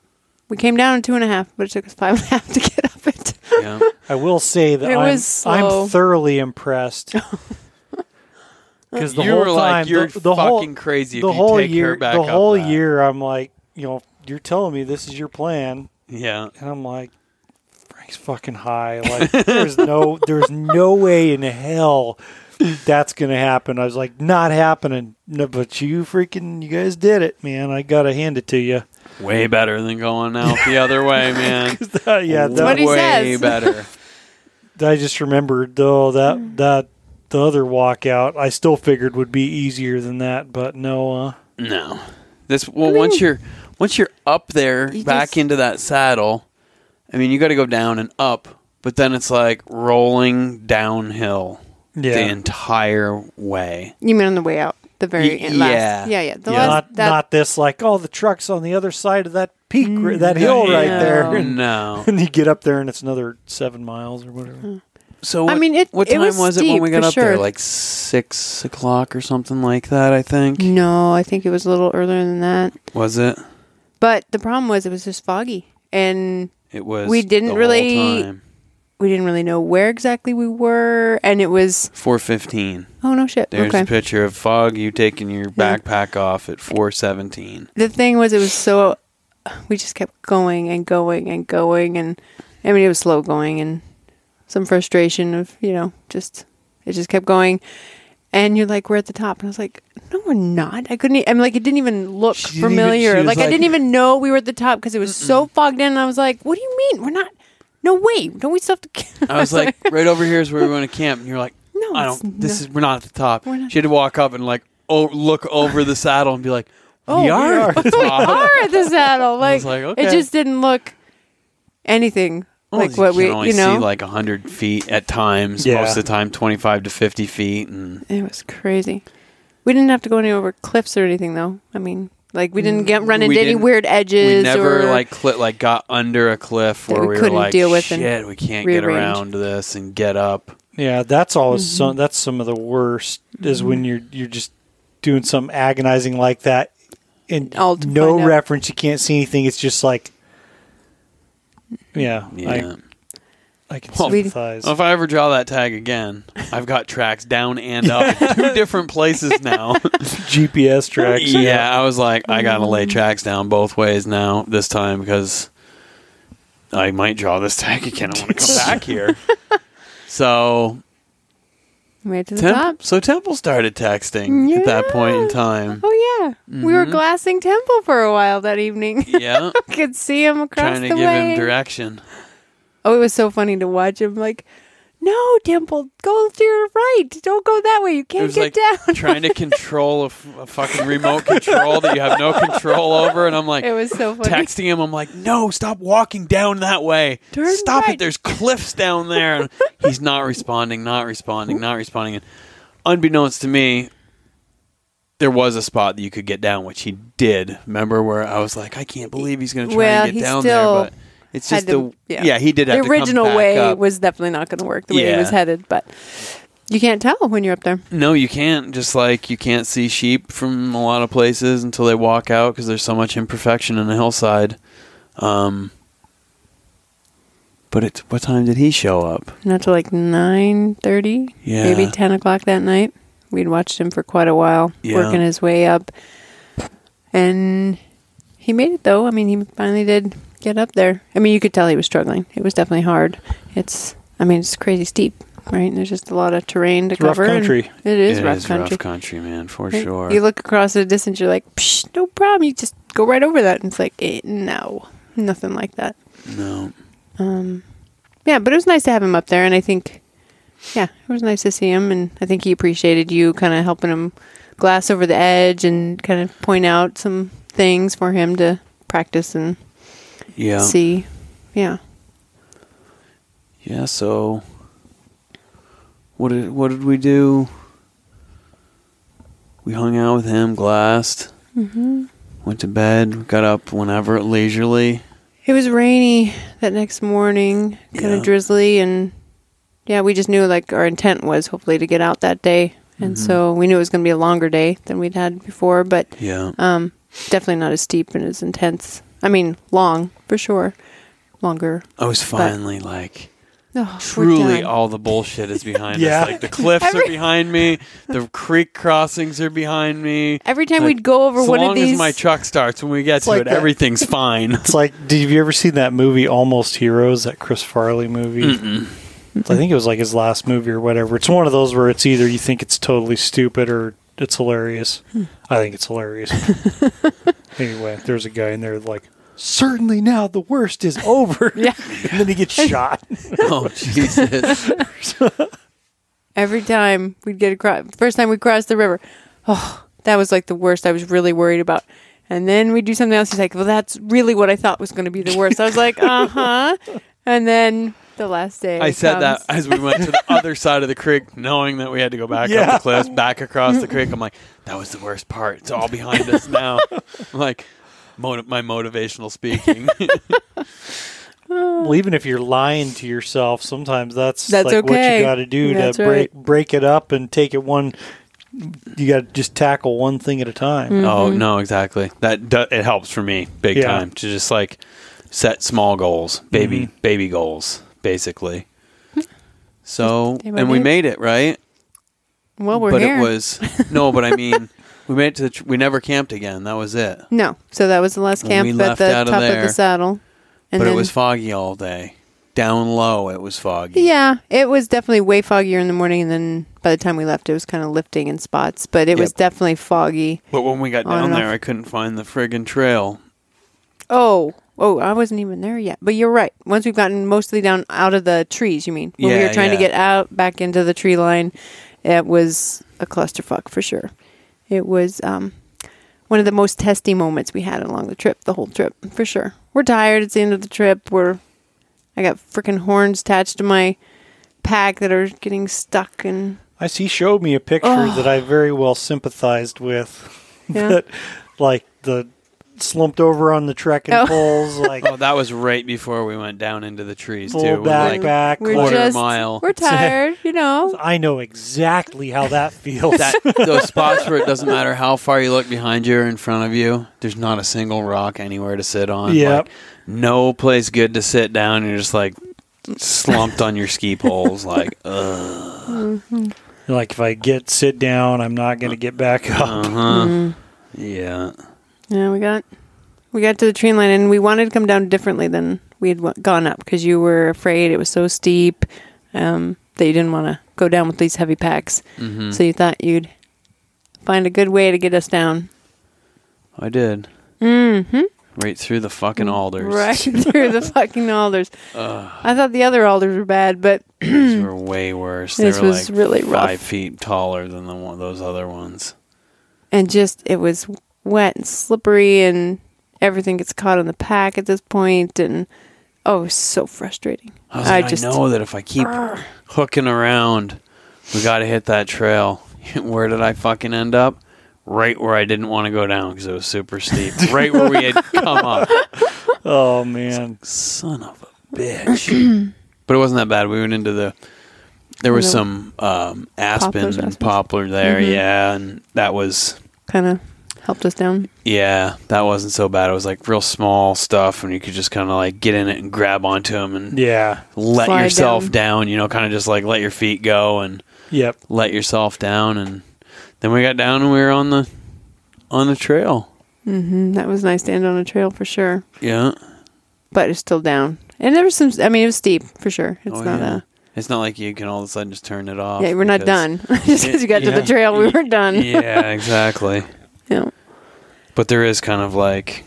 Speaker 3: We came down in two and a half, but it took us five and a half to get up it.
Speaker 2: Yeah.
Speaker 1: I will say that
Speaker 3: It
Speaker 1: I'm,
Speaker 3: was slow.
Speaker 1: I'm thoroughly impressed. Because the
Speaker 2: you
Speaker 1: whole
Speaker 2: were like,
Speaker 1: time,
Speaker 2: you're
Speaker 1: the, the whole,
Speaker 2: fucking crazy. If
Speaker 1: the
Speaker 2: you
Speaker 1: whole
Speaker 2: take
Speaker 1: year,
Speaker 2: her back
Speaker 1: the
Speaker 2: up
Speaker 1: whole
Speaker 2: that."
Speaker 1: year, I'm like, you know, you're telling me this is your plan,
Speaker 2: Yeah,
Speaker 1: and I'm like, Frank's fucking high. Like, there's no, there's no way in hell that's gonna happen. I was like, not happening. No, but you freaking, you guys did it, man. I gotta hand it to you.
Speaker 2: way better than going out the other way, man.
Speaker 1: yeah, that,
Speaker 3: what he
Speaker 2: way
Speaker 3: says.
Speaker 2: better.
Speaker 1: I just remembered though that that the other walkout I still figured would be easier than that, but no, uh,
Speaker 2: No, this well once you're once you're up there
Speaker 3: You
Speaker 2: back
Speaker 3: just-
Speaker 2: into that saddle. I mean, you got to go down and up, but then it's like rolling downhill the
Speaker 1: yeah,
Speaker 2: entire way.
Speaker 3: You mean on the way out, the very
Speaker 2: Y-
Speaker 3: end, last?
Speaker 2: yeah.
Speaker 3: yeah, yeah. The
Speaker 2: Yeah.
Speaker 3: last
Speaker 1: not
Speaker 3: that
Speaker 1: not this like oh the truck's on the other side of that peak ri- that
Speaker 3: Mm,
Speaker 1: hill right
Speaker 2: No,
Speaker 1: there, and,
Speaker 2: No.
Speaker 1: you get up there and it's another seven miles or
Speaker 3: Hmm.
Speaker 1: whatever.
Speaker 2: So
Speaker 3: I
Speaker 2: what,
Speaker 3: mean, it-
Speaker 2: what
Speaker 3: it
Speaker 2: time
Speaker 3: was
Speaker 2: was it when
Speaker 3: steep,
Speaker 2: we got
Speaker 3: for
Speaker 2: up there?
Speaker 3: sure.
Speaker 2: Like six o'clock or something like that. I think
Speaker 3: No, I think it was a little earlier than that.
Speaker 2: was it.
Speaker 3: But the problem was it was just foggy, and
Speaker 2: It was.
Speaker 3: We didn't
Speaker 2: the whole
Speaker 3: really-
Speaker 2: time.
Speaker 3: we didn't really know where exactly we were. And it was
Speaker 2: 415.
Speaker 3: oh no shit.
Speaker 2: There's
Speaker 3: okay.
Speaker 2: a picture of Fog you taking your backpack off at 417.
Speaker 3: the thing was it was so we just kept going and going and going and i mean it was slow going and some frustration of you know just it just kept going and you're like we're at the top and i was like no we're not i couldn't e- i'm like it didn't even look
Speaker 1: She didn't even-
Speaker 3: familiar
Speaker 1: she was
Speaker 3: like,
Speaker 1: like-
Speaker 3: i didn't even know we were at the top because it was so fogged in and i was like what do you mean we're not no way don't we still have to
Speaker 2: I was like, right over here is where we want to camp, and you're like,
Speaker 3: No,
Speaker 2: I
Speaker 3: it's
Speaker 2: don't. This
Speaker 3: not.
Speaker 2: is we're not at the top.
Speaker 3: We're not-
Speaker 2: She had to walk up and like, oh, look over the saddle and be like,
Speaker 3: Oh,
Speaker 2: we
Speaker 3: we
Speaker 2: are, at the top.
Speaker 3: are at the saddle
Speaker 2: was
Speaker 3: like,
Speaker 2: like,
Speaker 3: it
Speaker 2: okay.
Speaker 3: just didn't look anything
Speaker 2: Well,
Speaker 3: like what
Speaker 2: can
Speaker 3: we
Speaker 2: only
Speaker 3: you know
Speaker 2: see like hundred feet at times.
Speaker 1: Yeah.
Speaker 2: Most of the time, twenty-five to fifty feet, and
Speaker 3: It was crazy. We didn't have to go any over cliffs or anything, though. I mean, like we didn't get run
Speaker 2: Mm, We
Speaker 3: into any
Speaker 2: didn't-
Speaker 3: weird
Speaker 2: we
Speaker 3: edges.
Speaker 2: never
Speaker 3: or,
Speaker 2: like cli- like got under a cliff
Speaker 3: That
Speaker 2: where
Speaker 3: we
Speaker 2: we,
Speaker 3: couldn't
Speaker 2: were like,
Speaker 3: deal with and
Speaker 2: shit, we can't get
Speaker 3: rearrange.
Speaker 2: around this and get up.
Speaker 1: Yeah, that's always
Speaker 3: Mm-hmm.
Speaker 1: some. That's some of the worst is when you're you're just doing some agonizing like that, and
Speaker 3: All to
Speaker 1: no
Speaker 3: find out.
Speaker 1: reference. You can't see anything. It's just like, yeah,
Speaker 2: Yeah.
Speaker 1: I, I can
Speaker 2: Well,
Speaker 3: we-
Speaker 1: sympathize.
Speaker 2: Well, if I ever draw that tag again, I've got tracks down and up in two different places now.
Speaker 1: GPS tracks.
Speaker 2: yeah, I was like, I gotta lay
Speaker 3: Mm.
Speaker 2: tracks down both ways now this time because I might draw this tag again. I want to come back here. So,
Speaker 3: made it to the
Speaker 2: Temp-
Speaker 3: top.
Speaker 2: so Temple started texting at that point in
Speaker 3: Yeah.
Speaker 2: time.
Speaker 3: Oh yeah, we
Speaker 2: Mm-hmm.
Speaker 3: were glassing Temple for a while that evening.
Speaker 2: Yeah,
Speaker 3: I could see him across
Speaker 2: trying
Speaker 3: the
Speaker 2: to give
Speaker 3: way.
Speaker 2: him direction.
Speaker 3: oh, it was so funny to watch him. Like, no, Temple, go to your right. Don't go that way. You
Speaker 2: It
Speaker 3: can't
Speaker 2: was
Speaker 3: get
Speaker 2: like
Speaker 3: down.
Speaker 2: trying to control a, f- a fucking remote control that you have no control over, and I'm like,
Speaker 3: it was so funny.
Speaker 2: texting him. I'm like, no, stop walking down that way.
Speaker 3: Turn
Speaker 2: stop it.
Speaker 3: right."
Speaker 2: There's cliffs down there. And he's not responding, not responding, not responding. And unbeknownst to me, there was a spot that you could get down, which he did. Remember where I was like, I can't believe he's going to try
Speaker 3: Well,
Speaker 2: and
Speaker 3: he
Speaker 2: get down
Speaker 3: still
Speaker 2: there, but it's just
Speaker 3: had to-
Speaker 2: the yeah. he did have
Speaker 3: the original
Speaker 2: to come back
Speaker 3: way
Speaker 2: up.
Speaker 3: was definitely not going to work the way
Speaker 2: Yeah.
Speaker 3: he was headed, but you can't tell when you're up there.
Speaker 2: No, you can't. Just like you can't see sheep from a lot of places until they walk out because there's so much imperfection in the hillside. Um, but it, what time did he show up?
Speaker 3: Not till like nine thirty,
Speaker 2: Yeah.
Speaker 3: maybe ten o'clock that night. We'd watched him for quite a while,
Speaker 2: Yeah.
Speaker 3: working his way up, and he made it though. I mean, he finally did get up there. I mean, you could tell he was struggling. It was definitely hard. It's, I mean, it's crazy steep, right? There's just a lot of terrain to
Speaker 1: rough
Speaker 3: cover. and
Speaker 1: country.
Speaker 3: It is
Speaker 2: It
Speaker 3: rough
Speaker 2: is
Speaker 3: country.
Speaker 2: rough country, man, for
Speaker 3: Right?
Speaker 2: sure.
Speaker 3: You look across at a distance, you're like, Psh, no problem. You just go right over that. And it's like, eh, no, nothing like that.
Speaker 2: no,
Speaker 3: Um, yeah, but it was nice to have him up there. And I think, yeah, it was nice to see him. And I think he appreciated you kind of helping him glass over the edge and kind of point out some things for him to practice and
Speaker 2: yeah,
Speaker 3: see. Yeah.
Speaker 2: yeah. So, what did what did we do? We hung out with him, glassed,
Speaker 3: hmm
Speaker 2: went to bed, got up whenever leisurely.
Speaker 3: It was rainy that next morning, kind
Speaker 2: Yeah.
Speaker 3: of drizzly, and yeah, we just knew like our intent was hopefully to get out that day, and
Speaker 2: Mm-hmm.
Speaker 3: so we knew it was going to be a longer day than we'd had before, but
Speaker 2: Yeah,
Speaker 3: um, definitely not as steep and as intense. I mean, long for sure, longer.
Speaker 2: I was finally like.
Speaker 3: Oh,
Speaker 2: truly all the bullshit is behind
Speaker 1: Yeah.
Speaker 2: us. Like the cliffs are
Speaker 3: Every-
Speaker 2: behind me, the creek crossings are behind me.
Speaker 3: Every time
Speaker 2: Like,
Speaker 3: we'd go over
Speaker 2: as
Speaker 3: one
Speaker 2: long
Speaker 3: of these,
Speaker 2: as my truck starts, when we get to
Speaker 1: like
Speaker 2: it,
Speaker 1: that.
Speaker 2: everything's fine.
Speaker 1: It's like, did have you ever seen that movie Almost Heroes? That Chris Farley movie. I think it was like his last movie or whatever. It's one of those where it's either you think it's totally stupid or it's hilarious.
Speaker 3: Hmm.
Speaker 1: I think it's hilarious. anyway, there's a guy in there like, certainly now the worst is over.
Speaker 3: Yeah.
Speaker 1: and then he gets shot.
Speaker 2: oh Jesus!
Speaker 3: every time we'd get across first time we crossed the river oh that was like the worst i was really worried about and then we do something else he's like well that's really what i thought was going to be the worst i was like uh-huh and then the last day
Speaker 2: I said that as
Speaker 3: comes.
Speaker 2: we went to the other side of the creek, knowing that we had to go back up
Speaker 1: Yeah.
Speaker 2: the cliffs, back across the creek. I'm like, that was the worst part. It's all behind us now. I'm like. Moti- my motivational speaking.
Speaker 1: well, even if you're lying to yourself, sometimes that's
Speaker 3: That's
Speaker 1: like what
Speaker 3: okay.
Speaker 1: you got to do
Speaker 3: That's
Speaker 1: to break break it up and take it one. You got to just tackle one thing at a time.
Speaker 2: Oh
Speaker 3: Mm-hmm.
Speaker 2: no, exactly. That do- it helps for me big
Speaker 1: Yeah.
Speaker 2: time to just like set small goals, baby baby goals, basically.
Speaker 3: Hmm.
Speaker 2: So
Speaker 3: Day by
Speaker 2: and we
Speaker 3: day.
Speaker 2: made it right,
Speaker 3: well we're
Speaker 2: but
Speaker 3: here
Speaker 2: it was no. But I mean, we made it to the tr- we never camped again. That was it.
Speaker 3: no so that was the last
Speaker 2: When
Speaker 3: camp
Speaker 2: we
Speaker 3: at
Speaker 2: left
Speaker 3: the
Speaker 2: out
Speaker 3: top
Speaker 2: of
Speaker 3: of,
Speaker 2: there,
Speaker 3: the saddle and
Speaker 2: but
Speaker 3: then
Speaker 2: it was foggy all day. Down low, it was foggy.
Speaker 3: yeah it was definitely way foggier in the morning and then by the time we left it was kind of lifting in spots but it was
Speaker 2: Yep.
Speaker 3: definitely foggy
Speaker 2: But when we got
Speaker 3: On
Speaker 2: down
Speaker 3: and
Speaker 2: there,
Speaker 3: off.
Speaker 2: I couldn't find the friggin' trail.
Speaker 3: Oh, oh, I wasn't even there yet. But you're right. Once we've gotten mostly down out of the trees, you mean? When we
Speaker 2: Yeah,
Speaker 3: were trying to
Speaker 2: yeah.
Speaker 3: get out back into the tree line, it was a clusterfuck for sure. It was um, one of the most testy moments we had along the trip, the whole trip for sure. We're tired. It's the end of the trip. We're I got freaking horns attached to my pack that are getting stuck and
Speaker 1: I he showed me a picture that I very well sympathized with.
Speaker 3: Yeah.
Speaker 1: that, like the slumped over on the trekking
Speaker 3: Oh.
Speaker 1: poles, like
Speaker 2: Oh, that was right before we went down into the trees
Speaker 1: Full
Speaker 2: too. We,
Speaker 1: back-
Speaker 2: like,
Speaker 1: back,
Speaker 3: we're
Speaker 2: quarter
Speaker 3: just,
Speaker 2: mile.
Speaker 3: We're tired, you know.
Speaker 1: I know exactly how that feels.
Speaker 2: that those spots where it doesn't matter how far you look behind you or in front of you, there's not a single rock anywhere to sit on.
Speaker 1: Yep.
Speaker 2: Like, no place good to sit down. You're just like slumped on your ski poles. Like, uh-huh. ugh.
Speaker 1: like if I get sit down, I'm not going to get back up.
Speaker 2: Uh-huh.
Speaker 3: Mm-hmm.
Speaker 2: Yeah.
Speaker 3: Yeah, we got we got to the tree line, and we wanted to come down differently than we had w- gone up because you were afraid it was so steep um, that you didn't want to go down with these heavy packs.
Speaker 2: Mm.
Speaker 3: So you thought you'd find a good way to get us down,
Speaker 2: I did. Mm-hmm. Right through the fucking alders.
Speaker 3: Mm, right through the fucking alders. I thought the other alders were bad, but
Speaker 2: These were way worse. They
Speaker 3: This
Speaker 2: were
Speaker 3: was
Speaker 2: like
Speaker 3: really rough.
Speaker 2: five feet taller than the one, those other ones.
Speaker 3: and just it was wet and slippery, and everything gets caught on the pack at this point, and oh, it was so frustrating.
Speaker 2: I, was like, I know that if I keep hooking around, we got to hit that trail. Where did I fucking end up? right where I didn't want to go down because it was super steep. right where we had come up.
Speaker 1: Oh man.
Speaker 2: Son of a bitch. but it wasn't that bad. We went into the. There was
Speaker 3: No.
Speaker 2: some um, aspen
Speaker 3: Poplars, aspens. Mm-hmm.
Speaker 2: and poplar there, yeah, and that was
Speaker 3: Kind of helped us down.
Speaker 2: yeah, that wasn't so bad. It was like real small stuff, and you could just kind of like get in it and grab onto them and
Speaker 1: Yeah.
Speaker 2: let
Speaker 3: Slide
Speaker 2: yourself
Speaker 3: down.
Speaker 2: down. You know, kind of just like let your feet go and
Speaker 1: Yep.
Speaker 2: let yourself down. And then we got down and we were on the on the trail.
Speaker 3: Mm, That was nice to end on a trail for sure.
Speaker 2: Yeah,
Speaker 3: But it's still down. And there was some, I mean, it was steep for sure. It's
Speaker 2: Oh,
Speaker 3: not
Speaker 2: yeah.
Speaker 3: a.
Speaker 2: it's not like you can all of a sudden just turn it off.
Speaker 3: Yeah, we're not
Speaker 2: because-
Speaker 3: done. Just because you got to
Speaker 2: Yeah.
Speaker 3: the trail, we were done.
Speaker 2: yeah, exactly.
Speaker 3: Yeah.
Speaker 2: But there is kind of like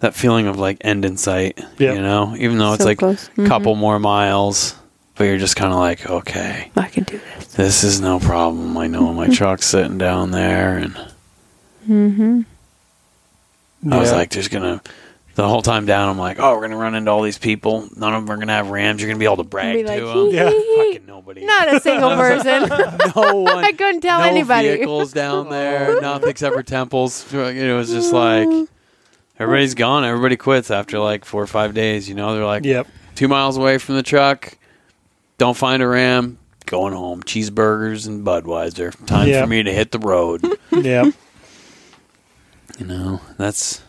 Speaker 2: that feeling of like end in sight,
Speaker 1: Yeah.
Speaker 2: you know, even though it's
Speaker 3: So
Speaker 2: like
Speaker 3: close. Mm-hmm.
Speaker 2: a couple more miles, but you're just kind of like, okay,
Speaker 3: I can do this.
Speaker 2: this is no problem. I know my truck's sitting down there. And I was
Speaker 1: Yeah.
Speaker 2: like, there's going to, the whole time down, I'm like, oh, we're going to run into all these people. None of them are going to have rams. You're going to be able to brag
Speaker 3: Be
Speaker 2: to
Speaker 3: like,
Speaker 2: 'em.
Speaker 1: Yeah.
Speaker 2: Fucking nobody.
Speaker 3: Not a single person.
Speaker 2: no one.
Speaker 3: I couldn't tell
Speaker 2: no
Speaker 3: anybody.
Speaker 2: vehicles down there, nothing except for temples. It was just like everybody's gone. Everybody quits after like four or five days. You know, they're like
Speaker 1: Yep.
Speaker 2: two miles away from the truck. Don't find a ram. Going home. Cheeseburgers and Budweiser. Time
Speaker 1: Yeah.
Speaker 2: for me to hit the road.
Speaker 1: Yep.
Speaker 2: you know, that's.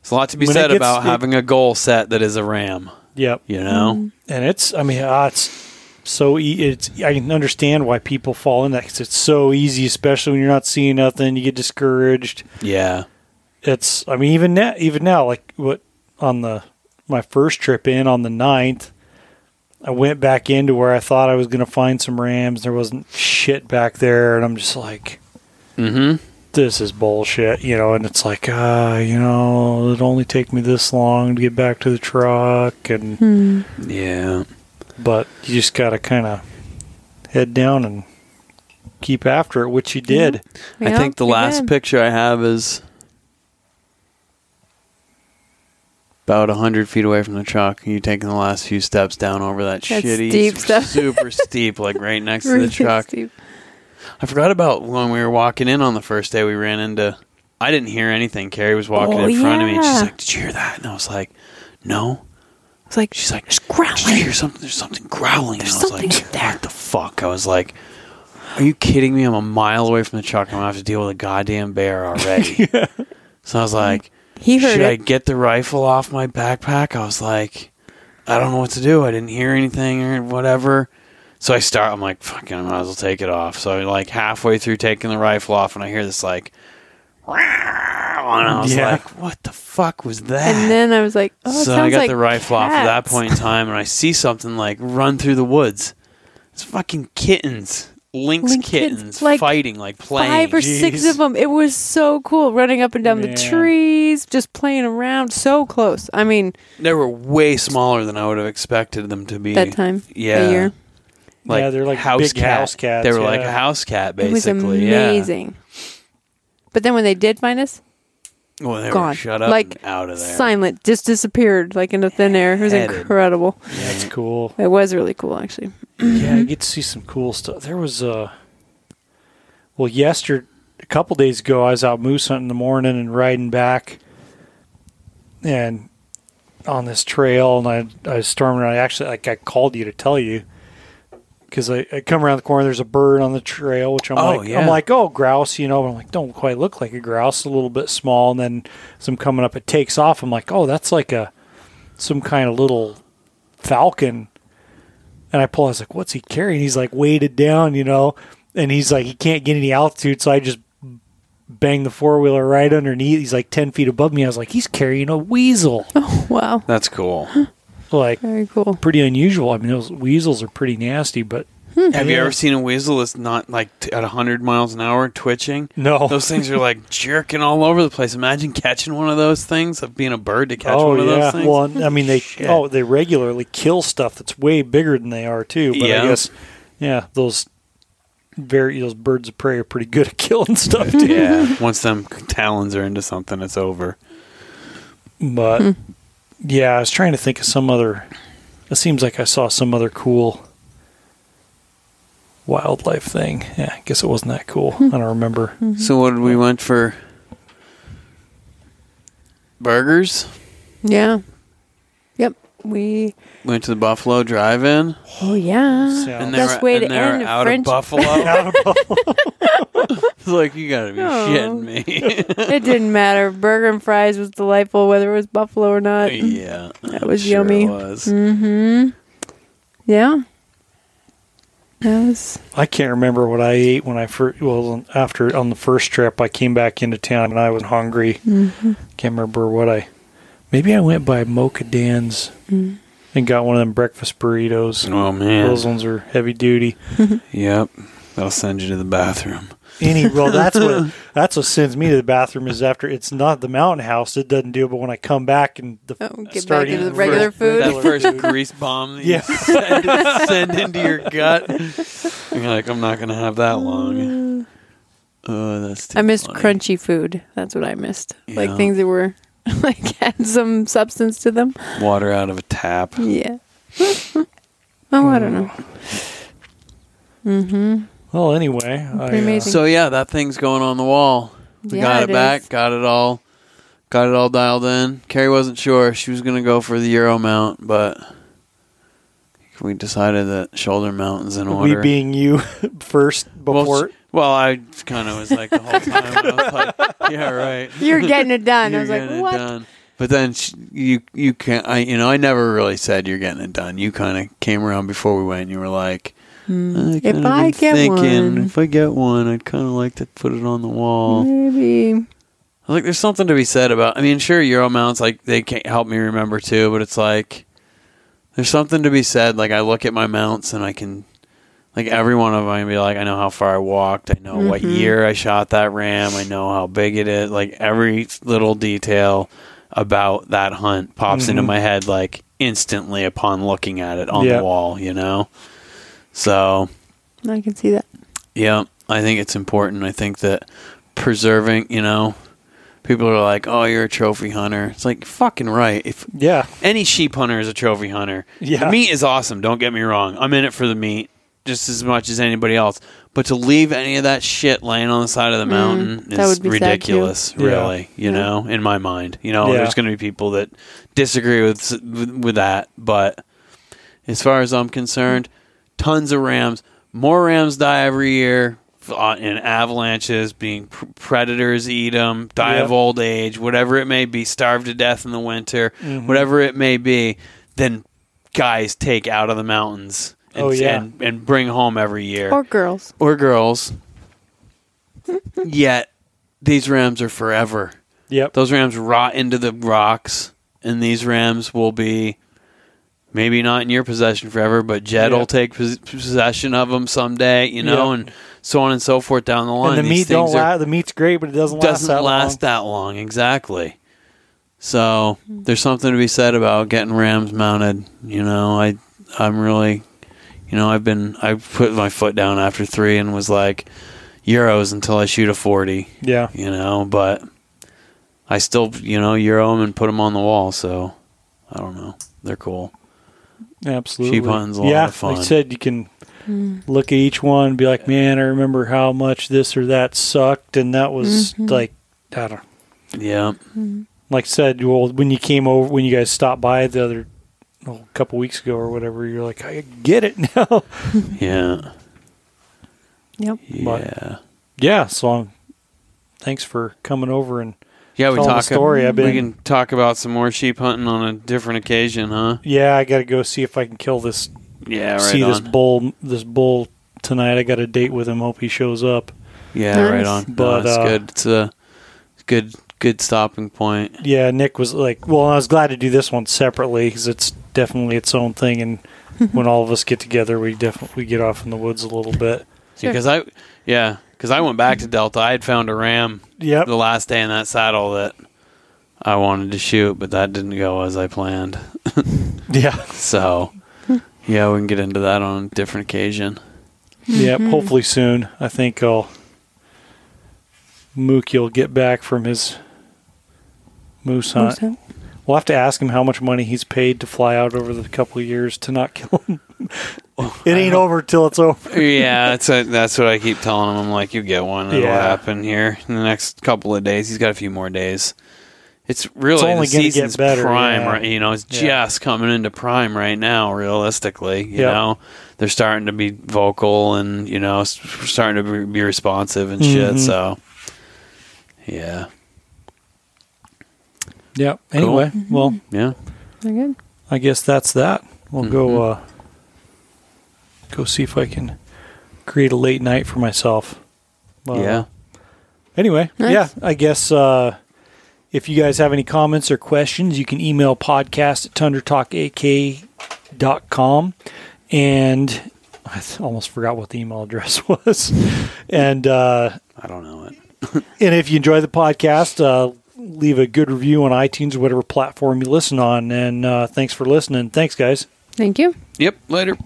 Speaker 2: It's a lot to be
Speaker 1: When it
Speaker 2: said
Speaker 1: gets-
Speaker 2: about
Speaker 1: it-
Speaker 2: having a goal set that is a ram.
Speaker 1: Yep.
Speaker 2: You
Speaker 3: Mm.
Speaker 2: know,
Speaker 1: And it's I mean ah, it's so e- it's I can understand why people fall in that 'cause it's so easy, especially when you're not seeing nothing, you get discouraged.
Speaker 2: yeah,
Speaker 1: it's I mean even now even now like what on the my first trip in on the 9th I went back into where I thought I was going to find some rams there wasn't shit back there and I'm just like
Speaker 2: mm-hmm.
Speaker 1: this is bullshit you know and it's like uh you know it'd only take me this long to get back to the truck and
Speaker 2: yeah,
Speaker 1: but you just got to kind of head down and keep after it which you did
Speaker 2: I
Speaker 3: Yeah,
Speaker 2: think the
Speaker 3: we
Speaker 2: last
Speaker 3: did.
Speaker 2: picture I have is about hundred feet away from the truck. You taking the last few steps down over that
Speaker 3: That
Speaker 2: shitty,
Speaker 3: steep stuff.
Speaker 2: super steep, like right next to
Speaker 3: Really
Speaker 2: the truck.
Speaker 3: steep.
Speaker 2: I forgot about when we were walking in on the first day. We ran into. I didn't hear anything. Carrie was walking
Speaker 3: Oh,
Speaker 2: in front of me. and She's
Speaker 3: yeah.
Speaker 2: like, "Did you hear that?" And I was like, "No."
Speaker 3: It's like
Speaker 2: She's like,
Speaker 3: there's
Speaker 2: Did you
Speaker 3: growling.
Speaker 2: hear something? There's something growling.
Speaker 3: There's
Speaker 2: and I was
Speaker 3: something
Speaker 2: like,
Speaker 3: there.
Speaker 2: What the fuck? I was like, Are you kidding me? I'm a mile away from the truck. I'm gonna have to deal with a goddamn bear already. So I was like,
Speaker 3: He heard
Speaker 2: Should I
Speaker 3: it.
Speaker 2: get the rifle off my backpack? I was like, I don't know what to do. I didn't hear anything or whatever. So I start. I'm like, fucking, I might as well take it off. So I'm like halfway through taking the rifle off, and I hear this like, "Rawr," and I was
Speaker 1: Yeah.
Speaker 2: like, what the fuck was that?
Speaker 3: and then I was like, oh, it
Speaker 2: so
Speaker 3: sounds
Speaker 2: I got
Speaker 3: like
Speaker 2: the rifle off at that
Speaker 3: cats.
Speaker 2: point in time, and I see something like run through the woods. It's fucking kittens, lynx
Speaker 3: Lynx kittens,
Speaker 2: kittens,
Speaker 3: like,
Speaker 2: fighting, like playing.
Speaker 3: Five or six
Speaker 1: Jeez.
Speaker 3: of them. It was so cool running up and down
Speaker 1: Man.
Speaker 3: the trees, just playing around so close. I mean,
Speaker 2: they were way smaller than I would have expected them to be.
Speaker 3: that time.
Speaker 2: yeah,
Speaker 3: A year.
Speaker 2: like
Speaker 1: Yeah, they're like
Speaker 2: house
Speaker 1: big
Speaker 2: cat.
Speaker 1: house cats,
Speaker 2: They were like
Speaker 1: yeah.
Speaker 2: a house cat,
Speaker 3: It was
Speaker 2: basically.
Speaker 3: amazing. But then when they did find us,
Speaker 2: Yeah, well, they
Speaker 3: Gone.
Speaker 2: were shut up,
Speaker 3: Like,
Speaker 2: and out of there.
Speaker 3: silent, just disappeared like into thin air. It was
Speaker 2: Headed.
Speaker 3: incredible.
Speaker 1: that's cool
Speaker 3: It was really cool, actually.
Speaker 1: yeah,
Speaker 2: Mm-hmm.
Speaker 1: I get to see some cool stuff. There was uh, well, yesterday, a couple days ago, I was out moose hunting in the morning and riding back, and on this trail, and I I was storming around. Actually, like I called you to tell you because I, I come around the corner. There's a bird on the trail, which I'm
Speaker 2: Oh,
Speaker 1: like,
Speaker 2: yeah.
Speaker 1: I'm like, oh, grouse, you know. but I'm like, don't quite look like a grouse. A little bit small, and then as I'm coming up, it takes off. I'm like, oh, that's like a some kind of little falcon. And I pull, I was like, what's he carrying? He's like weighted down, you know, and he's like, he can't get any altitude. So I just bang the four wheeler right underneath. He's like 10 feet above me. I was like, he's carrying a weasel.
Speaker 3: Wow.
Speaker 2: That's cool.
Speaker 1: like,
Speaker 3: Very cool.
Speaker 1: pretty unusual. I mean, those weasels are pretty nasty, but
Speaker 2: Have
Speaker 1: Yeah.
Speaker 2: you ever seen a weasel that's not like t- at hundred miles an hour twitching?
Speaker 1: no.
Speaker 2: Those things are like jerking all over the place. Imagine catching one of those things, of being a bird to catch
Speaker 1: oh,
Speaker 2: one of
Speaker 1: yeah.
Speaker 2: those things.
Speaker 1: Well, and- I mean, they,
Speaker 2: Shit.
Speaker 1: oh, they regularly kill stuff that's way bigger than they are, too. But I
Speaker 2: Yeah.
Speaker 1: guess, yeah, those. Very those birds of prey are pretty good at killing stuff too.
Speaker 2: yeah. Once them talons are into something, it's over.
Speaker 1: But yeah, I was trying to think of some other. It seems like I saw some other cool
Speaker 4: wildlife thing. Yeah, I guess it wasn't that cool. I don't remember.
Speaker 3: Mm-hmm.
Speaker 2: So what did we went for? Burgers.
Speaker 3: Yeah. Yep. We.
Speaker 2: Went to the Buffalo Drive-In.
Speaker 3: Oh yeah.
Speaker 1: So-
Speaker 2: And
Speaker 1: And
Speaker 2: they
Speaker 3: Best
Speaker 2: were,
Speaker 3: way
Speaker 2: and
Speaker 3: to
Speaker 2: they were
Speaker 3: end a
Speaker 2: out
Speaker 3: French-
Speaker 2: of Buffalo.
Speaker 1: Out of Buffalo.
Speaker 2: it's like you gotta be
Speaker 3: Oh.
Speaker 2: shitting me.
Speaker 3: it didn't matter. Burger and fries was delightful, whether it was buffalo or not.
Speaker 2: yeah,
Speaker 3: That
Speaker 2: I'm
Speaker 3: was
Speaker 2: sure it
Speaker 3: yummy.
Speaker 2: was.
Speaker 3: Mm-hmm. Yeah. That was.
Speaker 4: I can't remember what I ate when I first. Well, after on the first trip, I came back into town and I was hungry. Can't remember what I. Maybe I went by Mocha Dan's
Speaker 3: mm.
Speaker 4: and got one of them breakfast burritos.
Speaker 2: Oh man.
Speaker 4: Those ones are heavy duty.
Speaker 2: Yep. They'll send you to the bathroom.
Speaker 1: Any well, that's what that's what sends me to the bathroom is after it's not the Mountain House. It doesn't do it, but when I come back and the
Speaker 3: Oh, get back
Speaker 1: start
Speaker 3: into
Speaker 1: eating
Speaker 3: the regular
Speaker 1: first-
Speaker 3: food.
Speaker 2: That first grease bomb that
Speaker 1: Yeah.
Speaker 2: you send, send into your gut. And you're like, I'm not gonna have that long. Oh, that's too
Speaker 3: I missed
Speaker 2: funny.
Speaker 3: crunchy food. That's what I missed. Like
Speaker 2: Yeah.
Speaker 3: things that were like had some substance to them.
Speaker 2: water out of a tap.
Speaker 3: Yeah. oh, I don't know. Mm-hmm.
Speaker 4: Well, anyway, I,
Speaker 3: Pretty amazing.
Speaker 2: So yeah, that thing's going on the wall. We
Speaker 3: Yeah,
Speaker 2: got it,
Speaker 3: it
Speaker 2: back,
Speaker 3: is.
Speaker 2: got it all, got it all dialed in. Carrie wasn't sure she was gonna go for the euro mount, but we decided that shoulder mount is in
Speaker 1: uh, we
Speaker 2: order.
Speaker 1: being you first
Speaker 2: well,
Speaker 1: before.
Speaker 2: sh- well, I kind of was like the whole time. I was like, yeah, right.
Speaker 3: You're getting it done. I was
Speaker 2: You're
Speaker 3: like,
Speaker 2: getting it
Speaker 3: what?
Speaker 2: done. But then sh you you can't. I you know I never really said you're getting it done. You kind of came around before we went. and You were like, I
Speaker 3: Hmm. If
Speaker 2: kinda been
Speaker 3: I get one.
Speaker 2: if I get one, I'd kind of like to put it on the wall.
Speaker 3: Maybe.
Speaker 2: I was Like, there's something to be said about. I mean, sure, euro mounts like they can't help me remember too, but it's like there's something to be said. Like I look at my mounts and I can. Like every one of them, I can be like, I know how far I walked. I know what
Speaker 3: Mhm.
Speaker 2: year I shot that ram. I know how big it is. Like every little detail about that hunt pops into
Speaker 4: Mhm.
Speaker 2: my head like instantly upon looking at it on
Speaker 4: Yeah.
Speaker 2: the wall. You know, so
Speaker 3: I can see that.
Speaker 2: yeah, I think it's important. I think that preserving, you know, people are like, "Oh, you're a trophy hunter." It's like fucking right. If
Speaker 1: yeah,
Speaker 2: any sheep hunter is a trophy hunter,
Speaker 1: Yeah.
Speaker 2: the meat is awesome. Don't get me wrong. I'm in it for the meat just as much as anybody else. But to leave any of that shit laying on the side of the mountain
Speaker 3: Mm, that
Speaker 2: is
Speaker 3: would be sad, too.
Speaker 2: ridiculous,
Speaker 1: Yeah.
Speaker 2: really. You
Speaker 3: Yeah.
Speaker 2: know, in my mind, you know,
Speaker 1: Yeah.
Speaker 2: there's going to be people that disagree with s- with, with that, but as far as I'm concerned, tons of rams. More rams die every year f- uh, in avalanches, being pr- predators eat them, die
Speaker 1: Yeah.
Speaker 2: of old age, whatever it may be, starve to death in the winter,
Speaker 1: Mm-hmm.
Speaker 2: whatever it may be, then guys take out of the mountains and,
Speaker 1: Oh, yeah.
Speaker 2: and, and bring home every year
Speaker 3: Or girls.
Speaker 2: or girls. Yet these rams are forever.
Speaker 1: yep.
Speaker 2: Those rams rot into the rocks, and these rams will be maybe not in your possession forever, but Jed
Speaker 1: Yeah.
Speaker 2: will take pos- possession of them someday, you know,
Speaker 1: Yeah.
Speaker 2: and so on and so forth down the line.
Speaker 1: And the
Speaker 2: These
Speaker 1: meat don't
Speaker 2: things are-
Speaker 1: last. The meat's great, but it doesn't last.
Speaker 2: doesn't
Speaker 1: that
Speaker 2: last that long, exactly. So there's something to be said about getting rams mounted. You know, I I'm really, you know, I've been I put my foot down after three and was like euros until I shoot a forty
Speaker 1: Long. Yeah.
Speaker 2: you know, but I still, you know, euro them and put them on the wall. So I don't know. They're cool.
Speaker 1: Absolutely.
Speaker 2: Sheep hunting's a lot
Speaker 1: yeah,
Speaker 2: of fun.
Speaker 1: Like I said, you can
Speaker 3: Hmm.
Speaker 1: look at each one and be like, man, I remember how much this or that sucked. And that was
Speaker 3: Mm-hmm.
Speaker 1: like, I don't
Speaker 2: Yeah.
Speaker 3: Hmm.
Speaker 1: Like I said, well, when you came over, when you guys stopped by the other oh, couple weeks ago or whatever, you're like, I get it now.
Speaker 2: Yeah.
Speaker 3: Yep.
Speaker 2: Yeah.
Speaker 1: yeah. So um, thanks for coming over and
Speaker 2: Yeah. We
Speaker 1: telling
Speaker 2: talk.
Speaker 1: the story. I've been.
Speaker 2: we can talk about some more sheep hunting on a different occasion, huh?
Speaker 1: yeah, I got to go see if I can kill this.
Speaker 2: Yeah. Right
Speaker 1: see
Speaker 2: on.
Speaker 1: this bull. This bull tonight. I got a date with him. Hope he shows up.
Speaker 2: yeah. Right
Speaker 3: Nice.
Speaker 2: on. No,
Speaker 1: But,
Speaker 2: it's
Speaker 1: uh,
Speaker 2: good. It's a good good stopping point.
Speaker 1: yeah, Nick was like, well, I was glad to do this one separately because it's definitely its own thing. And when all of us get together, we definitely we get off in the woods a little bit.
Speaker 3: Sure.
Speaker 2: Because I, yeah, because I went back to Delta. I had found a ram
Speaker 1: Yep.
Speaker 2: the last day in that saddle that I wanted to shoot, but that didn't go as I planned.
Speaker 1: Yeah.
Speaker 2: So,
Speaker 3: Hmm.
Speaker 2: yeah, we can get into that on a different occasion.
Speaker 1: Yep. Hopefully soon. I think I'll. Mookie will get back from his moose hunt.
Speaker 3: Moose hunt.
Speaker 1: We'll have to ask him how much money he's paid to fly out over the couple of years to not kill him. It ain't over till it's over.
Speaker 2: yeah, that's a, that's what I keep telling him. I'm like, you get one, it'll
Speaker 1: Yeah.
Speaker 2: happen here in the next couple of days. He's got a few more days. It's really
Speaker 1: only
Speaker 2: the
Speaker 1: gonna get
Speaker 2: season's
Speaker 1: better,
Speaker 2: prime,
Speaker 1: yeah.
Speaker 2: right? You know, it's
Speaker 1: Yeah.
Speaker 2: just coming into prime right now. Realistically, you
Speaker 1: Yep.
Speaker 2: know, they're starting to be vocal and you know s- starting to be- be responsive and shit.
Speaker 1: Mhm.
Speaker 2: So, yeah,
Speaker 1: Yep.
Speaker 2: Cool.
Speaker 1: Anyway, well,
Speaker 2: yeah,
Speaker 3: Very good.
Speaker 1: I guess that's that. We'll go uh, go see if I can create a late night for myself. Uh,
Speaker 2: yeah.
Speaker 1: Anyway,
Speaker 3: Nice.
Speaker 1: yeah, I guess uh, if you guys have any comments or questions, you can email podcast at tundertalkak.com. And I th- almost forgot what the email address was. and uh,
Speaker 2: I don't know it.
Speaker 1: and if you enjoy the podcast, uh, leave a good review on iTunes or whatever platform you listen on. And uh, thanks for listening. Thanks, guys.
Speaker 3: Thank you.
Speaker 2: Yep. Later.